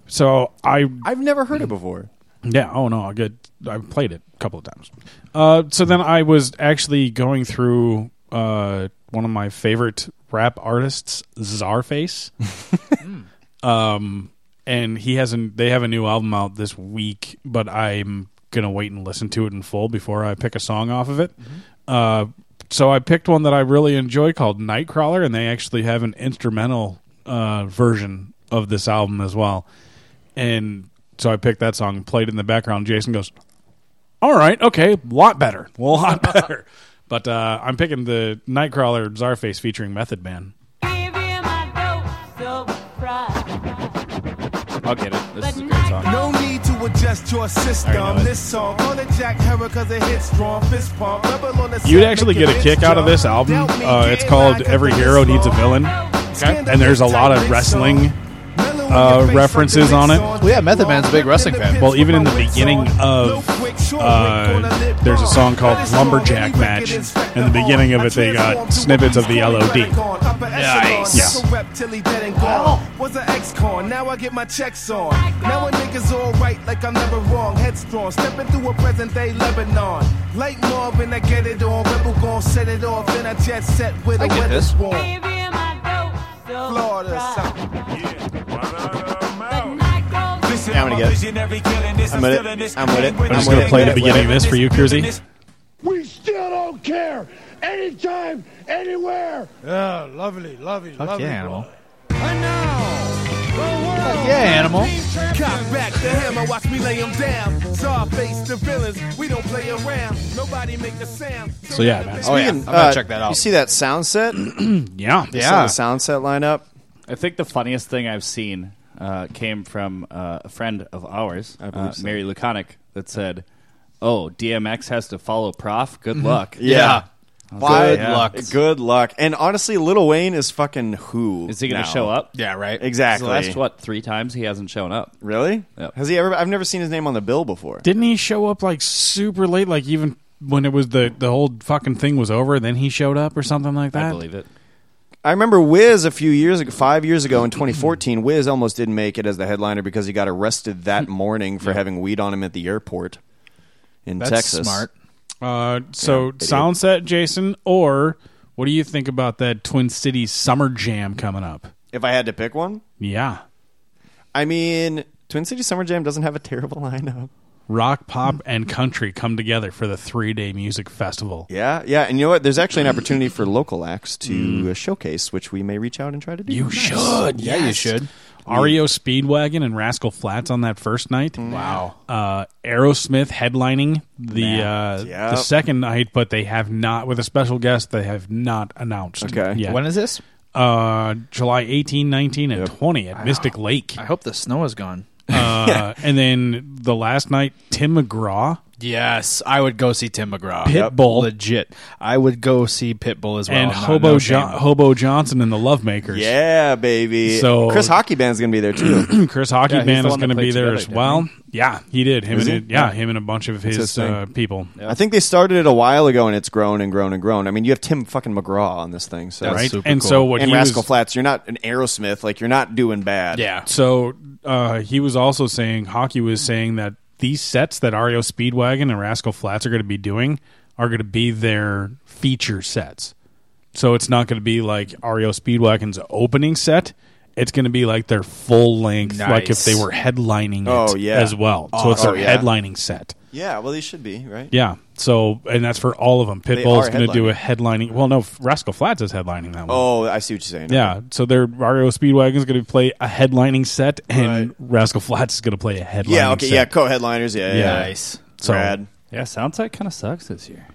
[SPEAKER 6] So I,
[SPEAKER 12] I've never heard it before.
[SPEAKER 6] yeah, oh no, I good. I played it a couple of times. Uh, so then I was actually going through uh, one of my favorite rap artists, Czarface. (laughs) um, and he has a they have a new album out this week, but I'm gonna wait and listen to it in full before I pick a song off of it. Uh, so I picked one that I really enjoy called Nightcrawler, and they actually have an instrumental uh, version of this album as well. And so I picked that song, played it in the background. Jason goes, "All right, okay, lot better, (laughs) a lot better." but uh, I'm picking the Nightcrawler Czarface featuring Method Man.
[SPEAKER 8] I'll get it. This is a great song.
[SPEAKER 13] No need to adjust your
[SPEAKER 8] know it.
[SPEAKER 13] system. This song on a Jack Herrer cause it hits strong. Fist pump. Rebel on the
[SPEAKER 6] You'd
[SPEAKER 13] set,
[SPEAKER 6] actually
[SPEAKER 13] make
[SPEAKER 6] get a
[SPEAKER 13] your
[SPEAKER 6] kick
[SPEAKER 13] bitch
[SPEAKER 6] out of
[SPEAKER 13] jump.
[SPEAKER 6] this album.
[SPEAKER 13] Dealt me
[SPEAKER 6] Uh, it's
[SPEAKER 13] dead
[SPEAKER 6] called
[SPEAKER 13] like
[SPEAKER 6] Every Hero Needs a Villain, and there's a lot of wrestling uh, references on it.
[SPEAKER 1] Well, yeah, Method Man's a big wrestling fan.
[SPEAKER 6] Well, even in the beginning of, uh, there's a song called Lumberjack Match. In the beginning of it, they got snippets of the LOD.
[SPEAKER 21] Nice.
[SPEAKER 6] Yeah.
[SPEAKER 21] So rep till he dead and
[SPEAKER 13] Oh.
[SPEAKER 21] gone. Was an ex-con, now I get my checks on. Now a nigga's all right, like I'm never wrong. Headstrong, stepping through a present-day Lebanon. Like Marvin, I get it on. Rebel gon' set it off, then I jet set with
[SPEAKER 15] I
[SPEAKER 21] a
[SPEAKER 15] get
[SPEAKER 21] weather
[SPEAKER 15] this.
[SPEAKER 21] swarm. Florida, or something.
[SPEAKER 12] I'm gonna get it. I'm with it. I'm with it.
[SPEAKER 6] I'm just going to play the beginning of this for you, Kurzy.
[SPEAKER 13] We still don't care. Anytime, anywhere. Yeah, lovely, lovely,
[SPEAKER 7] Fuck yeah, animal.
[SPEAKER 21] yeah, animal. Cock back the hammer, watch me lay him down. Saw face the villains, we don't play around. Nobody make a sound.
[SPEAKER 6] So yeah, man.
[SPEAKER 12] Oh, yeah.
[SPEAKER 1] I'm gonna
[SPEAKER 12] Uh,
[SPEAKER 1] check that out.
[SPEAKER 12] You see that sound
[SPEAKER 6] (clears throat)
[SPEAKER 12] set?
[SPEAKER 6] yeah,
[SPEAKER 12] You saw the sound set lineup.
[SPEAKER 8] I think the funniest thing I've seen uh, came from uh, a friend of ours,
[SPEAKER 12] believe
[SPEAKER 8] uh,
[SPEAKER 12] so.
[SPEAKER 8] Mary Laconic, that said, "Oh, DMX has to follow Prof. Good luck."
[SPEAKER 12] Mm-hmm. Yeah.
[SPEAKER 8] I
[SPEAKER 12] Good
[SPEAKER 8] was like, yeah.
[SPEAKER 12] luck. Good luck. And honestly, Lil Wayne is fucking who?
[SPEAKER 8] Is he going
[SPEAKER 12] now?
[SPEAKER 8] to show up?
[SPEAKER 1] Yeah, right.
[SPEAKER 12] Exactly.
[SPEAKER 8] The last what three times he hasn't shown up.
[SPEAKER 12] Really? Has he ever? I've never seen his name on the bill before.
[SPEAKER 6] Didn't he show up like super late, like even when it was the, the whole fucking thing was over, then he showed up or something like that?
[SPEAKER 8] it.
[SPEAKER 12] I remember Wiz a few years ago, five years
[SPEAKER 8] (clears throat)
[SPEAKER 12] ago in 2014, Wiz almost didn't make it as the headliner because he got arrested
[SPEAKER 8] (laughs)
[SPEAKER 12] that morning for having weed on him at the airport in Texas.
[SPEAKER 6] Uh, so
[SPEAKER 12] idiot.
[SPEAKER 6] sound set, Jason, or what do you think about that Twin Cities Summer Jam coming up?
[SPEAKER 12] If I had to pick one,
[SPEAKER 6] Yeah,
[SPEAKER 12] I mean, Twin City Summer Jam doesn't have a terrible (laughs) lineup.
[SPEAKER 6] rock, pop, and country come together for the three day music festival.
[SPEAKER 12] Yeah, yeah, and you know what? There's actually an opportunity for local acts to uh, showcase, which we may reach out and try to do. You
[SPEAKER 6] Mm. should. Yeah, you should. REO E Speedwagon and Rascal Flats on that first night.
[SPEAKER 12] Wow.
[SPEAKER 6] Uh, Aerosmith headlining the uh,
[SPEAKER 1] yeah.
[SPEAKER 6] the second night, but they have not with a special guest. They have not announced.
[SPEAKER 1] Okay.
[SPEAKER 6] yet.
[SPEAKER 1] When is this?
[SPEAKER 6] Uh, July 18, 19, and 20 at Mystic Lake. I
[SPEAKER 7] hope the snow is gone.
[SPEAKER 12] (laughs)
[SPEAKER 6] Uh, and then the last night, Tim McGraw.
[SPEAKER 1] Yes, I would go see Tim McGraw.
[SPEAKER 6] Pitbull.
[SPEAKER 1] legit. I would go see Pitbull as well.
[SPEAKER 6] and
[SPEAKER 1] No-
[SPEAKER 6] Hobo
[SPEAKER 1] no shame.
[SPEAKER 6] jo- Hobo Johnson and the Lovemakers.
[SPEAKER 12] Yeah, baby.
[SPEAKER 6] So-
[SPEAKER 12] Chris Hockey Band's gonna be there too.
[SPEAKER 6] (clears throat) Chris Hockey
[SPEAKER 12] Yeah, he's
[SPEAKER 6] Man
[SPEAKER 12] the
[SPEAKER 6] is
[SPEAKER 12] one that
[SPEAKER 6] going to be
[SPEAKER 12] played
[SPEAKER 6] there
[SPEAKER 12] together,
[SPEAKER 6] as
[SPEAKER 12] didn't
[SPEAKER 6] well. Yeah, he did. Him
[SPEAKER 12] Was
[SPEAKER 6] and
[SPEAKER 12] he?
[SPEAKER 6] it- yeah,
[SPEAKER 12] Yeah.
[SPEAKER 6] him and a bunch of
[SPEAKER 12] That's his
[SPEAKER 6] his,
[SPEAKER 12] thing.
[SPEAKER 6] uh, people.
[SPEAKER 12] I think they started it a while ago, and it's grown and grown and grown. I mean, you have Tim fucking McGraw on this thing, so
[SPEAKER 6] That's Right. super And cool. so what
[SPEAKER 12] and
[SPEAKER 6] he
[SPEAKER 12] Rascal
[SPEAKER 6] was-
[SPEAKER 12] Flats, you're not an Aerosmith, like you're not doing bad.
[SPEAKER 6] So uh, he was also saying, Hockey was saying that these sets that REO Speedwagon and Rascal Flats are going to be doing are going to be their feature sets. So it's not going to be like REO Speedwagon's opening set. It's going to be like their full length, like if
[SPEAKER 12] Nice.
[SPEAKER 6] they were headlining it
[SPEAKER 12] Oh, yeah.
[SPEAKER 6] as well. So it's
[SPEAKER 12] Awesome.
[SPEAKER 6] their
[SPEAKER 12] Oh, yeah.
[SPEAKER 6] headlining set.
[SPEAKER 12] yeah. Well, they should be right.
[SPEAKER 6] Yeah. So, and that's for all of them.
[SPEAKER 12] They
[SPEAKER 6] Pitbull's
[SPEAKER 12] are
[SPEAKER 6] going to do a headlining. Well, no, Rascal Flats is headlining that one.
[SPEAKER 12] Oh, I see what you're saying.
[SPEAKER 6] Yeah, so their Mario Speedwagon's going to play a headlining set, and Rascal Flats is going to play a headlining.
[SPEAKER 12] yeah. Okay.
[SPEAKER 6] set.
[SPEAKER 12] (laughs) Yeah. Co-headliners. Yeah. yeah.
[SPEAKER 6] So
[SPEAKER 12] Rad.
[SPEAKER 8] Yeah, sounds like kind of sucks this year.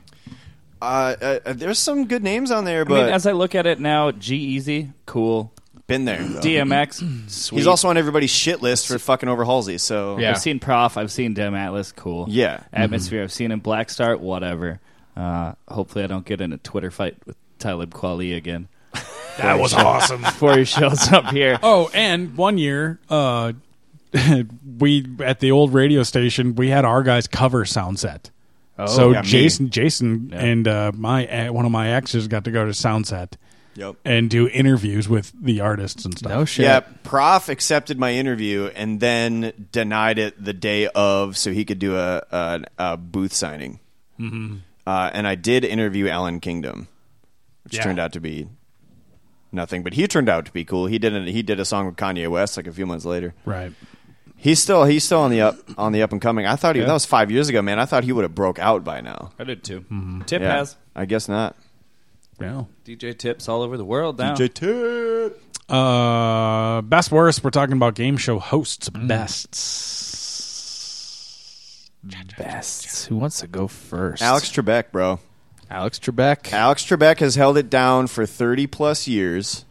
[SPEAKER 12] Uh, uh, uh, there's some good names on there,
[SPEAKER 8] I mean,
[SPEAKER 12] but
[SPEAKER 8] as I look at it now, G Easy, cool.
[SPEAKER 12] Been there. though. (clears throat)
[SPEAKER 8] DMX, sweet.
[SPEAKER 12] He's also on everybody's shit list for fucking over Halsey. So
[SPEAKER 8] I've seen Prof. I've seen Dem Atlas. Cool.
[SPEAKER 12] Yeah. Mm-hmm.
[SPEAKER 8] Atmosphere. I've seen him Black Star. Whatever. Uh, hopefully, I don't get in a Twitter fight with Talib
[SPEAKER 6] (laughs)
[SPEAKER 8] Kweli again. Before he
[SPEAKER 6] was
[SPEAKER 8] show-
[SPEAKER 6] awesome.
[SPEAKER 8] Before he shows up here.
[SPEAKER 6] (laughs) Oh, and one year, uh, (laughs) we at the old radio station, we had our guys cover sound set.
[SPEAKER 8] Oh,
[SPEAKER 6] so
[SPEAKER 8] yeah, me.
[SPEAKER 6] Jason, Jason, and uh, my eh, one of my exes got to go to sound set.
[SPEAKER 12] Yep.
[SPEAKER 6] And do interviews with the artists and stuff. No
[SPEAKER 12] Yeah, Prof accepted my interview and then denied it the day of, so he could do a a, a booth signing.
[SPEAKER 15] Mhm.
[SPEAKER 12] Uh, and I did interview Alan Kingdom, which
[SPEAKER 15] Yeah.
[SPEAKER 12] turned out to be nothing, but he turned out to be cool. He did a, he did a song with Kanye West like a few months later.
[SPEAKER 6] Right.
[SPEAKER 12] He's still he's still on the up on the up and coming. I thought he
[SPEAKER 8] Yeah.
[SPEAKER 12] that was five years ago, man. I thought he would have broke out by now.
[SPEAKER 8] I did too. Tip
[SPEAKER 12] Yeah,
[SPEAKER 8] has
[SPEAKER 12] I guess not.
[SPEAKER 8] DJ tips all over the world now.
[SPEAKER 12] DJ Tip.
[SPEAKER 6] Uh, best worst. We're talking about game show hosts.
[SPEAKER 22] Mm.
[SPEAKER 6] Bests.
[SPEAKER 7] Bests. Who wants to go first?
[SPEAKER 12] Alex Trebek, bro.
[SPEAKER 1] Alex Trebek.
[SPEAKER 12] Alex Trebek has held it down for 30 plus years.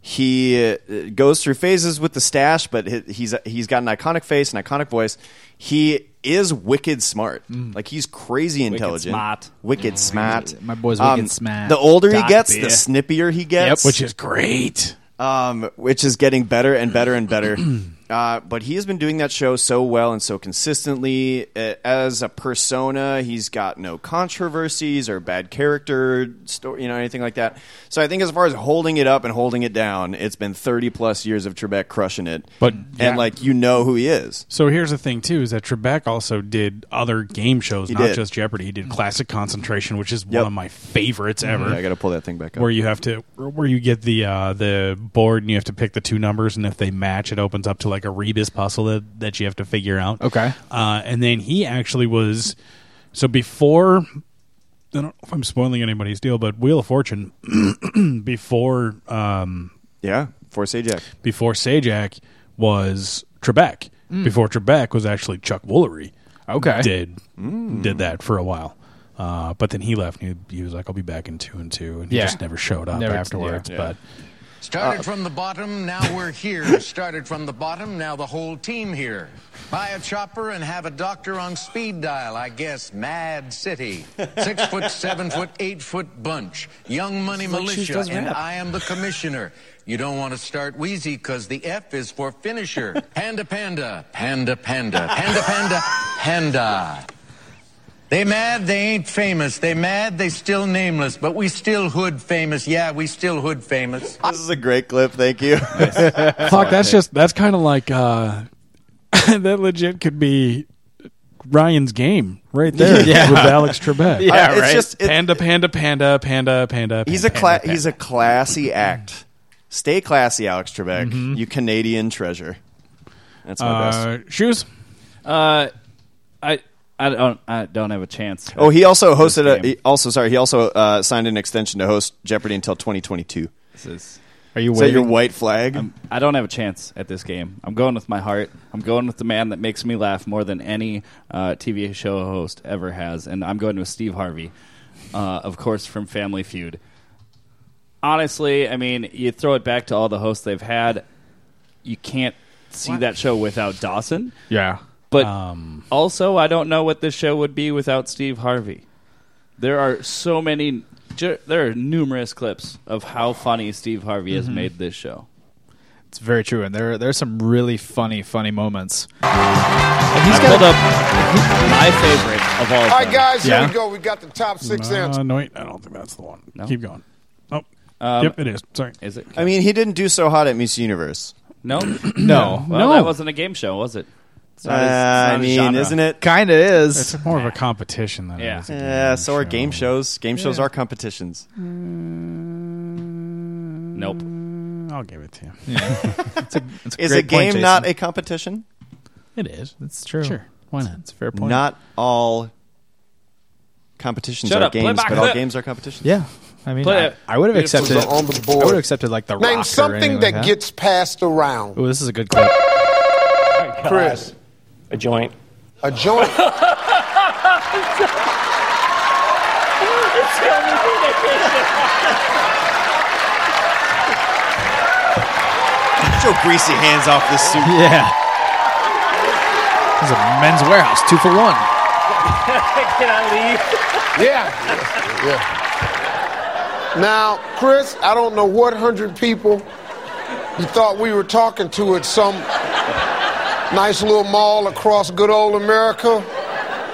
[SPEAKER 12] He uh, goes through phases with the stash, but he- he's he's got an iconic face, an iconic voice. He is wicked smart. Like he's crazy intelligent,
[SPEAKER 7] Mm. smart. Mm.
[SPEAKER 12] wicked smart. Um,
[SPEAKER 7] My boy's wicked smart.
[SPEAKER 12] The older he
[SPEAKER 7] Doc
[SPEAKER 12] gets,
[SPEAKER 7] B.
[SPEAKER 12] the snippier he gets,
[SPEAKER 7] Yep. Which is great.
[SPEAKER 12] um, which is getting better and better and better. (clears throat) Uh, but he has been doing that show so well and so consistently Uh, as a persona. He's got no controversies or bad character story, you know, anything like that. So I think as far as holding it up and holding it down, it's been thirty plus years of Trebek crushing it.
[SPEAKER 22] But- Yeah.
[SPEAKER 12] and like you know who he is.
[SPEAKER 6] So here's the thing too: is that Trebek also did other game shows,
[SPEAKER 12] He
[SPEAKER 6] not
[SPEAKER 12] did.
[SPEAKER 6] just Jeopardy. He did Classic Concentration, which is
[SPEAKER 12] Yep.
[SPEAKER 6] one of my favorites ever.
[SPEAKER 12] Mm-hmm. Yeah, I got to pull that thing back up.
[SPEAKER 6] where you have to where you get the uh, the board and you have to pick the two numbers, and if they match, it opens up to like a rebus puzzle that, that you have to figure out.
[SPEAKER 7] Okay.
[SPEAKER 6] uh, and then he actually was so before. I don't know if I'm spoiling anybody's deal, but Wheel of Fortune (clears throat) before um,
[SPEAKER 12] yeah before Sajak
[SPEAKER 6] before Sajak was Trebek
[SPEAKER 12] Hmm.
[SPEAKER 22] Mm.
[SPEAKER 6] before Trebek was actually Chuck Woolery
[SPEAKER 22] Okay.
[SPEAKER 6] did
[SPEAKER 12] Hmm.
[SPEAKER 22] Mm.
[SPEAKER 6] did that for a while. Uh, but then he left. And he, he was like, "I'll be back in two and two, and he
[SPEAKER 22] Yeah.
[SPEAKER 6] just never showed up
[SPEAKER 22] Never-
[SPEAKER 6] afterwards.
[SPEAKER 22] yeah.
[SPEAKER 6] But
[SPEAKER 23] Uh,
[SPEAKER 2] Started from the bottom, now we're
[SPEAKER 23] (laughs)
[SPEAKER 2] here. Started from the bottom, now the whole team here. Buy a chopper and have a doctor on speed dial, I guess. Mad City. Six
[SPEAKER 23] (laughs)
[SPEAKER 2] foot, seven foot, eight foot bunch. Young money
[SPEAKER 23] It's like she
[SPEAKER 2] militia,
[SPEAKER 23] does
[SPEAKER 2] and
[SPEAKER 23] rap.
[SPEAKER 2] I am the commissioner. You don't want to start wheezy because the F is
[SPEAKER 23] (laughs)
[SPEAKER 2] for finisher. Panda, panda, panda, panda, panda, panda, panda. They mad, they ain't famous. They mad, they still nameless. But we still hood famous. Yeah, we still hood famous.
[SPEAKER 12] This is a great clip. Thank you.
[SPEAKER 6] (laughs) fuck, that's just that's kind of like uh, (laughs) that. Legit could be Ryan's game right there
[SPEAKER 12] Yeah.
[SPEAKER 6] with Alex Trebek.
[SPEAKER 12] Yeah, Uh, it's right? just-
[SPEAKER 6] panda, panda, panda, panda, panda.
[SPEAKER 12] He's a
[SPEAKER 6] panda,
[SPEAKER 12] cla-
[SPEAKER 6] panda.
[SPEAKER 12] he's a classy act. Stay classy, Alex Trebek.
[SPEAKER 6] Mm-hmm.
[SPEAKER 12] You Canadian treasure. That's my
[SPEAKER 6] Uh,
[SPEAKER 12] best.
[SPEAKER 6] shoes.
[SPEAKER 8] Uh, I I don't I don't have a chance.
[SPEAKER 12] Oh, he also
[SPEAKER 8] This
[SPEAKER 12] hosted a.
[SPEAKER 8] game.
[SPEAKER 12] he- also, sorry, he also uh, signed an extension to host Jeopardy until 2022.
[SPEAKER 8] This is.
[SPEAKER 6] Are you
[SPEAKER 12] Is that your
[SPEAKER 8] waving?
[SPEAKER 12] white flag?
[SPEAKER 8] I'm, I do not have a chance at this game. I'm going with my heart. I'm going with the man that makes me laugh more than any uh, TV show host ever has, and I'm going with Steve Harvey, uh, of course, from Family Feud. Honestly, I mean, you throw it back to all the hosts they've had, you can't see that show without Dawson.
[SPEAKER 7] Yeah.
[SPEAKER 8] But
[SPEAKER 6] Um,
[SPEAKER 8] also, I don't know what this show would be without Steve Harvey. There are so many. Ju- there are numerous clips of how funny Steve Harvey has
[SPEAKER 6] Mm-hmm.
[SPEAKER 7] Mhm.
[SPEAKER 8] made this show.
[SPEAKER 7] It's very true, and there there's some really funny, funny moments.
[SPEAKER 8] And he's pulled up my favorite of all.
[SPEAKER 7] All
[SPEAKER 23] All right, guys, here
[SPEAKER 7] yeah.
[SPEAKER 23] we go. We got the top six
[SPEAKER 6] No,
[SPEAKER 23] answers.
[SPEAKER 6] no, wait, I don't think that's the one.
[SPEAKER 8] No?
[SPEAKER 6] Keep going. Oh,
[SPEAKER 8] Um,
[SPEAKER 6] yep, it is. Sorry,
[SPEAKER 8] is it?
[SPEAKER 12] I mean, he didn't do so hot at Miss Universe.
[SPEAKER 8] (clears throat) No,
[SPEAKER 6] No.
[SPEAKER 8] Well,
[SPEAKER 6] No.
[SPEAKER 8] that wasn't a game show, was it? It's not his- it's
[SPEAKER 12] Uh,
[SPEAKER 8] not
[SPEAKER 12] I
[SPEAKER 8] his
[SPEAKER 12] mean,
[SPEAKER 8] genre.
[SPEAKER 12] isn't it?
[SPEAKER 7] Kind of is.
[SPEAKER 6] It's more of a competition than it is. a
[SPEAKER 12] Yeah.
[SPEAKER 6] game
[SPEAKER 12] So are game shows. Game shows
[SPEAKER 6] Yeah.
[SPEAKER 12] are competitions.
[SPEAKER 8] Nope.
[SPEAKER 6] Mm, I'll give it to you.
[SPEAKER 7] It's a- it's a
[SPEAKER 12] is a
[SPEAKER 7] great point,
[SPEAKER 12] game
[SPEAKER 7] Jason.
[SPEAKER 12] not a competition?
[SPEAKER 6] It is.
[SPEAKER 7] That's true.
[SPEAKER 6] Sure. Why not?
[SPEAKER 7] It's a fair point.
[SPEAKER 12] Not all competitions
[SPEAKER 7] Shut
[SPEAKER 12] are
[SPEAKER 7] up. Play
[SPEAKER 12] games,
[SPEAKER 7] my
[SPEAKER 12] but all
[SPEAKER 7] clip.
[SPEAKER 12] games are competitions.
[SPEAKER 7] Yeah. I mean,
[SPEAKER 23] Play
[SPEAKER 7] I,
[SPEAKER 23] it.
[SPEAKER 7] I would have
[SPEAKER 23] If it's
[SPEAKER 7] accepted.
[SPEAKER 23] on the
[SPEAKER 7] I
[SPEAKER 23] board.
[SPEAKER 7] would have accepted like the
[SPEAKER 23] Name
[SPEAKER 7] rock or
[SPEAKER 23] something
[SPEAKER 7] anything
[SPEAKER 23] that,
[SPEAKER 7] like that
[SPEAKER 23] gets passed around.
[SPEAKER 7] Oh, this is a good clip.
[SPEAKER 23] Chris.
[SPEAKER 24] A joint.
[SPEAKER 23] A joint.
[SPEAKER 12] Get your greasy hands off this suit.
[SPEAKER 7] Yeah. This is a men's warehouse, two for one.
[SPEAKER 24] (laughs) Can I leave?
[SPEAKER 23] Yeah. yeah. Now, Chris, I don't know what hundred people you thought we were talking to at some nice little mall across good old America,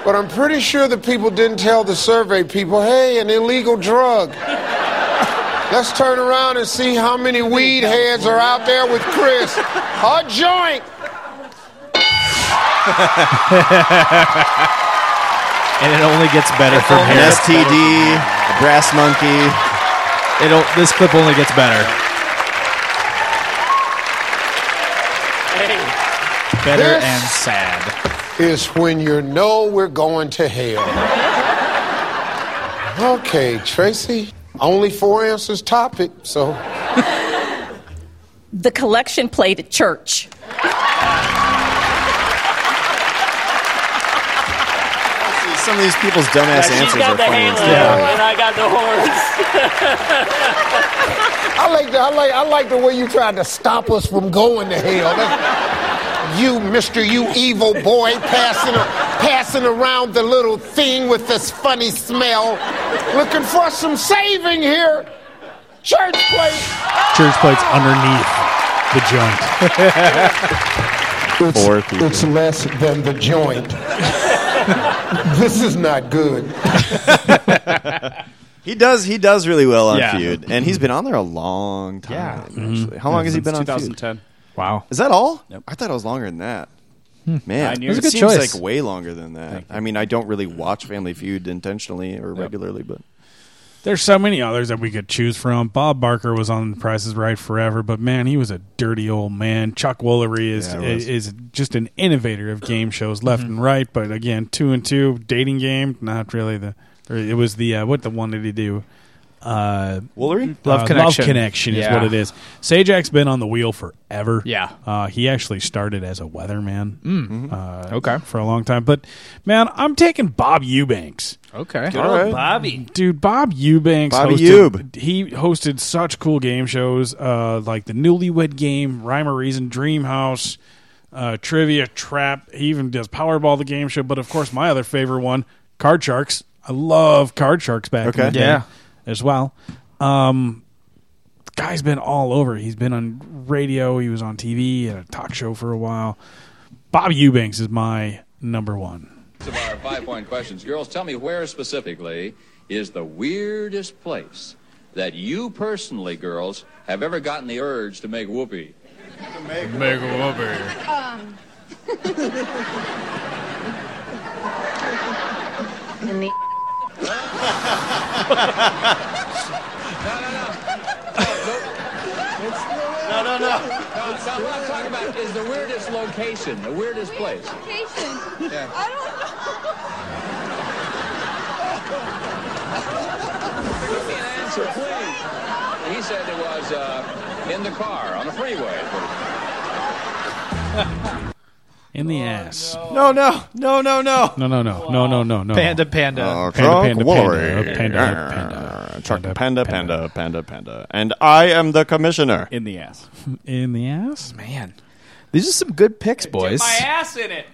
[SPEAKER 23] but I'm pretty sure the people didn't tell the survey people, hey, an illegal drug. Let's turn around and see how many weed heads are out there with Chris. A joint.
[SPEAKER 7] and it only gets better from
[SPEAKER 12] An
[SPEAKER 7] here.
[SPEAKER 12] STD, a brass monkey.
[SPEAKER 7] It'll. This clip only gets better. Better
[SPEAKER 23] This-
[SPEAKER 7] and sad.
[SPEAKER 23] is when you know we're going to hell. okay, Tracy. Only four answers top it, so.
[SPEAKER 25] The collection plate at church.
[SPEAKER 12] Some of these people's dumbass
[SPEAKER 23] Yeah, she's
[SPEAKER 12] answers
[SPEAKER 23] got
[SPEAKER 12] are
[SPEAKER 23] the
[SPEAKER 12] funny.
[SPEAKER 23] halo.
[SPEAKER 24] And I got the horns.
[SPEAKER 23] (laughs) I like, the, I, like, I like the way you tried to stop us from going to hell. That's- you, Mr. You evil boy, passing, a, passing around the little thing with this funny smell. Looking for some saving here.
[SPEAKER 26] Church
[SPEAKER 12] (laughs)
[SPEAKER 26] plate.
[SPEAKER 22] Church plates underneath the joint.
[SPEAKER 23] It's,
[SPEAKER 22] Four people.
[SPEAKER 23] it's less than the joint. (laughs) this is not good.
[SPEAKER 12] He does. He does really well on
[SPEAKER 23] Yeah.
[SPEAKER 12] Feud, and he's been on there a long time. Actually,
[SPEAKER 8] Mm-hmm.
[SPEAKER 12] how long has he been on? Feud?
[SPEAKER 8] 2010. Wow.
[SPEAKER 12] Is that all? I thought it was longer than that.
[SPEAKER 8] Hmm.
[SPEAKER 12] Man,
[SPEAKER 8] Nine years.
[SPEAKER 12] it
[SPEAKER 8] It was a
[SPEAKER 12] seems
[SPEAKER 8] good choice.
[SPEAKER 12] like way longer than that. I mean, I don't really watch Family Feud intentionally or regularly, but
[SPEAKER 6] There's so many others that we could choose from. Bob Barker was on The Price is Right forever, but man, he was a dirty old man. Chuck Woolery is
[SPEAKER 12] Yeah, he was.
[SPEAKER 6] is, just an innovator of game shows left
[SPEAKER 7] Mm-hmm.
[SPEAKER 6] and right. But again, two and two dating game, not really the. Or it was the uh, what the one did he do? Uh,
[SPEAKER 12] Woolery
[SPEAKER 6] Love
[SPEAKER 7] Love
[SPEAKER 6] Connection. Love
[SPEAKER 7] Connection.
[SPEAKER 6] Connection is
[SPEAKER 7] Yeah.
[SPEAKER 6] what it is. Sajak's been on the wheel forever.
[SPEAKER 7] Yeah.
[SPEAKER 6] uh, he actually started as a weatherman.
[SPEAKER 7] Mm.
[SPEAKER 12] Mm-hmm.
[SPEAKER 6] Uh, okay, for a long time. But man, I'm taking Bob Eubanks.
[SPEAKER 7] Okay.
[SPEAKER 6] Good old Alright.
[SPEAKER 7] Bobby.
[SPEAKER 6] Dude, Bob Eubanks.
[SPEAKER 7] Bobby
[SPEAKER 6] hosted, He hosted such cool game shows, uh, like the Newlywed Game, Rhyme or Reason, Dream House, uh, Trivia, Trap. He even does Powerball, the game show. But of course, my other favorite one, Card Sharks. I love Card Sharks back.
[SPEAKER 12] Okay.
[SPEAKER 6] in the day
[SPEAKER 12] Yeah.
[SPEAKER 6] as well. Um, the guy's been all over. He's been on radio. He was on TV and a talk show for a while. Bob Eubanks is my number one.
[SPEAKER 3] It's of our five point questions. Girls, tell me where specifically is the weirdest place that you personally, girls, have ever gotten the urge to make whoopee?
[SPEAKER 15] Make
[SPEAKER 3] whoopee.
[SPEAKER 15] Um.
[SPEAKER 7] (laughs)
[SPEAKER 15] In the.
[SPEAKER 8] (laughs)
[SPEAKER 3] No, no, no. No, it's not what I'm talking about is the weirdest location, the weirdest place.
[SPEAKER 15] Location.
[SPEAKER 3] Yeah.
[SPEAKER 15] I don't
[SPEAKER 3] Give me an answer, please. He said it was uh, in the car, on the freeway.
[SPEAKER 6] In
[SPEAKER 8] Oh,
[SPEAKER 6] the ass.
[SPEAKER 23] Oh.
[SPEAKER 12] No, no, no, no, no.
[SPEAKER 6] No, no, no, no, no, no, no.
[SPEAKER 7] Panda, panda.
[SPEAKER 12] Uh,
[SPEAKER 6] panda, panda,
[SPEAKER 12] Chuck Woolery.
[SPEAKER 6] panda, panda,
[SPEAKER 12] Arr, Chuck panda, panda, panda, panda, And I am the commissioner.
[SPEAKER 8] In the ass.
[SPEAKER 6] In the
[SPEAKER 12] (laughs)
[SPEAKER 6] ass,
[SPEAKER 7] man. These are some good picks, boys.
[SPEAKER 8] My ass in it.
[SPEAKER 6] (laughs)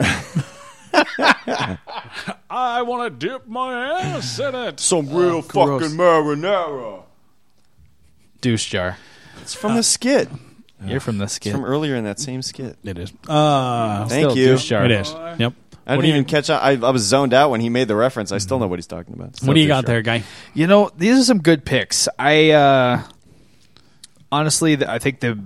[SPEAKER 6] I want to dip my ass in it.
[SPEAKER 12] Some Oh, real
[SPEAKER 6] gross.
[SPEAKER 12] fucking marinara.
[SPEAKER 7] Deuce jar.
[SPEAKER 12] It's from the skit.
[SPEAKER 7] You're from the skit.
[SPEAKER 12] from earlier in that same skit.
[SPEAKER 6] It is. Uh,
[SPEAKER 12] Thank
[SPEAKER 6] still
[SPEAKER 12] you.
[SPEAKER 6] douche jar. It is. Yep.
[SPEAKER 12] I
[SPEAKER 6] What
[SPEAKER 12] didn't
[SPEAKER 6] do you-
[SPEAKER 12] even catch on. I, I was zoned out when he made the reference. I still know what he's talking about.
[SPEAKER 6] What do you got there, guy?
[SPEAKER 7] You know, these are some good picks. I uh, honestly, th- I think the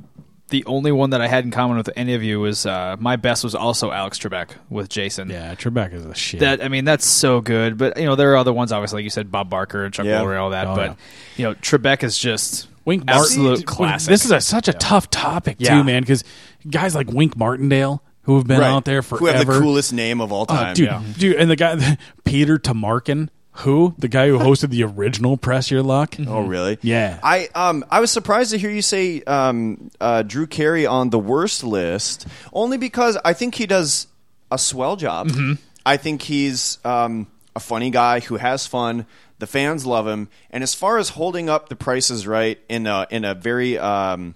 [SPEAKER 7] the only one that I had in common with any of you was uh, my best was also Alex Trebek with Jason.
[SPEAKER 6] Yeah, Trebek is a shit.
[SPEAKER 7] That I mean, that's so good. But you know, there are other ones, obviously, like you said, Bob Barker and Chuck
[SPEAKER 6] Yeah.
[SPEAKER 7] Woolery, all that.
[SPEAKER 6] Oh,
[SPEAKER 7] but
[SPEAKER 6] yeah.
[SPEAKER 7] you know, Trebek is just
[SPEAKER 6] Wink
[SPEAKER 7] absolute
[SPEAKER 6] Martin-
[SPEAKER 7] classic.
[SPEAKER 6] This is a, such a tough topic
[SPEAKER 7] Yeah.
[SPEAKER 6] too, man. Because guys like Wink Martindale, who have been
[SPEAKER 12] Right.
[SPEAKER 6] out there
[SPEAKER 12] Who
[SPEAKER 6] forever,
[SPEAKER 12] have the coolest name of all
[SPEAKER 6] Uh,
[SPEAKER 12] time,
[SPEAKER 6] dude,
[SPEAKER 12] yeah.
[SPEAKER 6] dude, and the guy (laughs) Peter Tamarkin, who the guy who hosted the original Press Your Luck.
[SPEAKER 12] Oh, really?
[SPEAKER 6] Yeah.
[SPEAKER 12] I um I was surprised to hear you say um uh, Drew Carey on the worst list only because I think he does a swell job.
[SPEAKER 6] Mm-hmm.
[SPEAKER 19] Mhm.
[SPEAKER 12] I think he's um a funny guy who has fun. The fans love him, and as far as holding up the prices right in a in a very um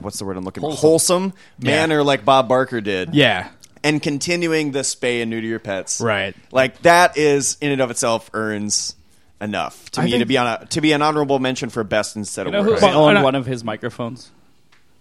[SPEAKER 12] what's the word I'm looking for wholesome
[SPEAKER 19] Yeah.
[SPEAKER 12] manner like Bob Barker did.
[SPEAKER 7] Yeah.
[SPEAKER 12] And continuing the spay and neuter your pets,
[SPEAKER 7] right?
[SPEAKER 12] Like that is in and of itself earns enough to
[SPEAKER 8] I
[SPEAKER 12] me to
[SPEAKER 8] think-
[SPEAKER 12] be on a to be an honorable mention for best instead
[SPEAKER 8] You
[SPEAKER 12] of
[SPEAKER 8] know who
[SPEAKER 12] worst.
[SPEAKER 8] owned one of his microphones?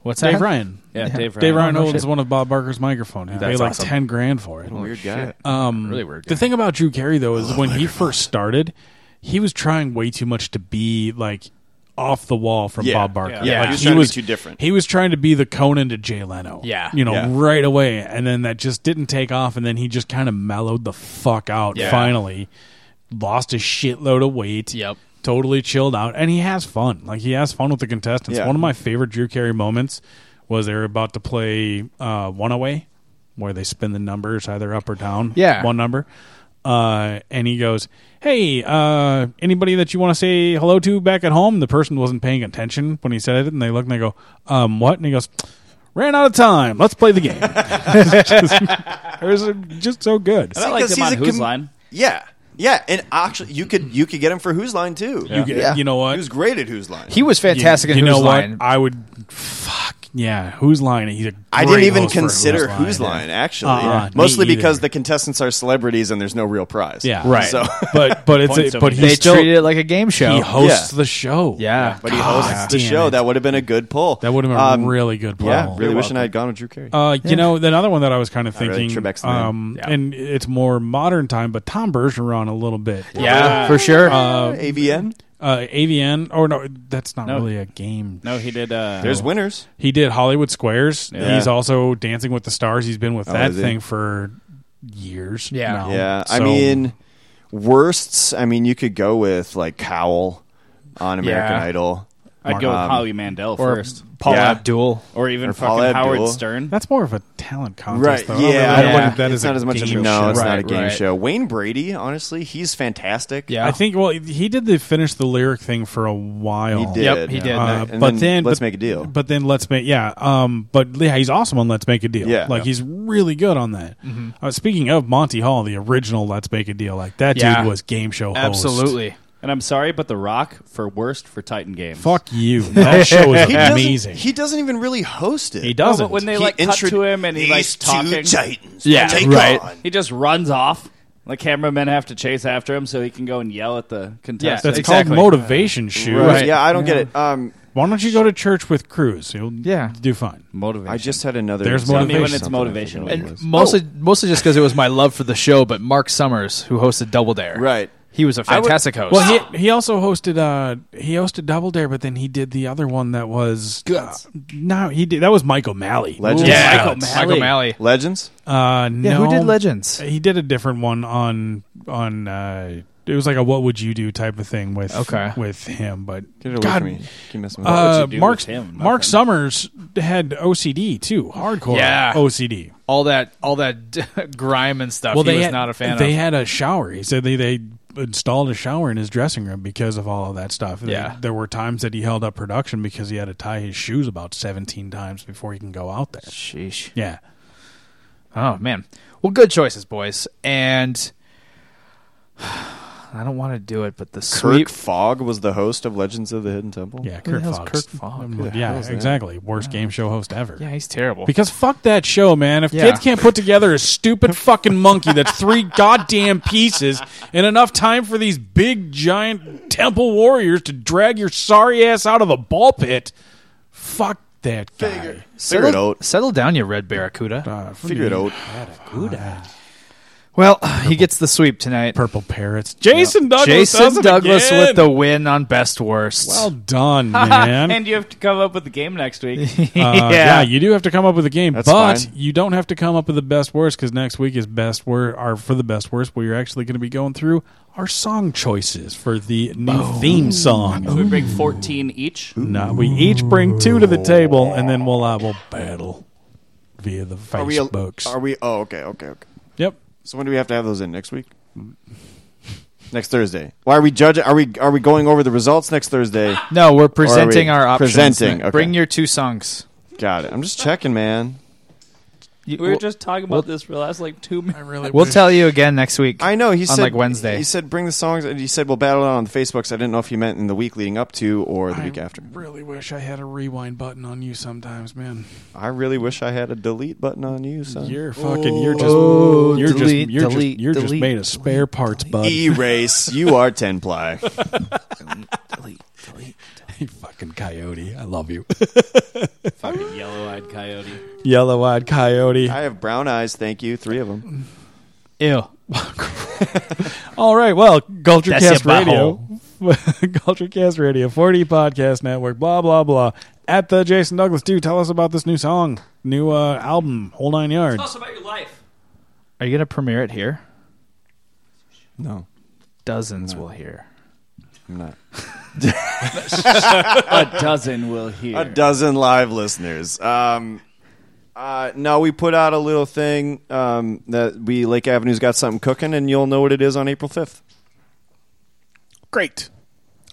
[SPEAKER 6] What's Dave Ryan.
[SPEAKER 8] Yeah, Dave Ryan.
[SPEAKER 6] Dave Ryan
[SPEAKER 8] Oh, no
[SPEAKER 6] owns
[SPEAKER 8] shit.
[SPEAKER 6] one of Bob Barker's microphone. He
[SPEAKER 8] That's
[SPEAKER 6] paid like
[SPEAKER 8] awesome.
[SPEAKER 6] ten grand for it.
[SPEAKER 8] What a weird guy.
[SPEAKER 6] Shit. Um,
[SPEAKER 8] Really weird
[SPEAKER 6] The thing about Drew Carey though is when he first started, he was trying way too much to be like off the wall from
[SPEAKER 12] Yeah.
[SPEAKER 6] Bob Barker.
[SPEAKER 12] Yeah. Yeah.
[SPEAKER 6] Like,
[SPEAKER 12] He was trying to be too different.
[SPEAKER 6] He was trying to be the Conan to Jay Leno.
[SPEAKER 12] Yeah.
[SPEAKER 6] you know,
[SPEAKER 12] Yeah.
[SPEAKER 6] right away, and then that just didn't take off, and then he just kind of mellowed the fuck out.
[SPEAKER 7] Yeah.
[SPEAKER 6] Finally, lost a shitload of weight. Yep. Totally chilled out, and he has fun. Like he has fun with the contestants.
[SPEAKER 7] Yeah.
[SPEAKER 6] One of my favorite Drew Carey moments was they were about to play uh, one away, where they spin the numbers either up or down.
[SPEAKER 7] Yeah.
[SPEAKER 6] one number. Uh, and he goes, "Hey, uh, anybody that you want to say hello to back at home?" The person wasn't paying attention when he said it, and they look and they go, "Um, what?" And he goes, "Ran out of time. Let's play the game." (laughs) It's just, it was uh, just so good.
[SPEAKER 12] See, 'cause he's a com- Yeah. Yeah, and actually, you could you could get him for Who's Line too.
[SPEAKER 6] You Yeah. get- you know what?
[SPEAKER 12] He was great at Who's Line.
[SPEAKER 6] You- you know what? I would fuck Yeah, who's line? He's a
[SPEAKER 12] I
[SPEAKER 6] great
[SPEAKER 12] didn't even
[SPEAKER 6] host for
[SPEAKER 12] consider
[SPEAKER 6] Line,
[SPEAKER 12] Who's
[SPEAKER 6] yeah.
[SPEAKER 12] Line, actually.
[SPEAKER 6] Uh-uh, me
[SPEAKER 12] Mostly
[SPEAKER 6] either.
[SPEAKER 12] because the contestants are celebrities and there's no real prize. (laughs)
[SPEAKER 6] Yeah, right. (laughs)
[SPEAKER 12] So,
[SPEAKER 6] but
[SPEAKER 12] (laughs)
[SPEAKER 6] but it's a, but he
[SPEAKER 7] They
[SPEAKER 6] still,
[SPEAKER 7] treated it like a game show.
[SPEAKER 6] He hosts
[SPEAKER 12] Yeah.
[SPEAKER 6] the show.
[SPEAKER 7] Yeah.
[SPEAKER 12] But he hosts the
[SPEAKER 6] damn
[SPEAKER 12] show.
[SPEAKER 6] it.
[SPEAKER 12] That would have been a good pull. That
[SPEAKER 6] would have been a really good pull.
[SPEAKER 12] Yeah, really
[SPEAKER 6] You're
[SPEAKER 12] wishing
[SPEAKER 6] welcome.
[SPEAKER 12] I had gone with Drew Carey.
[SPEAKER 6] Uh, you know, the other one that I was kind of
[SPEAKER 12] Not really.
[SPEAKER 6] thinking,
[SPEAKER 12] Trebek's the man.
[SPEAKER 6] um, and it's more modern time, but Tom Bergeron a little bit.
[SPEAKER 7] Yeah, for sure.
[SPEAKER 6] Uh,
[SPEAKER 12] AVN?
[SPEAKER 6] Uh, AVN? Oh no, that's not
[SPEAKER 8] No.
[SPEAKER 6] really a game.
[SPEAKER 8] No, he did. Uh,
[SPEAKER 12] There's winners.
[SPEAKER 6] He did Hollywood Squares.
[SPEAKER 12] Yeah.
[SPEAKER 6] He's also Dancing with the Stars. He's been with
[SPEAKER 12] Oh,
[SPEAKER 6] that
[SPEAKER 12] is he?
[SPEAKER 6] thing for years. now.
[SPEAKER 12] Yeah. I
[SPEAKER 6] So-
[SPEAKER 12] mean, worsts, I mean, you could go with like Cowell on American
[SPEAKER 8] Yeah.
[SPEAKER 12] Idol.
[SPEAKER 8] I'd go with
[SPEAKER 12] Um,
[SPEAKER 8] Howie Mandel
[SPEAKER 7] or
[SPEAKER 8] first.
[SPEAKER 7] Paul
[SPEAKER 12] Yeah.
[SPEAKER 7] Abdul.
[SPEAKER 8] Or even
[SPEAKER 12] Or Paul
[SPEAKER 8] fucking Howard
[SPEAKER 12] Abdul.
[SPEAKER 8] Stern.
[SPEAKER 6] That's more of a talent
[SPEAKER 12] Right.
[SPEAKER 6] contest, though.
[SPEAKER 12] Yeah.
[SPEAKER 6] I don't really- I don't
[SPEAKER 12] yeah.
[SPEAKER 6] think that
[SPEAKER 12] it's
[SPEAKER 6] is
[SPEAKER 12] not as much
[SPEAKER 6] game
[SPEAKER 12] of no.
[SPEAKER 6] show.
[SPEAKER 12] It's not a game show. Wayne Brady, honestly, he's fantastic.
[SPEAKER 6] I think well he did the finish the lyric thing for a while.
[SPEAKER 12] He did. Yep, he did.
[SPEAKER 6] Uh,
[SPEAKER 12] And
[SPEAKER 6] but
[SPEAKER 12] then
[SPEAKER 6] then,
[SPEAKER 12] Let's
[SPEAKER 6] but-
[SPEAKER 12] Make a Deal.
[SPEAKER 6] But then let's make yeah. Um, but yeah, he's awesome on Let's Make a Deal.
[SPEAKER 12] Yeah.
[SPEAKER 6] like
[SPEAKER 12] Yeah.
[SPEAKER 6] he's really good on that. Uh, speaking of Monty Hall, the original Let's Make a Deal, like that
[SPEAKER 8] Yeah.
[SPEAKER 6] dude was game show host.
[SPEAKER 8] Absolutely. And I'm sorry, but The Rock for worst for Titan Games.
[SPEAKER 6] Fuck
[SPEAKER 8] (laughs)
[SPEAKER 6] you. That show was
[SPEAKER 12] He doesn't-
[SPEAKER 6] amazing.
[SPEAKER 12] He doesn't even really host it.
[SPEAKER 6] He doesn't.
[SPEAKER 8] when they
[SPEAKER 12] He
[SPEAKER 8] like cut
[SPEAKER 12] intro-
[SPEAKER 8] to him and he likes
[SPEAKER 12] These two
[SPEAKER 8] talking.
[SPEAKER 12] titans
[SPEAKER 8] yeah,
[SPEAKER 12] will take
[SPEAKER 8] right.
[SPEAKER 12] on.
[SPEAKER 8] He just runs off. The cameramen have to chase after him so he can go and yell at the
[SPEAKER 6] Yeah,
[SPEAKER 8] contestants.
[SPEAKER 6] that's called motivation shoe.
[SPEAKER 12] Right. Yeah, I don't get it. Um,
[SPEAKER 6] Why don't you go to church with Cruz? You'll yeah. do fine.
[SPEAKER 8] Motivation.
[SPEAKER 12] I just had another.
[SPEAKER 6] There's
[SPEAKER 12] example of
[SPEAKER 6] motivation. Tell me when it's
[SPEAKER 12] something I
[SPEAKER 8] motivation.
[SPEAKER 12] forgot what it
[SPEAKER 7] And
[SPEAKER 12] was.
[SPEAKER 7] mostly, mostly just because it was my love for the show, but Mark Summers, who hosted Double Dare,
[SPEAKER 12] right?
[SPEAKER 7] He was a
[SPEAKER 6] I would-
[SPEAKER 7] fantastic host.
[SPEAKER 6] Well, he he also hosted uh he hosted Double Dare, but then he did the other one that was uh, no he did that was Mike O'Malley.
[SPEAKER 12] Oh, Legends?
[SPEAKER 6] Yeah,
[SPEAKER 7] Michael Malley. Michael Malley.
[SPEAKER 12] Legends.
[SPEAKER 6] Uh,
[SPEAKER 7] Yeah,
[SPEAKER 6] no,
[SPEAKER 7] who did Legends?
[SPEAKER 6] He did a different one on on uh it was like a what would you do type of thing with
[SPEAKER 7] Okay.
[SPEAKER 6] with him, but
[SPEAKER 12] Get it away
[SPEAKER 6] God,
[SPEAKER 12] from me. Keep messing with me.
[SPEAKER 6] uh,
[SPEAKER 12] What would you do
[SPEAKER 6] Mark
[SPEAKER 12] with him? My
[SPEAKER 6] Mark
[SPEAKER 12] friend.
[SPEAKER 6] Summers had OCD too, hardcore
[SPEAKER 7] Yeah.
[SPEAKER 6] OCD.
[SPEAKER 7] all that, (laughs) all that grime and stuff. he was not a fan.
[SPEAKER 6] They
[SPEAKER 7] of.
[SPEAKER 6] had a shower. He said they, they installed a shower in his dressing room because of all of that stuff. They-
[SPEAKER 7] Yeah.
[SPEAKER 6] there were times that he held up production because he had to tie his shoes about seventeen times before he can go out there.
[SPEAKER 7] Sheesh.
[SPEAKER 6] Yeah.
[SPEAKER 7] Oh man. Well, good choices, boys. And (sighs) I don't want to do it, but the
[SPEAKER 12] Kirk
[SPEAKER 7] sweep.
[SPEAKER 12] Fogg was the host of Legends of the Hidden Temple.
[SPEAKER 7] Who
[SPEAKER 6] Yeah,
[SPEAKER 7] the
[SPEAKER 6] Kirk
[SPEAKER 7] hell's
[SPEAKER 6] Fox.
[SPEAKER 7] Kirk Fogg? Who the
[SPEAKER 6] yeah,
[SPEAKER 7] hell is that?
[SPEAKER 6] exactly. Worst game show host ever.
[SPEAKER 7] Yeah, he's terrible.
[SPEAKER 6] Because fuck that show, man. If
[SPEAKER 7] Yeah.
[SPEAKER 6] kids can't put together a stupid fucking monkey that's
[SPEAKER 7] (laughs)
[SPEAKER 6] three goddamn pieces and enough time for these big giant temple warriors to drag your sorry ass out of the ball pit, fuck that guy.
[SPEAKER 12] Figure it out.
[SPEAKER 7] settle down, you red barracuda.
[SPEAKER 12] Figure it out. Ah,
[SPEAKER 7] Well, (sighs) he gets the sweep tonight.
[SPEAKER 6] Purple parrots. Jason Douglas. does
[SPEAKER 7] Jason
[SPEAKER 6] it
[SPEAKER 7] Douglas
[SPEAKER 6] again.
[SPEAKER 7] with the win on best worst. (laughs)
[SPEAKER 6] Well
[SPEAKER 8] (laughs)
[SPEAKER 6] done, man.
[SPEAKER 8] and you have to come up with the game
[SPEAKER 6] (laughs)
[SPEAKER 8] next week.
[SPEAKER 6] Uh, yeah. you do have to come up with a game,
[SPEAKER 12] That's
[SPEAKER 6] but
[SPEAKER 12] fine.
[SPEAKER 6] you don't have to come up with the best worst because next week is best worst. Are for the best worst, we're actually going to be going through our song choices for the new
[SPEAKER 12] Oh.
[SPEAKER 6] theme song.
[SPEAKER 8] we bring 14 each.
[SPEAKER 6] No, we each bring two to the table, and then we'll uh, we'll battle via the
[SPEAKER 12] Are we?
[SPEAKER 6] Facebooks.
[SPEAKER 12] Are we? Oh, okay, okay, okay.
[SPEAKER 6] yep.
[SPEAKER 12] So when do we have to have those in next week? Next Thursday. Why are we judging? Are we are we going over the results next Thursday?
[SPEAKER 7] no, we're presenting
[SPEAKER 12] Or are we
[SPEAKER 7] our options.
[SPEAKER 12] presenting, okay.
[SPEAKER 7] Bring your two songs.
[SPEAKER 12] Got it. I'm just checking, man.
[SPEAKER 7] You-
[SPEAKER 8] We were
[SPEAKER 7] we'll-
[SPEAKER 8] just talking
[SPEAKER 7] we'll-
[SPEAKER 8] about this for the last like two minutes.
[SPEAKER 7] We'll tell you again next week.
[SPEAKER 12] I know he
[SPEAKER 7] on
[SPEAKER 12] said
[SPEAKER 7] like Wednesday.
[SPEAKER 12] He said bring the songs, and he said we'll battle it out on the Facebooks. I didn't know if he meant in the week leading up to or the week after.
[SPEAKER 6] Really wish I had a rewind button on you sometimes, man.
[SPEAKER 12] I really wish I had a delete button on you, son.
[SPEAKER 6] You're fucking. You're just.
[SPEAKER 12] Oh,
[SPEAKER 6] you're
[SPEAKER 7] Oh, delete,
[SPEAKER 6] just. You're
[SPEAKER 7] delete,
[SPEAKER 6] just. You're just
[SPEAKER 7] delete,
[SPEAKER 6] made of spare parts, bud.
[SPEAKER 12] erase. You are ten ply.
[SPEAKER 6] (laughs) (laughs) you fucking coyote. I love you. (laughs)
[SPEAKER 8] Fucking yellow-eyed coyote.
[SPEAKER 6] Yellow-eyed coyote.
[SPEAKER 12] I have brown eyes. Thank you. Three of them.
[SPEAKER 6] (laughs)
[SPEAKER 7] Ew. (laughs)
[SPEAKER 6] All right. Well,
[SPEAKER 7] That's your
[SPEAKER 6] Culturecast Radio, (laughs) Culturecast Radio, 40 Podcast Network, blah blah blah. At the Jason Douglas, do tell us about this new song, new uh, album, whole nine yards.
[SPEAKER 8] about your life.
[SPEAKER 7] Are you gonna premiere it here?
[SPEAKER 12] No,
[SPEAKER 7] Dozens will hear.
[SPEAKER 12] I'm not.
[SPEAKER 8] A dozen will hear.
[SPEAKER 12] a dozen live listeners. Um, uh, no, we put out a little thing um, that we Lake Avenue's got something cooking, and you'll know what it is on April fifth.
[SPEAKER 6] Great.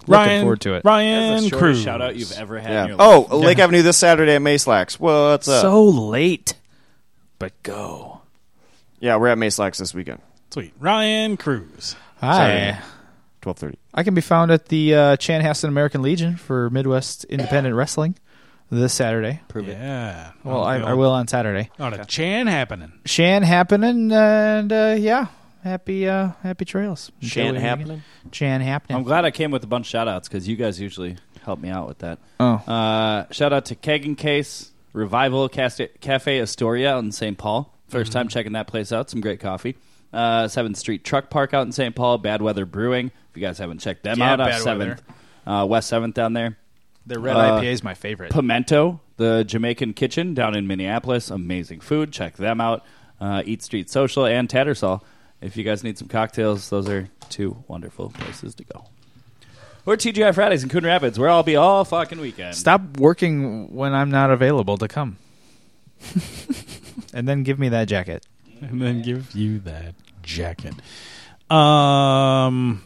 [SPEAKER 7] Looking
[SPEAKER 6] Ryan,
[SPEAKER 7] forward to it.
[SPEAKER 8] That's
[SPEAKER 6] Ryan
[SPEAKER 8] the shortest
[SPEAKER 6] Cruz.
[SPEAKER 8] shout out you've ever had. In
[SPEAKER 12] Yeah.
[SPEAKER 8] your life.
[SPEAKER 12] Oh, Lake Avenue this Saturday at Mayslax. What's up?
[SPEAKER 7] So late, but go.
[SPEAKER 12] yeah, we're at Mayslax this weekend,
[SPEAKER 6] (laughs) Sweet. Ryan Cruz.
[SPEAKER 7] Hi.
[SPEAKER 12] twelve thirty.
[SPEAKER 7] I can be found at the uh, Chanhassen American Legion for Midwest Independent Wrestling. this Saturday.
[SPEAKER 8] Prove
[SPEAKER 7] it.
[SPEAKER 6] Yeah.
[SPEAKER 7] Well,
[SPEAKER 6] I'll
[SPEAKER 7] I,
[SPEAKER 6] go.
[SPEAKER 7] I will on Saturday.
[SPEAKER 6] Not a Chan happening.
[SPEAKER 7] Shan happening, and uh, yeah, happy uh, happy trails. Until we meet again. Chan happening.
[SPEAKER 8] I'm glad I came with a bunch of shout outs because you guys usually help me out with that.
[SPEAKER 7] Oh.
[SPEAKER 8] Uh, shout out to Kegan Case, Revival Cast- Cafe Astoria out in St. Paul. 1st time
[SPEAKER 7] Mm-hmm.
[SPEAKER 8] checking that place out. Some great coffee. Uh, 7th Street Truck Park out in St. Paul. Bad Weather Brewing. If you guys haven't checked them
[SPEAKER 7] Yeah,
[SPEAKER 8] out, off
[SPEAKER 7] Bad
[SPEAKER 8] 7th. Uh, West 7th down there.
[SPEAKER 7] Their red IPA is my favorite.
[SPEAKER 8] Uh, Pimento, the Jamaican kitchen down in Minneapolis. Amazing food. Check them out. Uh, Eat Street Social and Tattersall. If you guys need some cocktails, those are two wonderful places to go. Or TGI Fridays in Coon Rapids, where I'll be all fucking weekend.
[SPEAKER 7] Stop working when I'm not available to come. (laughs) and then give me that jacket.
[SPEAKER 6] And then give you that jacket. Um,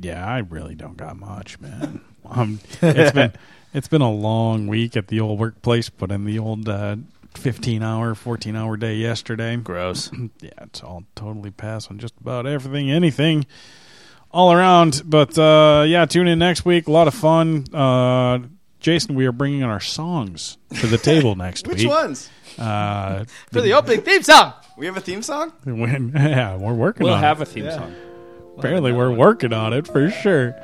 [SPEAKER 6] yeah, I really don't got much, man. Um, it's been (laughs) it's been a long week at the old workplace, but in the old uh, fifteen hour, fourteen hour day yesterday.
[SPEAKER 7] Gross.
[SPEAKER 6] (clears throat) yeah, it's all totally passed on just about everything, anything, all around. But uh, yeah, tune in next week. A lot of fun. Uh, Jason, we are bringing our songs to
[SPEAKER 12] (laughs)
[SPEAKER 6] the table next
[SPEAKER 12] Which
[SPEAKER 6] week.
[SPEAKER 12] ones?
[SPEAKER 6] Uh,
[SPEAKER 12] For the
[SPEAKER 11] opening theme song.
[SPEAKER 12] We have a theme song?
[SPEAKER 6] (laughs) when, (laughs) yeah, we're working
[SPEAKER 8] We'll
[SPEAKER 6] on
[SPEAKER 8] have
[SPEAKER 6] it.
[SPEAKER 8] a theme song.
[SPEAKER 6] Apparently, we're working on it for sure.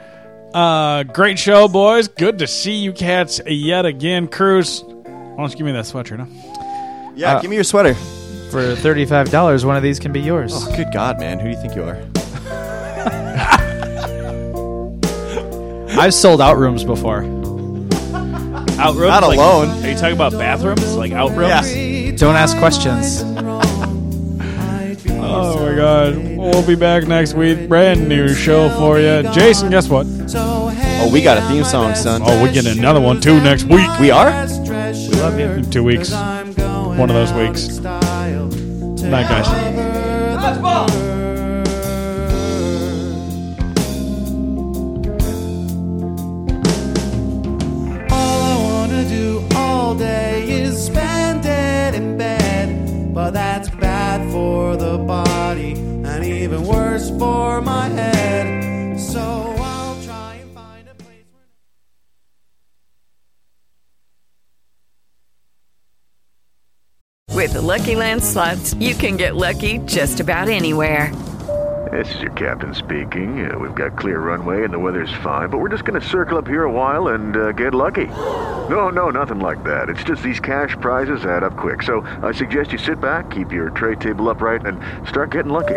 [SPEAKER 6] Uh, great show, boys. Good to see you cats yet again. Cruz, why don't you give me that sweatshirt, huh?
[SPEAKER 12] Yeah,
[SPEAKER 7] Uh,
[SPEAKER 12] give me your sweater.
[SPEAKER 7] For thirty-five dollars, one of these can be yours.
[SPEAKER 12] Oh, good God, man. Who do you think you are?
[SPEAKER 7] I've sold out rooms before.
[SPEAKER 8] Outrooms?
[SPEAKER 7] Not
[SPEAKER 8] Like-
[SPEAKER 7] alone.
[SPEAKER 8] Are you talking about bathrooms? Like outrooms?
[SPEAKER 7] Don't ask questions.
[SPEAKER 6] Oh my God, we'll be back next week. Brand new show for you, Jason. Guess what?
[SPEAKER 12] Oh, we got a theme song, son.
[SPEAKER 6] Oh, we get another one too next week.
[SPEAKER 12] We are.
[SPEAKER 6] We love you. In two weeks, one of those weeks. Night, guys.
[SPEAKER 4] All I wanna do all day is spend it in bed, but that's bad for the body and even worse for my head. So I'll try and find.
[SPEAKER 5] With the Lucky Land slots, you can get lucky just about anywhere.
[SPEAKER 10] This is your captain speaking. Uh, we've got clear runway and the weather's fine, but we're just going to circle up here a while and uh, get lucky. No, no, nothing like that. It's just these cash prizes add up quick. So I suggest you sit back, keep your tray table upright, and start getting lucky.